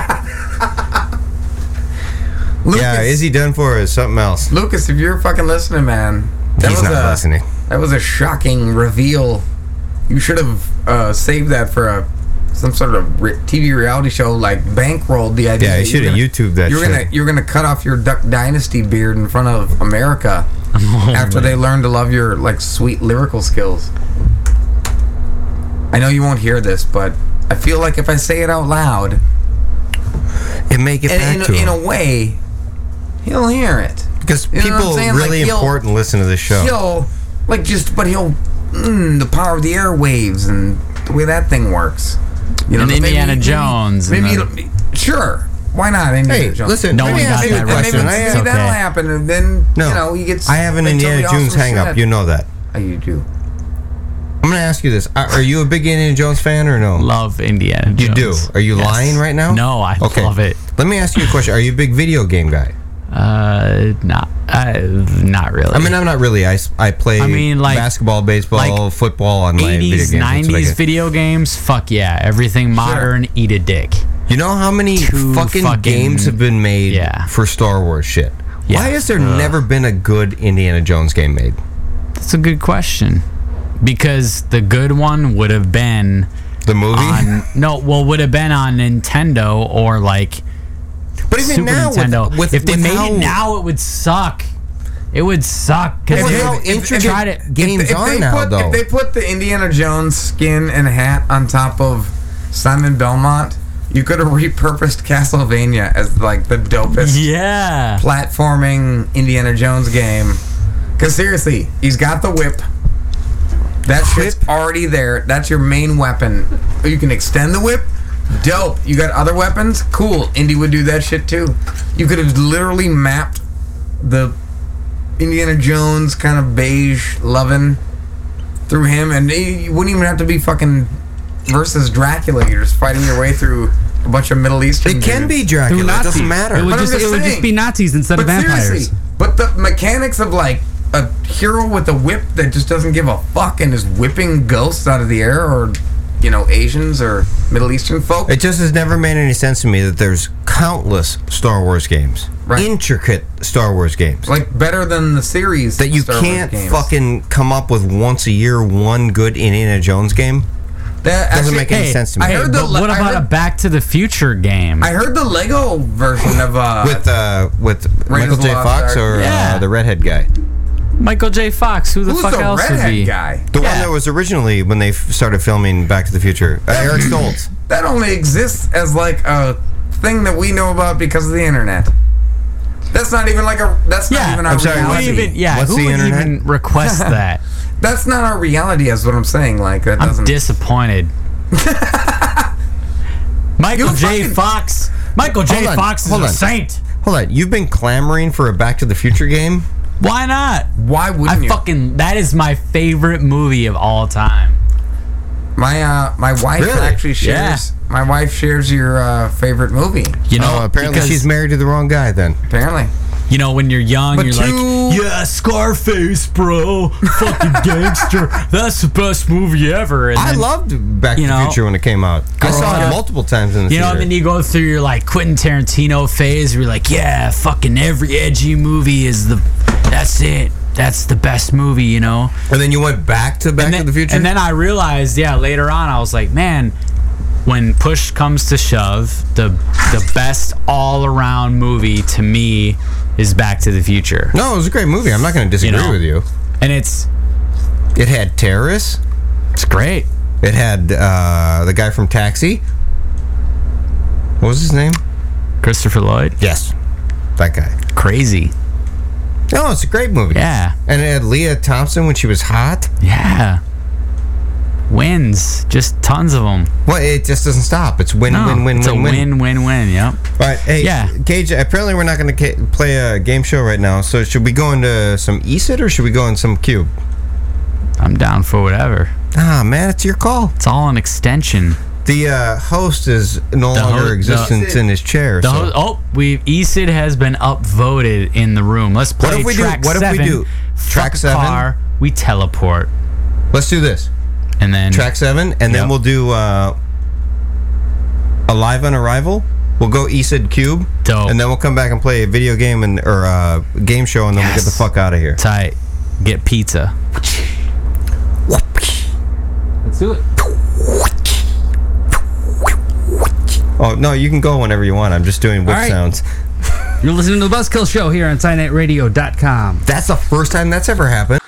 yeah, is he done for? Or is something else? Lucas, if you're fucking listening, man, that He's was not a, listening. That was a shocking reveal. You should have uh, saved that for a some sort of re- TV reality show, like bankrolled the idea. Yeah, you that shoulda were gonna- YouTubed that You're gonna shit. you're gonna cut off your Duck Dynasty beard in front of America Oh after they learn to love your like sweet lyrical skills. I know you won't hear this, but I feel like if I say it out loud, and make it back in, to in him. a way, he'll hear it Because You know what I'm people saying? Like, really he'll- important listen to this show. he'll like just but he'll mm, the power of the airwaves and the way that thing works you know And maybe- Indiana maybe- Jones and maybe, the- it'll- sure why not Indiana Hey, Jones listen, No let me one ask got you a that question. maybe, reference, maybe it's okay. that'll happen and then No, you know he gets I have an they tell Indiana you Jones awesome hang up. shit. You know that. Oh, you do. I'm gonna ask you this: Are are you a big Indiana Jones fan or no? Love Indiana. You do. Jones. Are you Yes. lying right now? No, I love it. Let me ask you a question: Are you a big video game guy? Uh, not, uh, not really. I mean, I'm not really. I, s- I play. I mean, like- basketball, baseball, like football on my video games. eighties, That's what I nineties get. video games. Fuck yeah, everything modern. Eat a dick. You know how many Two fucking, fucking- games have been made for Star Wars shit? Why has there Ugh. never been a good Indiana Jones game made? That's a good question. Because the good one would have been the movie. On, no, well, would have been on Nintendo or like. But even Super now with- Nintendo, with- if they with made how- it now, it would suck. It would suck because If they- if- if- tried it. if- if they put, If they put the Indiana Jones skin and hat on top of Simon Belmont, you could have repurposed Castlevania as like the dopest yeah. platforming Indiana Jones game. Because seriously, he's got the whip. That shit's already there. That's your main weapon. You can extend the whip. Dope. You got other weapons? Cool. Indy would do that shit too. You could have literally mapped the Indiana Jones kind of beige loving through him, and he- you wouldn't even have to be fucking versus Dracula. You're just fighting your way through a bunch of Middle Eastern. It can be Through Nazis. It would, just, it would just be Nazis instead of vampires. but the mechanics of like a hero with a whip that just doesn't give a fuck and is whipping ghosts out of the air, or you know, Asians or Middle Eastern folk. It just has never made any sense to me that there's countless Star Wars games, intricate Star Wars games, like better than the series that you Star Wars can't games. fucking come up with once a year one good Indiana Jones game. That doesn't actually- make any Hey, sense to me. I heard the But what about a Back to the Future game? I heard the Lego version of uh, with uh, with Raiders Michael of J. the Lost Fox Ark. or Yeah. uh, the redhead guy? Michael J. Fox. Who the Who's fuck the else would redhead be? guy? The one that was originally when they f- started filming Back to the Future. Uh, Eric Stoltz. that only exists as like a thing that we know about because of the internet. That's not even like a. That's not even our I'm sorry, reality. what's- what's the internet? request that? that's not our reality, is what I'm saying. Like that I'm doesn't. disappointed. Michael J. Fox. Michael J. Hold on, Fox is hold a on. saint. Hold on, you've been clamoring for a Back to the Future game. Why not? Why wouldn't I you? fucking that is my favorite movie of all time. my uh, my wife Really? actually shares. My wife shares your uh, favorite movie. You know, Oh, apparently because- she's married to the wrong guy. Then Apparently, You know, when you're young, But you're like, you- yeah, Scarface, bro, fucking gangster. That's the best movie ever. And I then, loved Back you to the know, Future when it came out. I saw it out. multiple times in the You know, and theater. then you go through your like Quentin Tarantino phase. Where you're like, yeah, fucking every edgy movie is the, that's it. That's the best movie. You know. And then you went back to Back and then, to the Future. And then I realized, yeah, later on, I was like, man, when push comes to shove, the the best all around movie to me is Back to the Future. no, it was a great movie. I'm not going to disagree know. with you. And it's It had terrorists. it's great. It had uh, the guy from Taxi. What was his name? Christopher Lloyd, Yes, that guy. crazy. No, Oh, it's a great movie. Yeah, And it had Leah Thompson when she was hot. yeah. Wins, just tons of them. Well, it just doesn't stop. It's win, win, win, it's win, a win. win, win, win. Yep. All right, hey, Yeah. Cage. Apparently, we're not going to ca- play a game show right now. So, should we go into some E ESIT or should we go in some cube? I'm down for whatever. Ah, man, it's your call. It's all an extension. The uh, host is no The ho- longer the- existence in his chair. The so- ho- oh, we Esid has been upvoted in the room. Let's play if we do- track what if we seven. do track Fuck a seven? Car, we teleport, Let's do this. and then Track seven, and then Yep. we'll do uh, Alive on Arrival. We'll go E ESID Cube. Dope. And then we'll come back and play a video game and or uh, game show, and then we'll get Yes. the fuck out of here. tight. Get pizza. Let's do it. Oh, no, you can go whenever you want. I'm just doing whip All right. sounds. You're listening to the Buzzkill Show here on SignetRadio.com. That's the first time that's ever happened.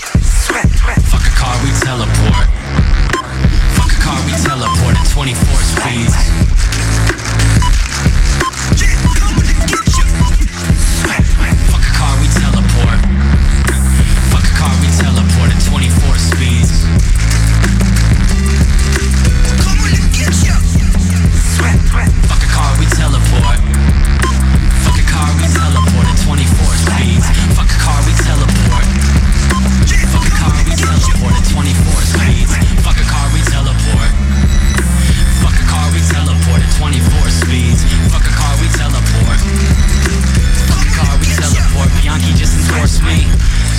Fuck a car, we teleport. Fuck a car, we teleport at 24 speeds. Fuck a car, we teleport. Fuck a car, we teleport at 24 speeds. Fuck a car, we teleport. Fuck a car, we teleport at 24 speeds. Fuck a car, we teleport. Fuck a car, we teleport at 24 speeds. Fuck a car, we teleport. Fuck a car, we teleport at 24 speeds. Fuck a car, we teleport. Fuck a car, we teleport. Bianchi just endorsed me.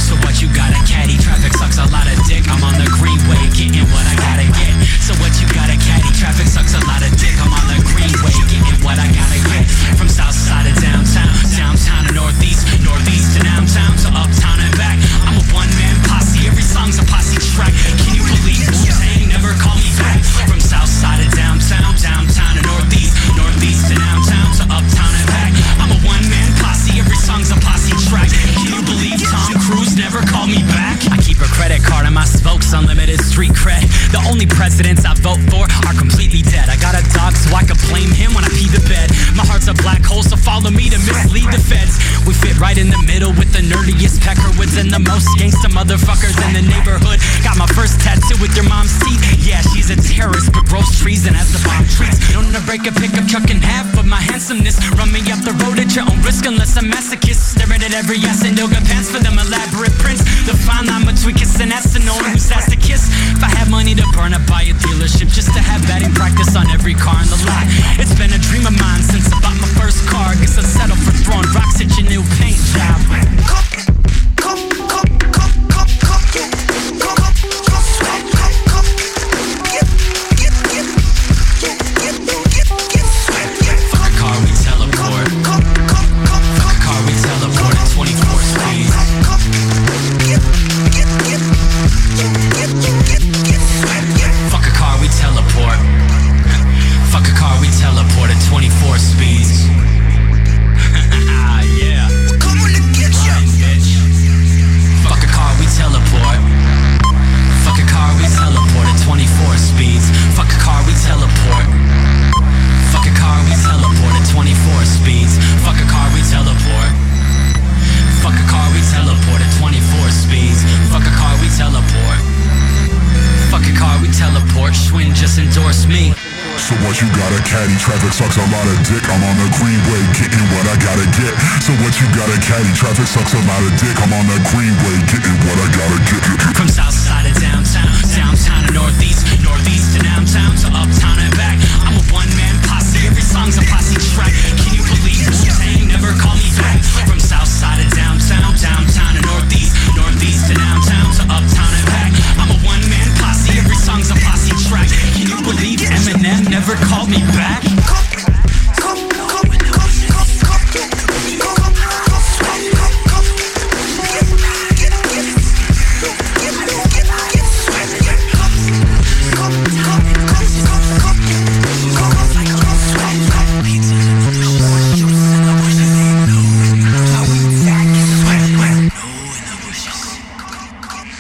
So what you got a caddy? Traffic sucks a lot of dick. I'm on the greenway, getting what I gotta get. So what you got a caddy? Traffic sucks a lot of dick. I'm on the greenway, getting what I gotta get. From south side of downtown, downtown to northeast, northeast to downtown to uptown and back. I'm a one man posse. Every song's a posse track. Can you believe Wu Tang never call me back? From south side of downtown, downtown to northeast, northeast to downtown to uptown and back. I'm a one man posse. Every song's a posse track. Can you believe Tom Cruise never called me back? I keep a credit card and my spokes unlimited street cred. The only presidents I vote for are completely dead. I got a dog so I can blame him when I pee the bed. My heart's a black hole, so follow me to mislead the feds. We fit right in the middle with the nerdiest peckerwoods and the most gangsta motherfuckers in the neighborhood. Got my first tattoo with your mom's teeth. Yeah, she's a terrorist terrorists, but groceries and as the bomb treats. Known to break a pickup truck in half of my handsomeness. Run me off the road at your own risk unless I'm masochist. Staring at every ass and yoga pants for them elaborate prints. The fine line between kiss and ass and knowing who's asked to kiss. If I had money to burn, I'd buy a dealership just to have batting practice on every car in the lot. It's been a dream of mine since I bought my first car. Guess I settled for throwing rocks at your new paint job. Fuck a car, we teleport. Fuck a car, we teleport at 24 speed. Fuck a car, we teleport. Fuck a car, we teleport at 24 speeds. yeah. We're coming to get ya. Fuck a car, we teleport. Fuck a car, we teleport at 24 speeds. Fuck a car, we teleport. Fuck a car, we teleport at 24 speeds. Fuck a car, we teleport. Fuck a car, we teleport at 24 speeds. Fuck a car, we teleport. Fuck a car, we teleport. Schwinn just endorsed me. So what you got a caddy, traffic sucks a lot of dick. I'm on the greenway, getting what I gotta get. So what you got a caddy, traffic sucks a lot of dick. I'm on the greenway, getting what I gotta get. From south side of downtown, downtown to northeast, northeast to downtown to uptown and back. I'm a one man posse, every song's a posse track. Can you believe Wu Tang never call me back? From south side of downtown, downtown to northeast, northeast to downtown to uptown and back. I'm a one man posse, every song's a posse track. Can you believe Eminem never called me back?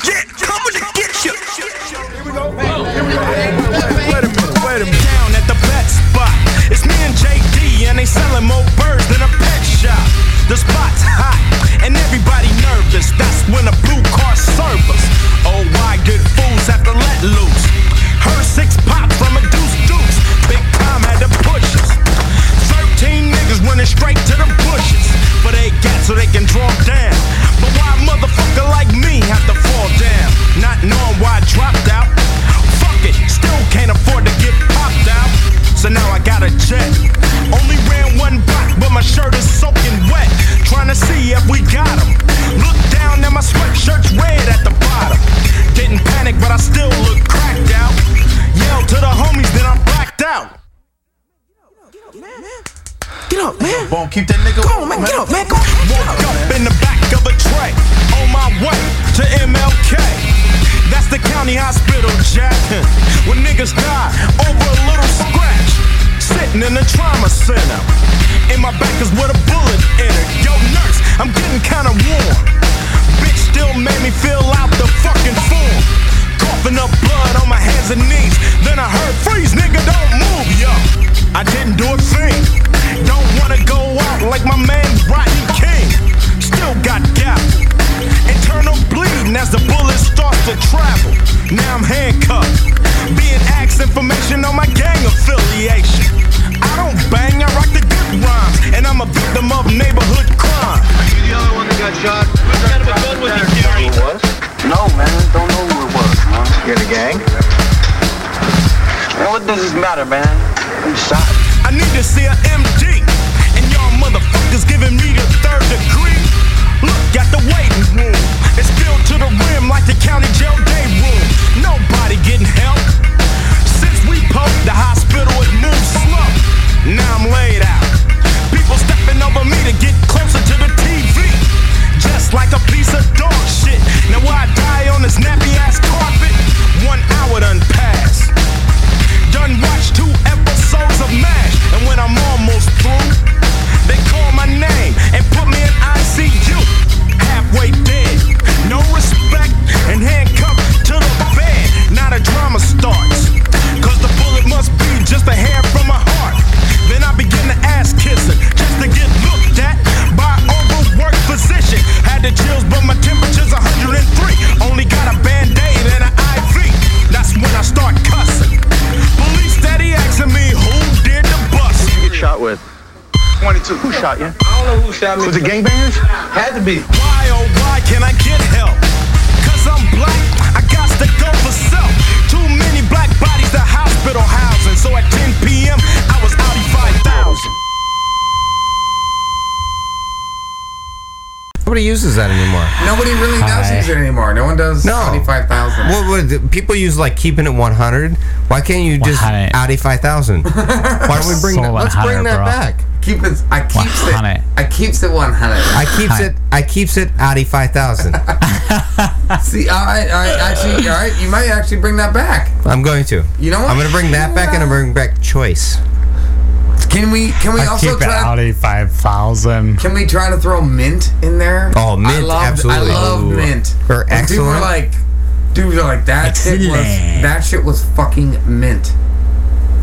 Yeah, coming to get you. Wait a minute, wait a minute. Down at the pet spot. It's me and JD, and they selling more birds than a pet shop. The spot's hot, and everybody nervous. That's when a blue car service. Oh, why good fools have to let loose? Her six pops from a deuce deuce. Big time had to push us. Thirteen niggas running straight to the bushes, but they got so they can draw down. But why a motherfucker like me have to fall down? Not knowing why I dropped out. Fuck it, still can't afford to get popped out. So now I got a jet. Only ran one block, but my shirt is soaking wet. Trying to see if we got 'em. Look down and my sweatshirt's red at the bottom. Didn't panic, but I still look cracked out. Yell to the homies, then I'm blacked out. Get up, man. Won't keep that nigga. Go on, man. Get up, man. Go on. Walk up in the back of a tray. On my way to MLK. That's the county hospital, Jack. When niggas die over a little scratch. Sitting in the trauma center. In my back is where the bullet entered. Yo, nurse, I'm getting kinda warm. Bitch still made me fill out the fucking form. Coughing up blood on my hands and knees. Then I heard, freeze, nigga, don't move, yo. I didn't do a thing. Don't wanna go out like my man Rodney King. Still got gap. Internal bleeding as the bullet starts to travel. Now I'm handcuffed. Being asked information on my gang affiliation. I don't bang, I rock the good rhymes. And I'm a victim of neighborhood crime. the other one that got shot? No, man, don't know who it was, man. You're the gang? Man, what does this matter, man? I'm shot. I need to see a MD, and y'all motherfuckers giving me the third degree. Look at the waiting room. It's filled to the rim like the county jail day room. Nobody getting help. Since we poked the hospital, it moved slow. Now I'm laid out. People stepping over me to get closer to the TV. Just like a piece of dog shit. Now why I die on this nappy ass carpet? One hour done passed. Done watched two episodes of MASH, and when I'm almost through, they call my name and put me in ICU. Halfway dead, no respect, and handcuffed to the bed. Now the drama start. Who, who shot you? I don't know who shot me. Was it gangbangers? Had to be. Why oh why can I get help? Cause I'm black, I got to go for self. Too many black bodies to hospital housing. So at 10 p.m. I was Audi 5000. Nobody uses that anymore. Nobody really does use it anymore. No one does No. Audi 5000. What would people use like keeping it 100? Why can't you just Audi 5000? Why don't we bring that? Let's bring that back. Keep it. I keeps it. I keeps it 100. I keeps it. I keeps it Audi 5000. See, all right, all right, actually, all right. You might actually bring that back. I'm going to. You know what? I'm going to bring that back and I'm going to bring back choice. Can we? Can we also try? Audi 5000. Can we try to throw mint in there? Oh, mint, I loved, absolutely. I love Ooh. mint. Or When People excellent. were like, dude, they're like that shit was Excellent. that shit was fucking mint.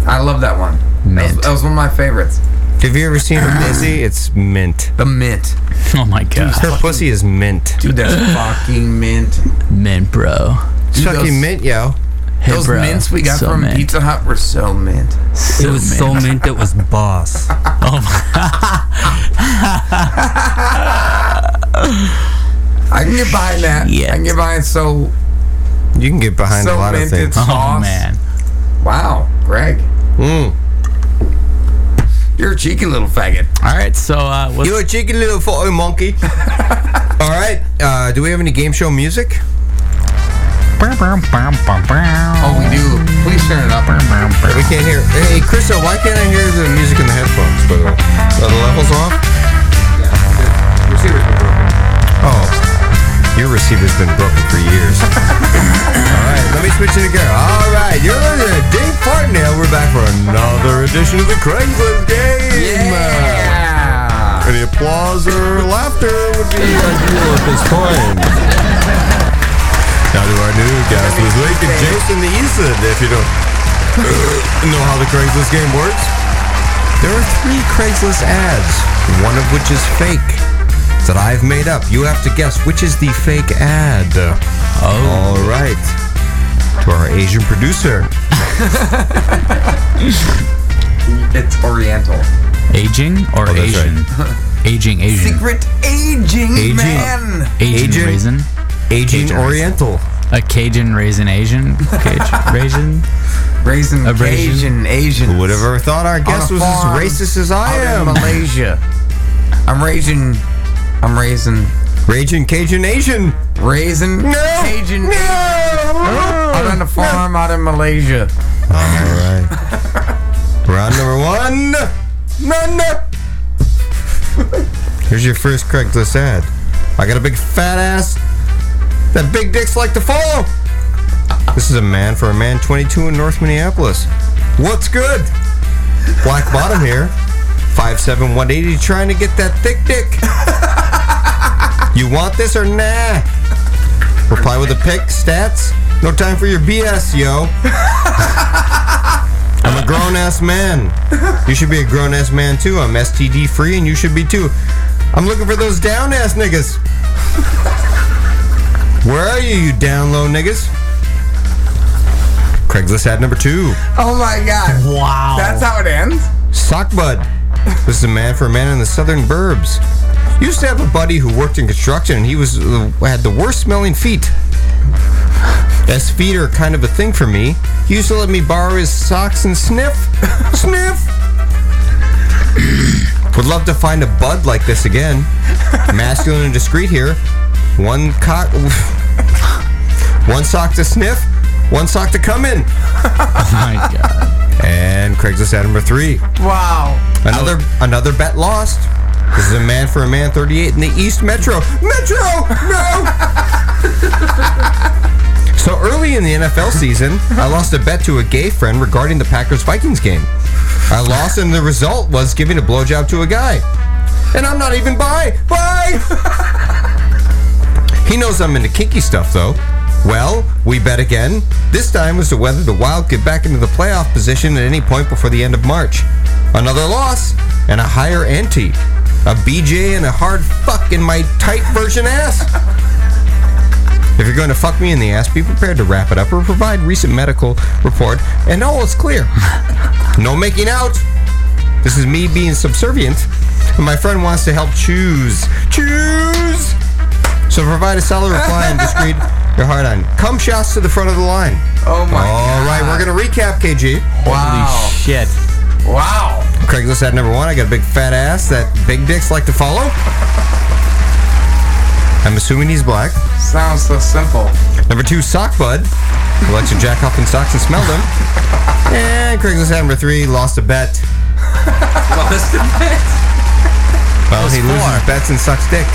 I love that one. Mint. That was, that was one of my favorites. Have you ever seen her pussy? It's mint. The mint. Oh my god. Her pussy is mint. Dude, that's fucking mint. Mint, bro. Dude, those- Chucky mint, yo. Hey, Those bro, mints we got so from mint. Pizza Hut were so mint. So it was so mint it was boss. Oh I can get behind that. I can get behind so You can get behind so a lot of minted Oh, things. Oh, Sauce. Wow, Greg. Mm. You're a cheeky little faggot. All right, so uh, what's- you a cheeky little fucking monkey. All right. Uh, do we have any game show music? Oh, we do. Please turn it up. We can't hear. Hey, Christo, why can't I hear the music in the headphones? By the way, are the levels off? Yeah, receiver's been broken. Oh, your receiver's been broken for years. All right, let me switch it again. All right, you're listening to Dave Fartnail. We're back for another edition of the Craigslist game. Yeah. Any applause or laughter would be ideal at this point. Now to our new guest with Lake and Jason the Eason. If you don't know how the Craigslist game works, there are three Craigslist ads, one of which is fake that I've made up. You have to guess which is the fake ad. Oh. All right. To our Asian producer. It's Oriental. Aging or that's Asian? Aging, Asian. Secret aging, Aging. man. Asian Aging- raisin. Aging Cajun Oriental. raisin. A Cajun raisin Asian. Cajun raisin. Raisin. A Asian, raisin. Asian. Who would have ever thought our guest a was as farm racist as I out in am? Malaysia. I'm raising. I'm raising. Raging Cajun Asian. Raising No. Cajun No. out on a farm out in Malaysia. All right. Round number one. No, no. Here's your first Craigslist ad. I got a big fat ass that big dicks like to follow. This is a man for a man 22 in North Minneapolis. What's good? Black bottom here. 5'7", 180 trying to get that thick dick. You want this or nah? Reply with a pic, stats. No time for your BS, yo. I'm a grown ass man. You should be a grown ass man too. I'm STD free and you should be too. I'm looking for those down ass niggas. Where are you, you down low niggas? Craigslist ad number two. Oh my god. Wow. That's how it ends. Sock bud. This is a man for a man in the southern burbs. Used to have a buddy who worked in construction and he was uh, had the worst smelling feet. As feet are kind of a thing for me, he used to let me borrow his socks and sniff. sniff! Would love to find a bud like this again. Masculine and discreet here. One cock. one sock to sniff, one sock to come in. Oh my god. And Craigslist ad number three. Wow. Another another bet lost. This is a man for a man 38 in the East Metro. Metro! No! so early in the NFL season, I lost a bet to a gay friend regarding the Packers Vikings game. I lost, and the result was giving a blowjob to a guy. And I'm not even bi. Bye! he knows I'm into kinky stuff, though. Well, we bet again. This time was to whether the Wild get back into the playoff position at any point before the end of March. Another loss and a higher ante. A BJ and a hard fuck in my tight version ass. If you're going to fuck me in the ass, be prepared to wrap it up or provide recent medical report, and all is clear. No making out. This is me being subservient. but my friend wants to help choose. Choose! So provide a solid reply and just read your heart on. Come shots to the front of the line. Oh my All right, we're going to recap, KG. Wow. shit. Wow. Craigslist at number one. I got a big fat ass that big dicks like to follow. I'm assuming he's black. Sounds so simple. Number two, sock bud. Who likes to jack off in socks and smell them. And Craigslist at number three, lost a bet. Lost a bet. Well, he loses bets and sucks dick.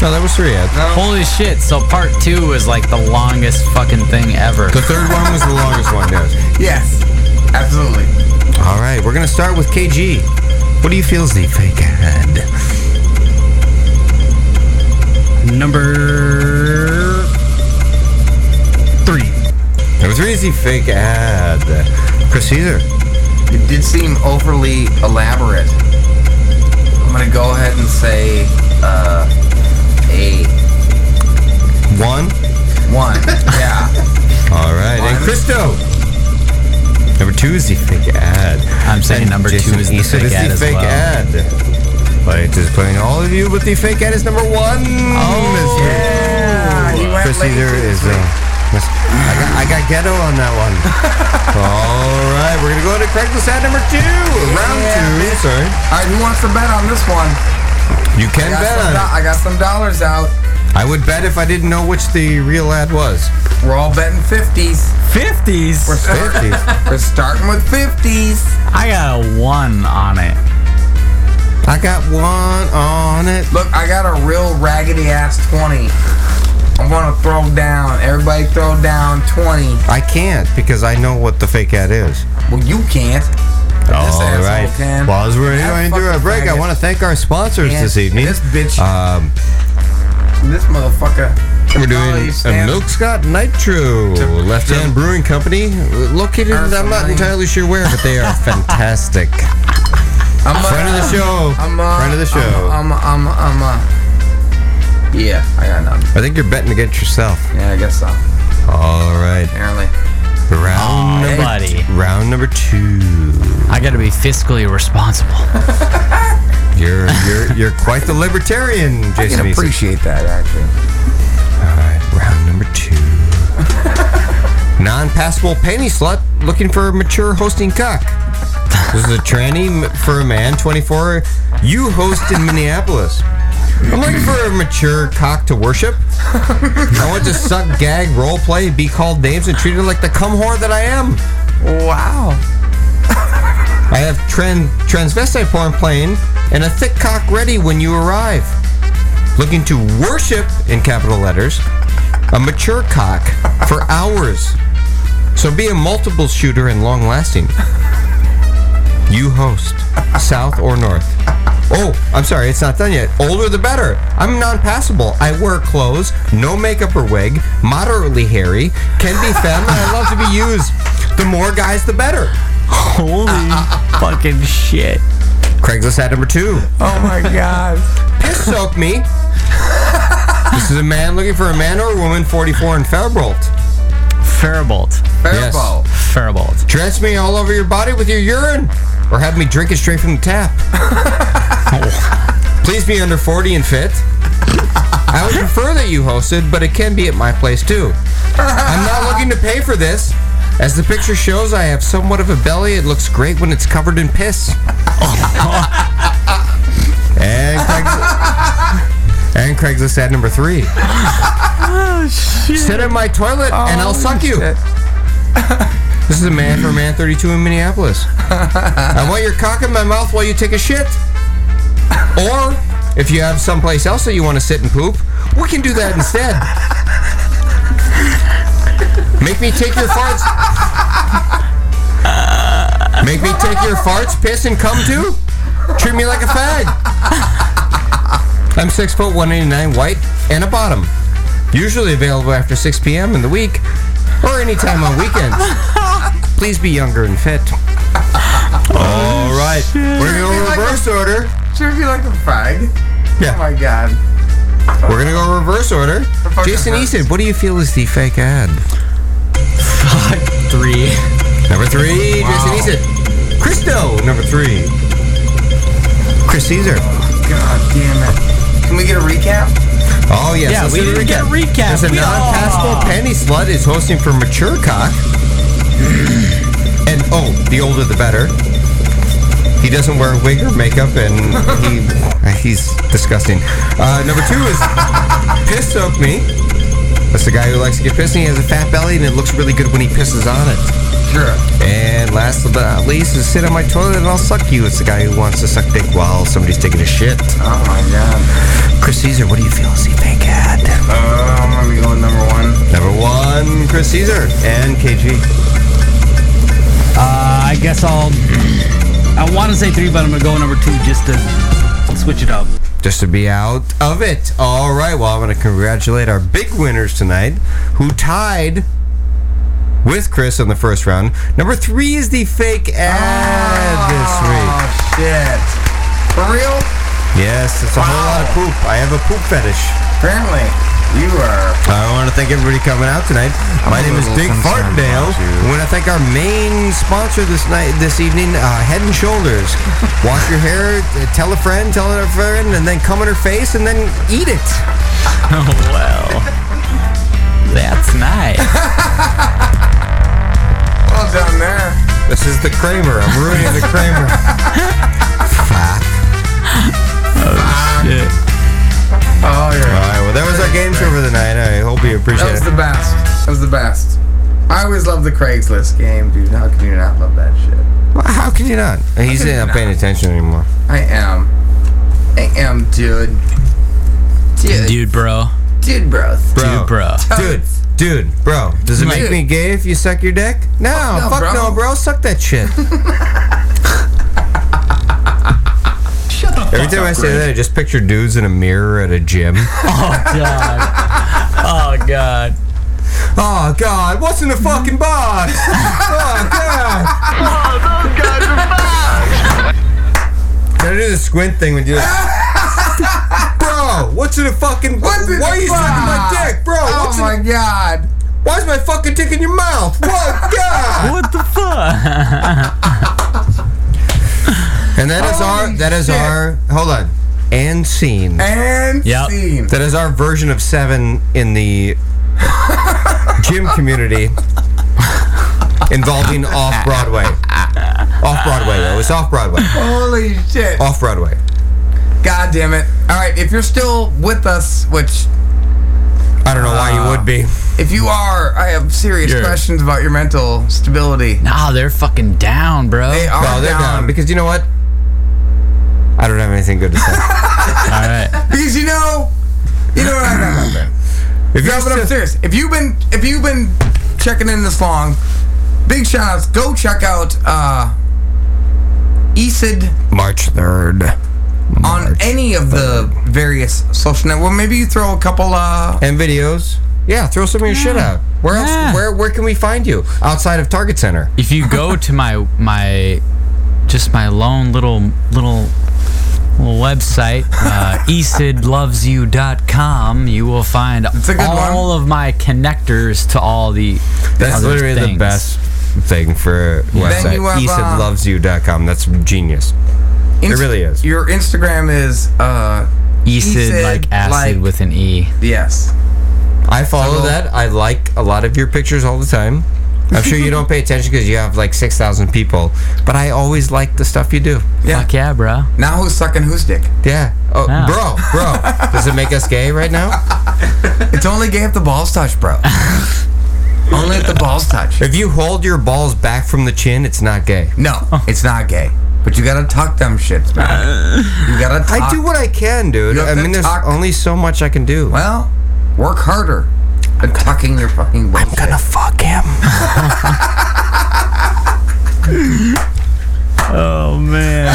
No, that was three ads. Holy shit! So part two is like the longest fucking thing ever. The third one was the longest one, yes. Yes, absolutely. All right, we're gonna start with KG. What do you feel is the fake ad? Number three. Number three is the fake ad. Chris Caesar. It did seem overly elaborate. I'm gonna go ahead and say uh, a One. one. Yeah. All right, and One. Christo. Number two is the fake ad. I'm saying And number two Jason is the Eason fake ad as fake well. ad. Like, just playing all of you, but the fake ad is number one. Oh, yeah. You went Chris late Caesar this is. Uh, Miss- I, got, I got ghetto on that one. all right, we're gonna go to Craigslist ad number two, round Yeah, two. bitch. Sorry, All right, who wants to bet on this one? you I can got bet some on it. do- I got some dollars out. I would bet if I didn't know which the real ad was. We're all betting fifties. Fifties. We're starting. Fifties. we're starting with fifties. I got a one on it. I got one on it. Look, I got a real raggedy ass twenty. I'm gonna throw down. Everybody throw down twenty. I can't because I know what the fake ad is. Well, you can't. This All asshole right. can. Well, as we're That going into our fucking break, I faggot. want to thank our sponsors Yeah, this evening. this bitch. Um, This motherfucker. Probably we're doing a stand- Milk Scott Nitro Left Hand Brewing Company, located. I'm not Personally. entirely sure where, but they are fantastic. I'm a, Friend of the show. um, I'm a, Friend of the show. I'm um, a, I'm a, I'm a, I'm a, yeah, I got nothing. I think you're betting against yourself. Yeah, I guess so. All right, Apparently. Aw, Ah. round number buddy. round number two. I got to be fiscally responsible. You're you're you're quite the libertarian, I Jason. can Eason. appreciate that, actually. All right, round number two. Non-passable panty slut looking for a mature hosting cock. This is a tranny m- for a man, 24. You host in Minneapolis. I'm looking for a mature cock to worship. I want to suck, gag, role play, be called names, and treated like the cum whore that I am. Wow. I have tran- transvestite porn playing and a thick cock ready when you arrive. Looking to worship, in capital letters, a mature cock for hours. So be a multiple shooter and long lasting. You host, south or north. Oh, I'm sorry, it's not done yet. Older the better. I'm non passable. I wear clothes, no makeup or wig, moderately hairy, can be femme, and I love to be used. The more guys, the better. Holy fucking shit. Craigslist ad number two. Oh my god. Piss soak me. this is a man looking for a man or a woman, 44 in Faribault. Faribault. Fireball. Faribault. Dress me all over your body with your urine, or have me drink it straight from the tap. Please be under 40 and fit. I would prefer that you hosted, but it can be at my place too. I'm not looking to pay for this. As the picture shows, I have somewhat of a belly. It looks great when it's covered in piss. and, Craigslist, and Craigslist ad number three. Sit in my toilet and I'll suck you. This is a man from Man 32 in Minneapolis. I want your cock in my mouth while you take a shit. Or if you have someplace else that you want to sit and poop, we can do that instead. Make me take your farts. Make me take your farts, piss, and come too. Treat me like a fag. I'm six foot one eighty nine, white, and a bottom. Usually available after 6 p.m. in the week or anytime on weekends. Please be younger and fit. All right, we're gonna go reverse order. Should be like a fag. Yeah. Oh my god. We're gonna go reverse order. Jason hurts. Eason, what do you feel is the fake ad? Fuck. Three. Number three, Wow. Jason Eason. Christo, number three. Chris Caesar. God damn it. Can we get a recap? Oh yes, Yeah, let's we do the didn't get a recap. There's a We- non-passable Aw. penny slut is hosting for mature cock, and oh, the older the better. He doesn't wear a wig or makeup, and he uh, he's disgusting. Uh, number two is piss soak me. That's the guy who likes to get pissed. And he has a fat belly, and it looks really good when he pisses on it. Sure. And last but not least is sit on my toilet and I'll suck you. It's the guy who wants to suck dick while somebody's taking a shit. Oh my god. Chris Caesar, what do you feel? See, thank God. Uh, I'm gonna be going number one. Number one, Chris Caesar and KG. Uh, I guess I'll. I want to say three, but I'm gonna go number two just to switch it up. Just to be out of it. All right. Well, I want to congratulate our big winners tonight, who tied with Chris in the first round. Number three is the fake ad this week. Oh, Shit. For real? Yes, it's a whole lot of poop. I have a poop fetish. Apparently, you are. I want to thank everybody coming out tonight. My a name is little Dick concerned Fartdale. about you. I want to thank our main sponsor this night, this evening, uh, Head and Shoulders. Wash your hair, uh, tell a friend, tell another friend, and then come in her face and then eat it. Oh, wow. That's nice. Well done there. This is the Kramer. I'm ruining the Kramer. Fuck. Oh, shit. Oh, All right. Well, that was our game show for the night. I hope you That appreciate was it. the best. That was the best. I always love the Craigslist game, dude. How can you not love that shit? Well, How can you not? He's uh, How can not you paying attention anymore. I am. I am, dude. Dude. Dude, bro. Dude, bro. Bro, Dude, bro. dude, dude, bro. Does it make Dude. Oh, me gay if you suck your dick? No, no, fuck bro. no, bro. Suck that shit. Shut the Every time I say that, I just picture dudes in a mirror at a gym. Oh, God. Oh, God. oh God, what's in the fucking box? oh God! Oh, Gotta do the squint thing when you. bro, what's in the fucking? What's in Why the are you sucking my box? dick, bro? Oh what's my in? god. Why is my fucking dick in your mouth? What God? What the fuck? And that is our. That is shit. our. Hold on. And scene. And Yep. scene. That is our version of seven in the gym community involving off Broadway. Off Broadway, though. It's off Broadway. Holy shit. Off Broadway. God damn it. All right, if you're still with us, which I don't know why you would be. if you are, I have serious You're- questions about your mental stability. nah, Ah, they're fucking down, bro. They are No, they're down. down. Because you know what? I don't have anything good to say. All right. Because you know, you know what I meant. If No, but I'm serious. If you've been if you've been checking in this long, big shout outs. Go check out uh Isid March 3rd. on any of the various social network. Well, maybe you throw a couple uh And videos. Yeah, throw some of your shit out. Where else? Yeah. Where where can we find you outside of Target Center? If you go to my my just my lone little little little website uh, esidlovesyou.com you will find a good all of my connectors to all the That's other literally the things. best thing for a website. you have, uh, EsadLovesYou.com. That's genius. Inst- really is. Your Instagram is uh esid like acid like- with an e yes. I follow So- that. I like a lot of your pictures all the time. I'm sure you don't pay attention because you have like 6,000 people, but I always like the stuff you do. Yeah. fuck yeah bro Now who's sucking whose dick? Yeah. Oh, Yeah. bro, bro. Does it make us gay right now? It's only gay if the balls touch, bro. only if the balls touch. If you hold your balls back from the chin, it's not gay. No, it's not gay. But you gotta tuck them shits, man. You gotta tuck. I do what I can, dude. You have I to mean, there's talk- only so much I can do. Well, work harder. at tucking your fucking bullshit. I'm gonna Fuck him. oh man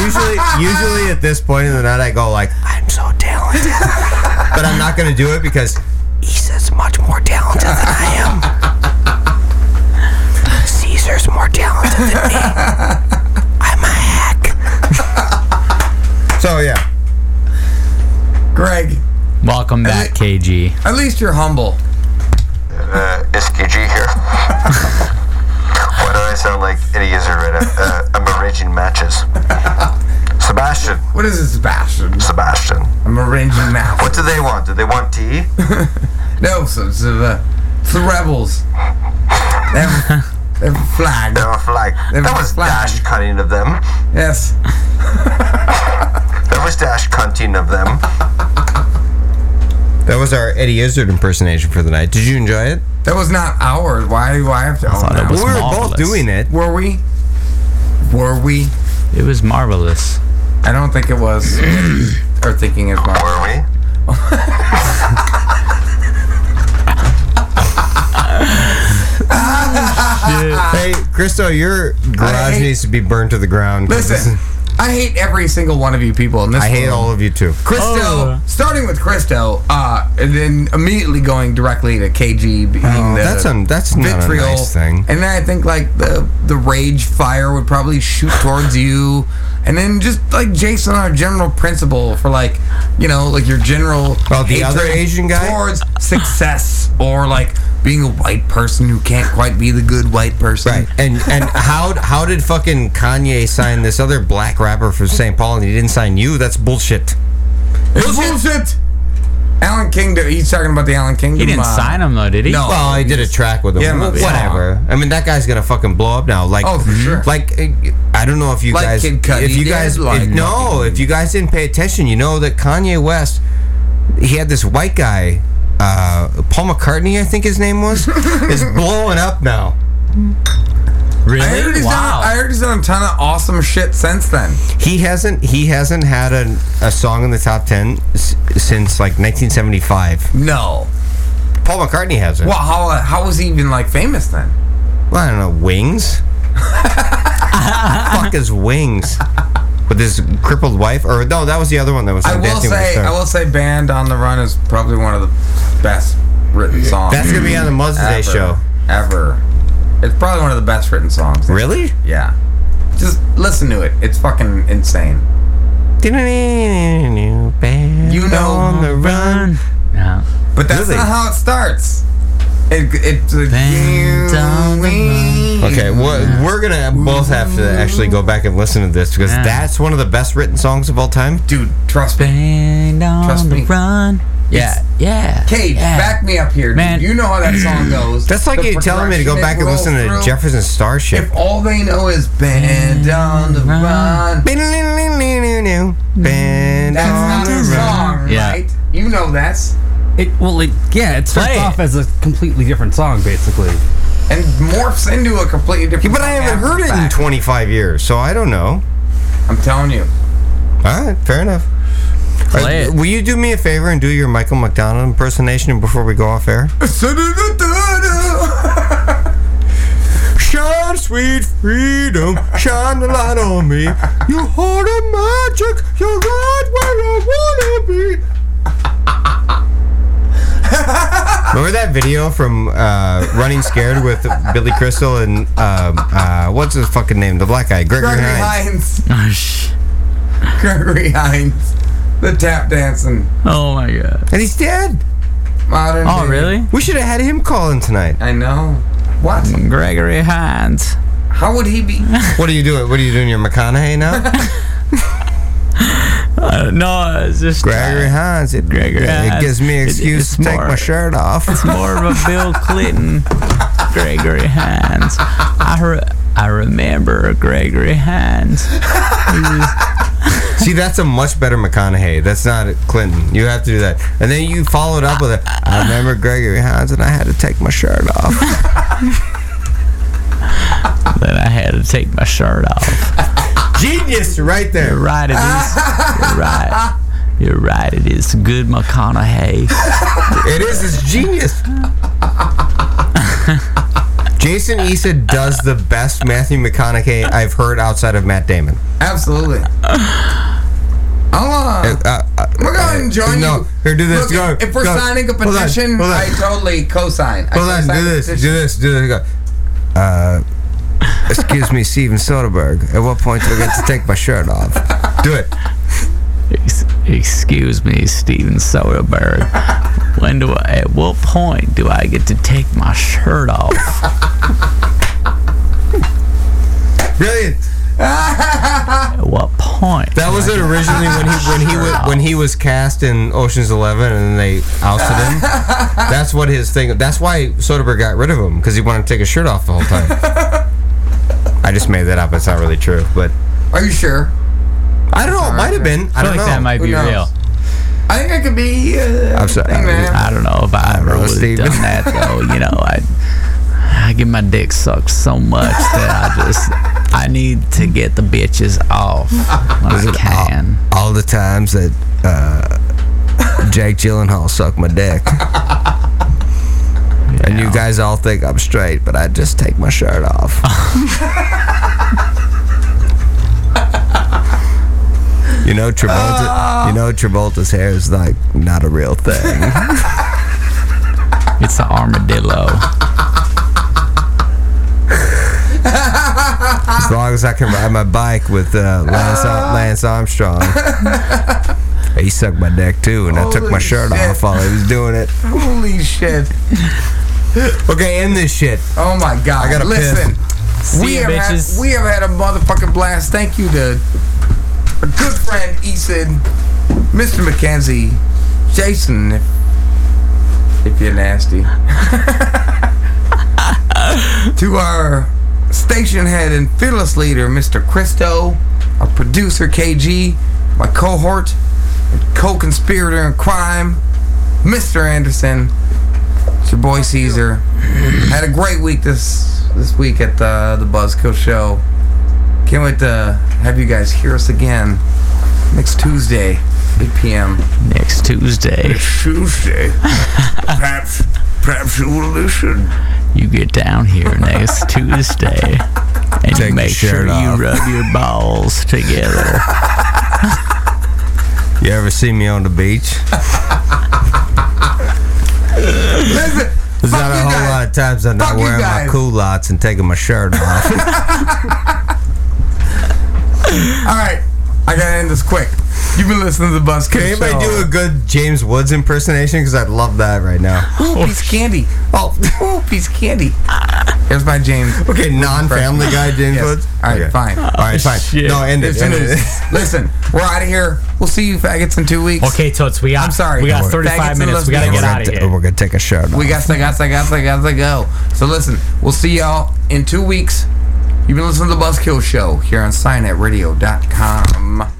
usually, usually at this point in the night, I go like, I'm so talented, but I'm not gonna do it because Issa's much more talented than I am. Caesar's more talented than me. I'm a hack. so yeah, Greg. welcome back kg At least you're humble. Uh, SKG here. Why do I sound like an idiot right now? Uh, I'm arranging matches. So bye. Sebastian. What is it, Sebastian? Sebastian. I'm arranging now. What do they want? Do they want tea? no, so, so, uh, it's the rebels. They have, they have a flag. They have a flag. that was dash cutting of them. Yes. That was dash cunting of them. That was our Eddie Izzard impersonation for the night. Did you enjoy it? That was not ours. Why do I have to own that? we were both doing it. Were we? Were we? It was marvelous. I don't think it was. or thinking it was. Were we? hey, Christo, your I garage hate- needs to be burned to the ground. Listen, I hate every single one of you people in this. I hate room. all of you too. Christo, Oh. starting with Christo, uh, and then immediately going directly to KG being Oh, the that's un- that's not a vitriol. nice thing. And then I think like the the rage fire would probably shoot towards you, and then just like Jason, our general principle for like you know like your general Oh, the other hatred Asian guy? towards success or like being a white person who can't quite be the good white person. Right. And and how how did fucking Kanye sign this other black rapper from St. Paul and he didn't sign you? That's bullshit. It's bullshit. Alan King, he's talking about the Alan Kingdom. He didn't uh, sign him though, did he? No. Well, I did a track with him. Yeah, but- whatever. I mean, that guy's gonna fucking blow up now. Like, Oh, for sure. Like, uh, I don't know if you Like guys, Kid Cudi if you did, guys, if- like- no, if you guys didn't pay attention, you know that Kanye West, he had this white guy, uh, Paul McCartney, I think his name was, is blowing up now. I heard, he's done, I heard he's done a ton of awesome shit since then. He hasn't he hasn't had a, a song in the top ten s- since like 1975. No. Paul McCartney hasn't. Well, how how was he even like famous then? Well, I don't know, wings? Fuck his wings. With his crippled wife? Or no, that was the other one that was I on will Dancing with the say I Stars. will say "Band on the Run" is probably one of the best written songs. That's gonna be on the Muzz Day ever, show. ever. It's probably one of the best written songs. Really? Yeah. Just listen to it. It's fucking insane. You know- on the run. Yeah. But that's Really? not how it starts. It, it's a Band on the run. Okay, well, we're gonna both have to actually go back and listen to this because Yeah. that's one of the best written songs of all time. dude. Trust me, Band on Trust the me. run. Yeah. It's- yeah. Cage. yeah. Back me up here, dude. Man. You know how that song goes. That's like The you telling me to go progression back it and listen rolls to through. Jefferson Starship. If all they know is Mm-hmm. band on the Run. run, Band on that's not a the run. song, Yeah. right? You know that's It well, it, yeah, it starts Play it. off as a completely different song, basically. and morphs into a completely different. Yeah, but I song haven't after heard the it in fact. 25 years, so I don't know. I'm telling you, All right, fair enough. Play Uh, it. Will you do me a favor and do your Michael McDonald impersonation before we go off air? Shine, sweet freedom, shine the light on me. You hold a magic, you're right where I wanna be. Remember that video from uh, Running Scared with Billy Crystal and um, uh, what's his fucking name? The black guy, Gregory, Gregory Hines. Hines. Oh, sh- Gregory Hines, the tap dancing oh my god. And he's dead. modern. Oh day. really? We should have had him call in tonight. I know. What? Gregory Hines. How would he be? What are you doing? What are you doing? Your McConaughey now? Uh, no, it's just Gregory Hines. It, Gregory it, Hines. gives me an It- excuse it's to take my more- shirt off. It's more of a Bill Clinton, Gregory Hines. I re- I remember Gregory Hines. He was- See, that's a much better McConaughey. That's not Clinton. You have to do that. And then you followed up with it. I remember Gregory Hines and I had to take my shirt off. then I had to take my shirt off. Genius right You're there. right, it is. You're right. You're right, it is good McConaughey. It is. It's genius. Jason Issa does the best Matthew McConaughey I've heard outside of Matt Damon. Absolutely. Uh, I'll, uh, uh, uh, we're gonna join no, you. here, do this. Look, Go, if we're go. signing a Hold on, petition, hold on. I totally co-sign. I Hold on, co-sign do the this, do petition. this, do this. Go. Uh, excuse me, Steven Soderbergh. At what point do I get to take my shirt off? Do it. Ex- excuse me, Steven Soderbergh. When do I, at what point do I get to take my shirt off? Brilliant. At what point. That was it originally when he when he was when he was cast in Ocean's Eleven and they ousted him. That's what his thing. That's why Soderbergh got rid of him because he wanted to take his shirt off the whole time. I just made that up. It's not really true, but Are you sure? I don't know. It might have been. I, don't know. Who knows? I think I could be. Uh, I'm sorry. thing, man. I don't know if I ever would have done that though. You know, I I get my dick sucked so much that I just I need to get the bitches off when I can. All the times that uh, Jake Gyllenhaal sucked my dick. And you guys all think I'm straight, but I just take my shirt off. you know Travolta. you know Travolta's hair is like not a real thing. it's an armadillo. As long as I can ride my bike with uh, Lance, Ar- Lance Armstrong. he sucked my dick too, and I took my Holy shirt shit. off while he was doing it. Holy shit. Okay, end this shit. Oh my god. I gotta Listen. piss. we See ya, have bitches. Had, we have had a motherfucking blast. Thank you to a good friend Eason, Mr. McKenzie, Jason, if, if you're nasty. to our station head and fearless leader, Mr. Christo, our producer KG, my cohort, and co-conspirator in crime, Mr. Anderson. It's your boy Caesar. Had a great week this this week at the the Buzzkill Show. Can't wait to have you guys hear us again next Tuesday, 8 p.m. Next Tuesday. Tuesday. perhaps perhaps you will listen. You get down here next Tuesday and Take you your make sure shirt you off. rub your balls together. You ever see me on the beach? Listen, There's not a whole lot of times I'm not Fuck you wearing my guys. culottes and taking my shirt off. all right, I gotta end this quick. You've been listening to the Buzzkill Can Show. anybody do a good James Woods impersonation? Because I'd love that right now. Ooh, piece of candy. Oh, ooh, piece of candy. Here's my James. Okay, non-Family Guy James Woods? All right, Okay. fine. All right, fine. shit. No, end it. It's End news. it. Listen, we're out of here. We'll see you faggots in two weeks. Okay, Toots, we got, I'm sorry. We got Faggots 35 and minutes. We got to lesbians. get out of We're here. gonna- We're gonna take a shirt off. We got to, got to, got to, got to go. So listen, we'll see y'all in two weeks. You've been listening to the Buzzkill Show here on signetradio.com.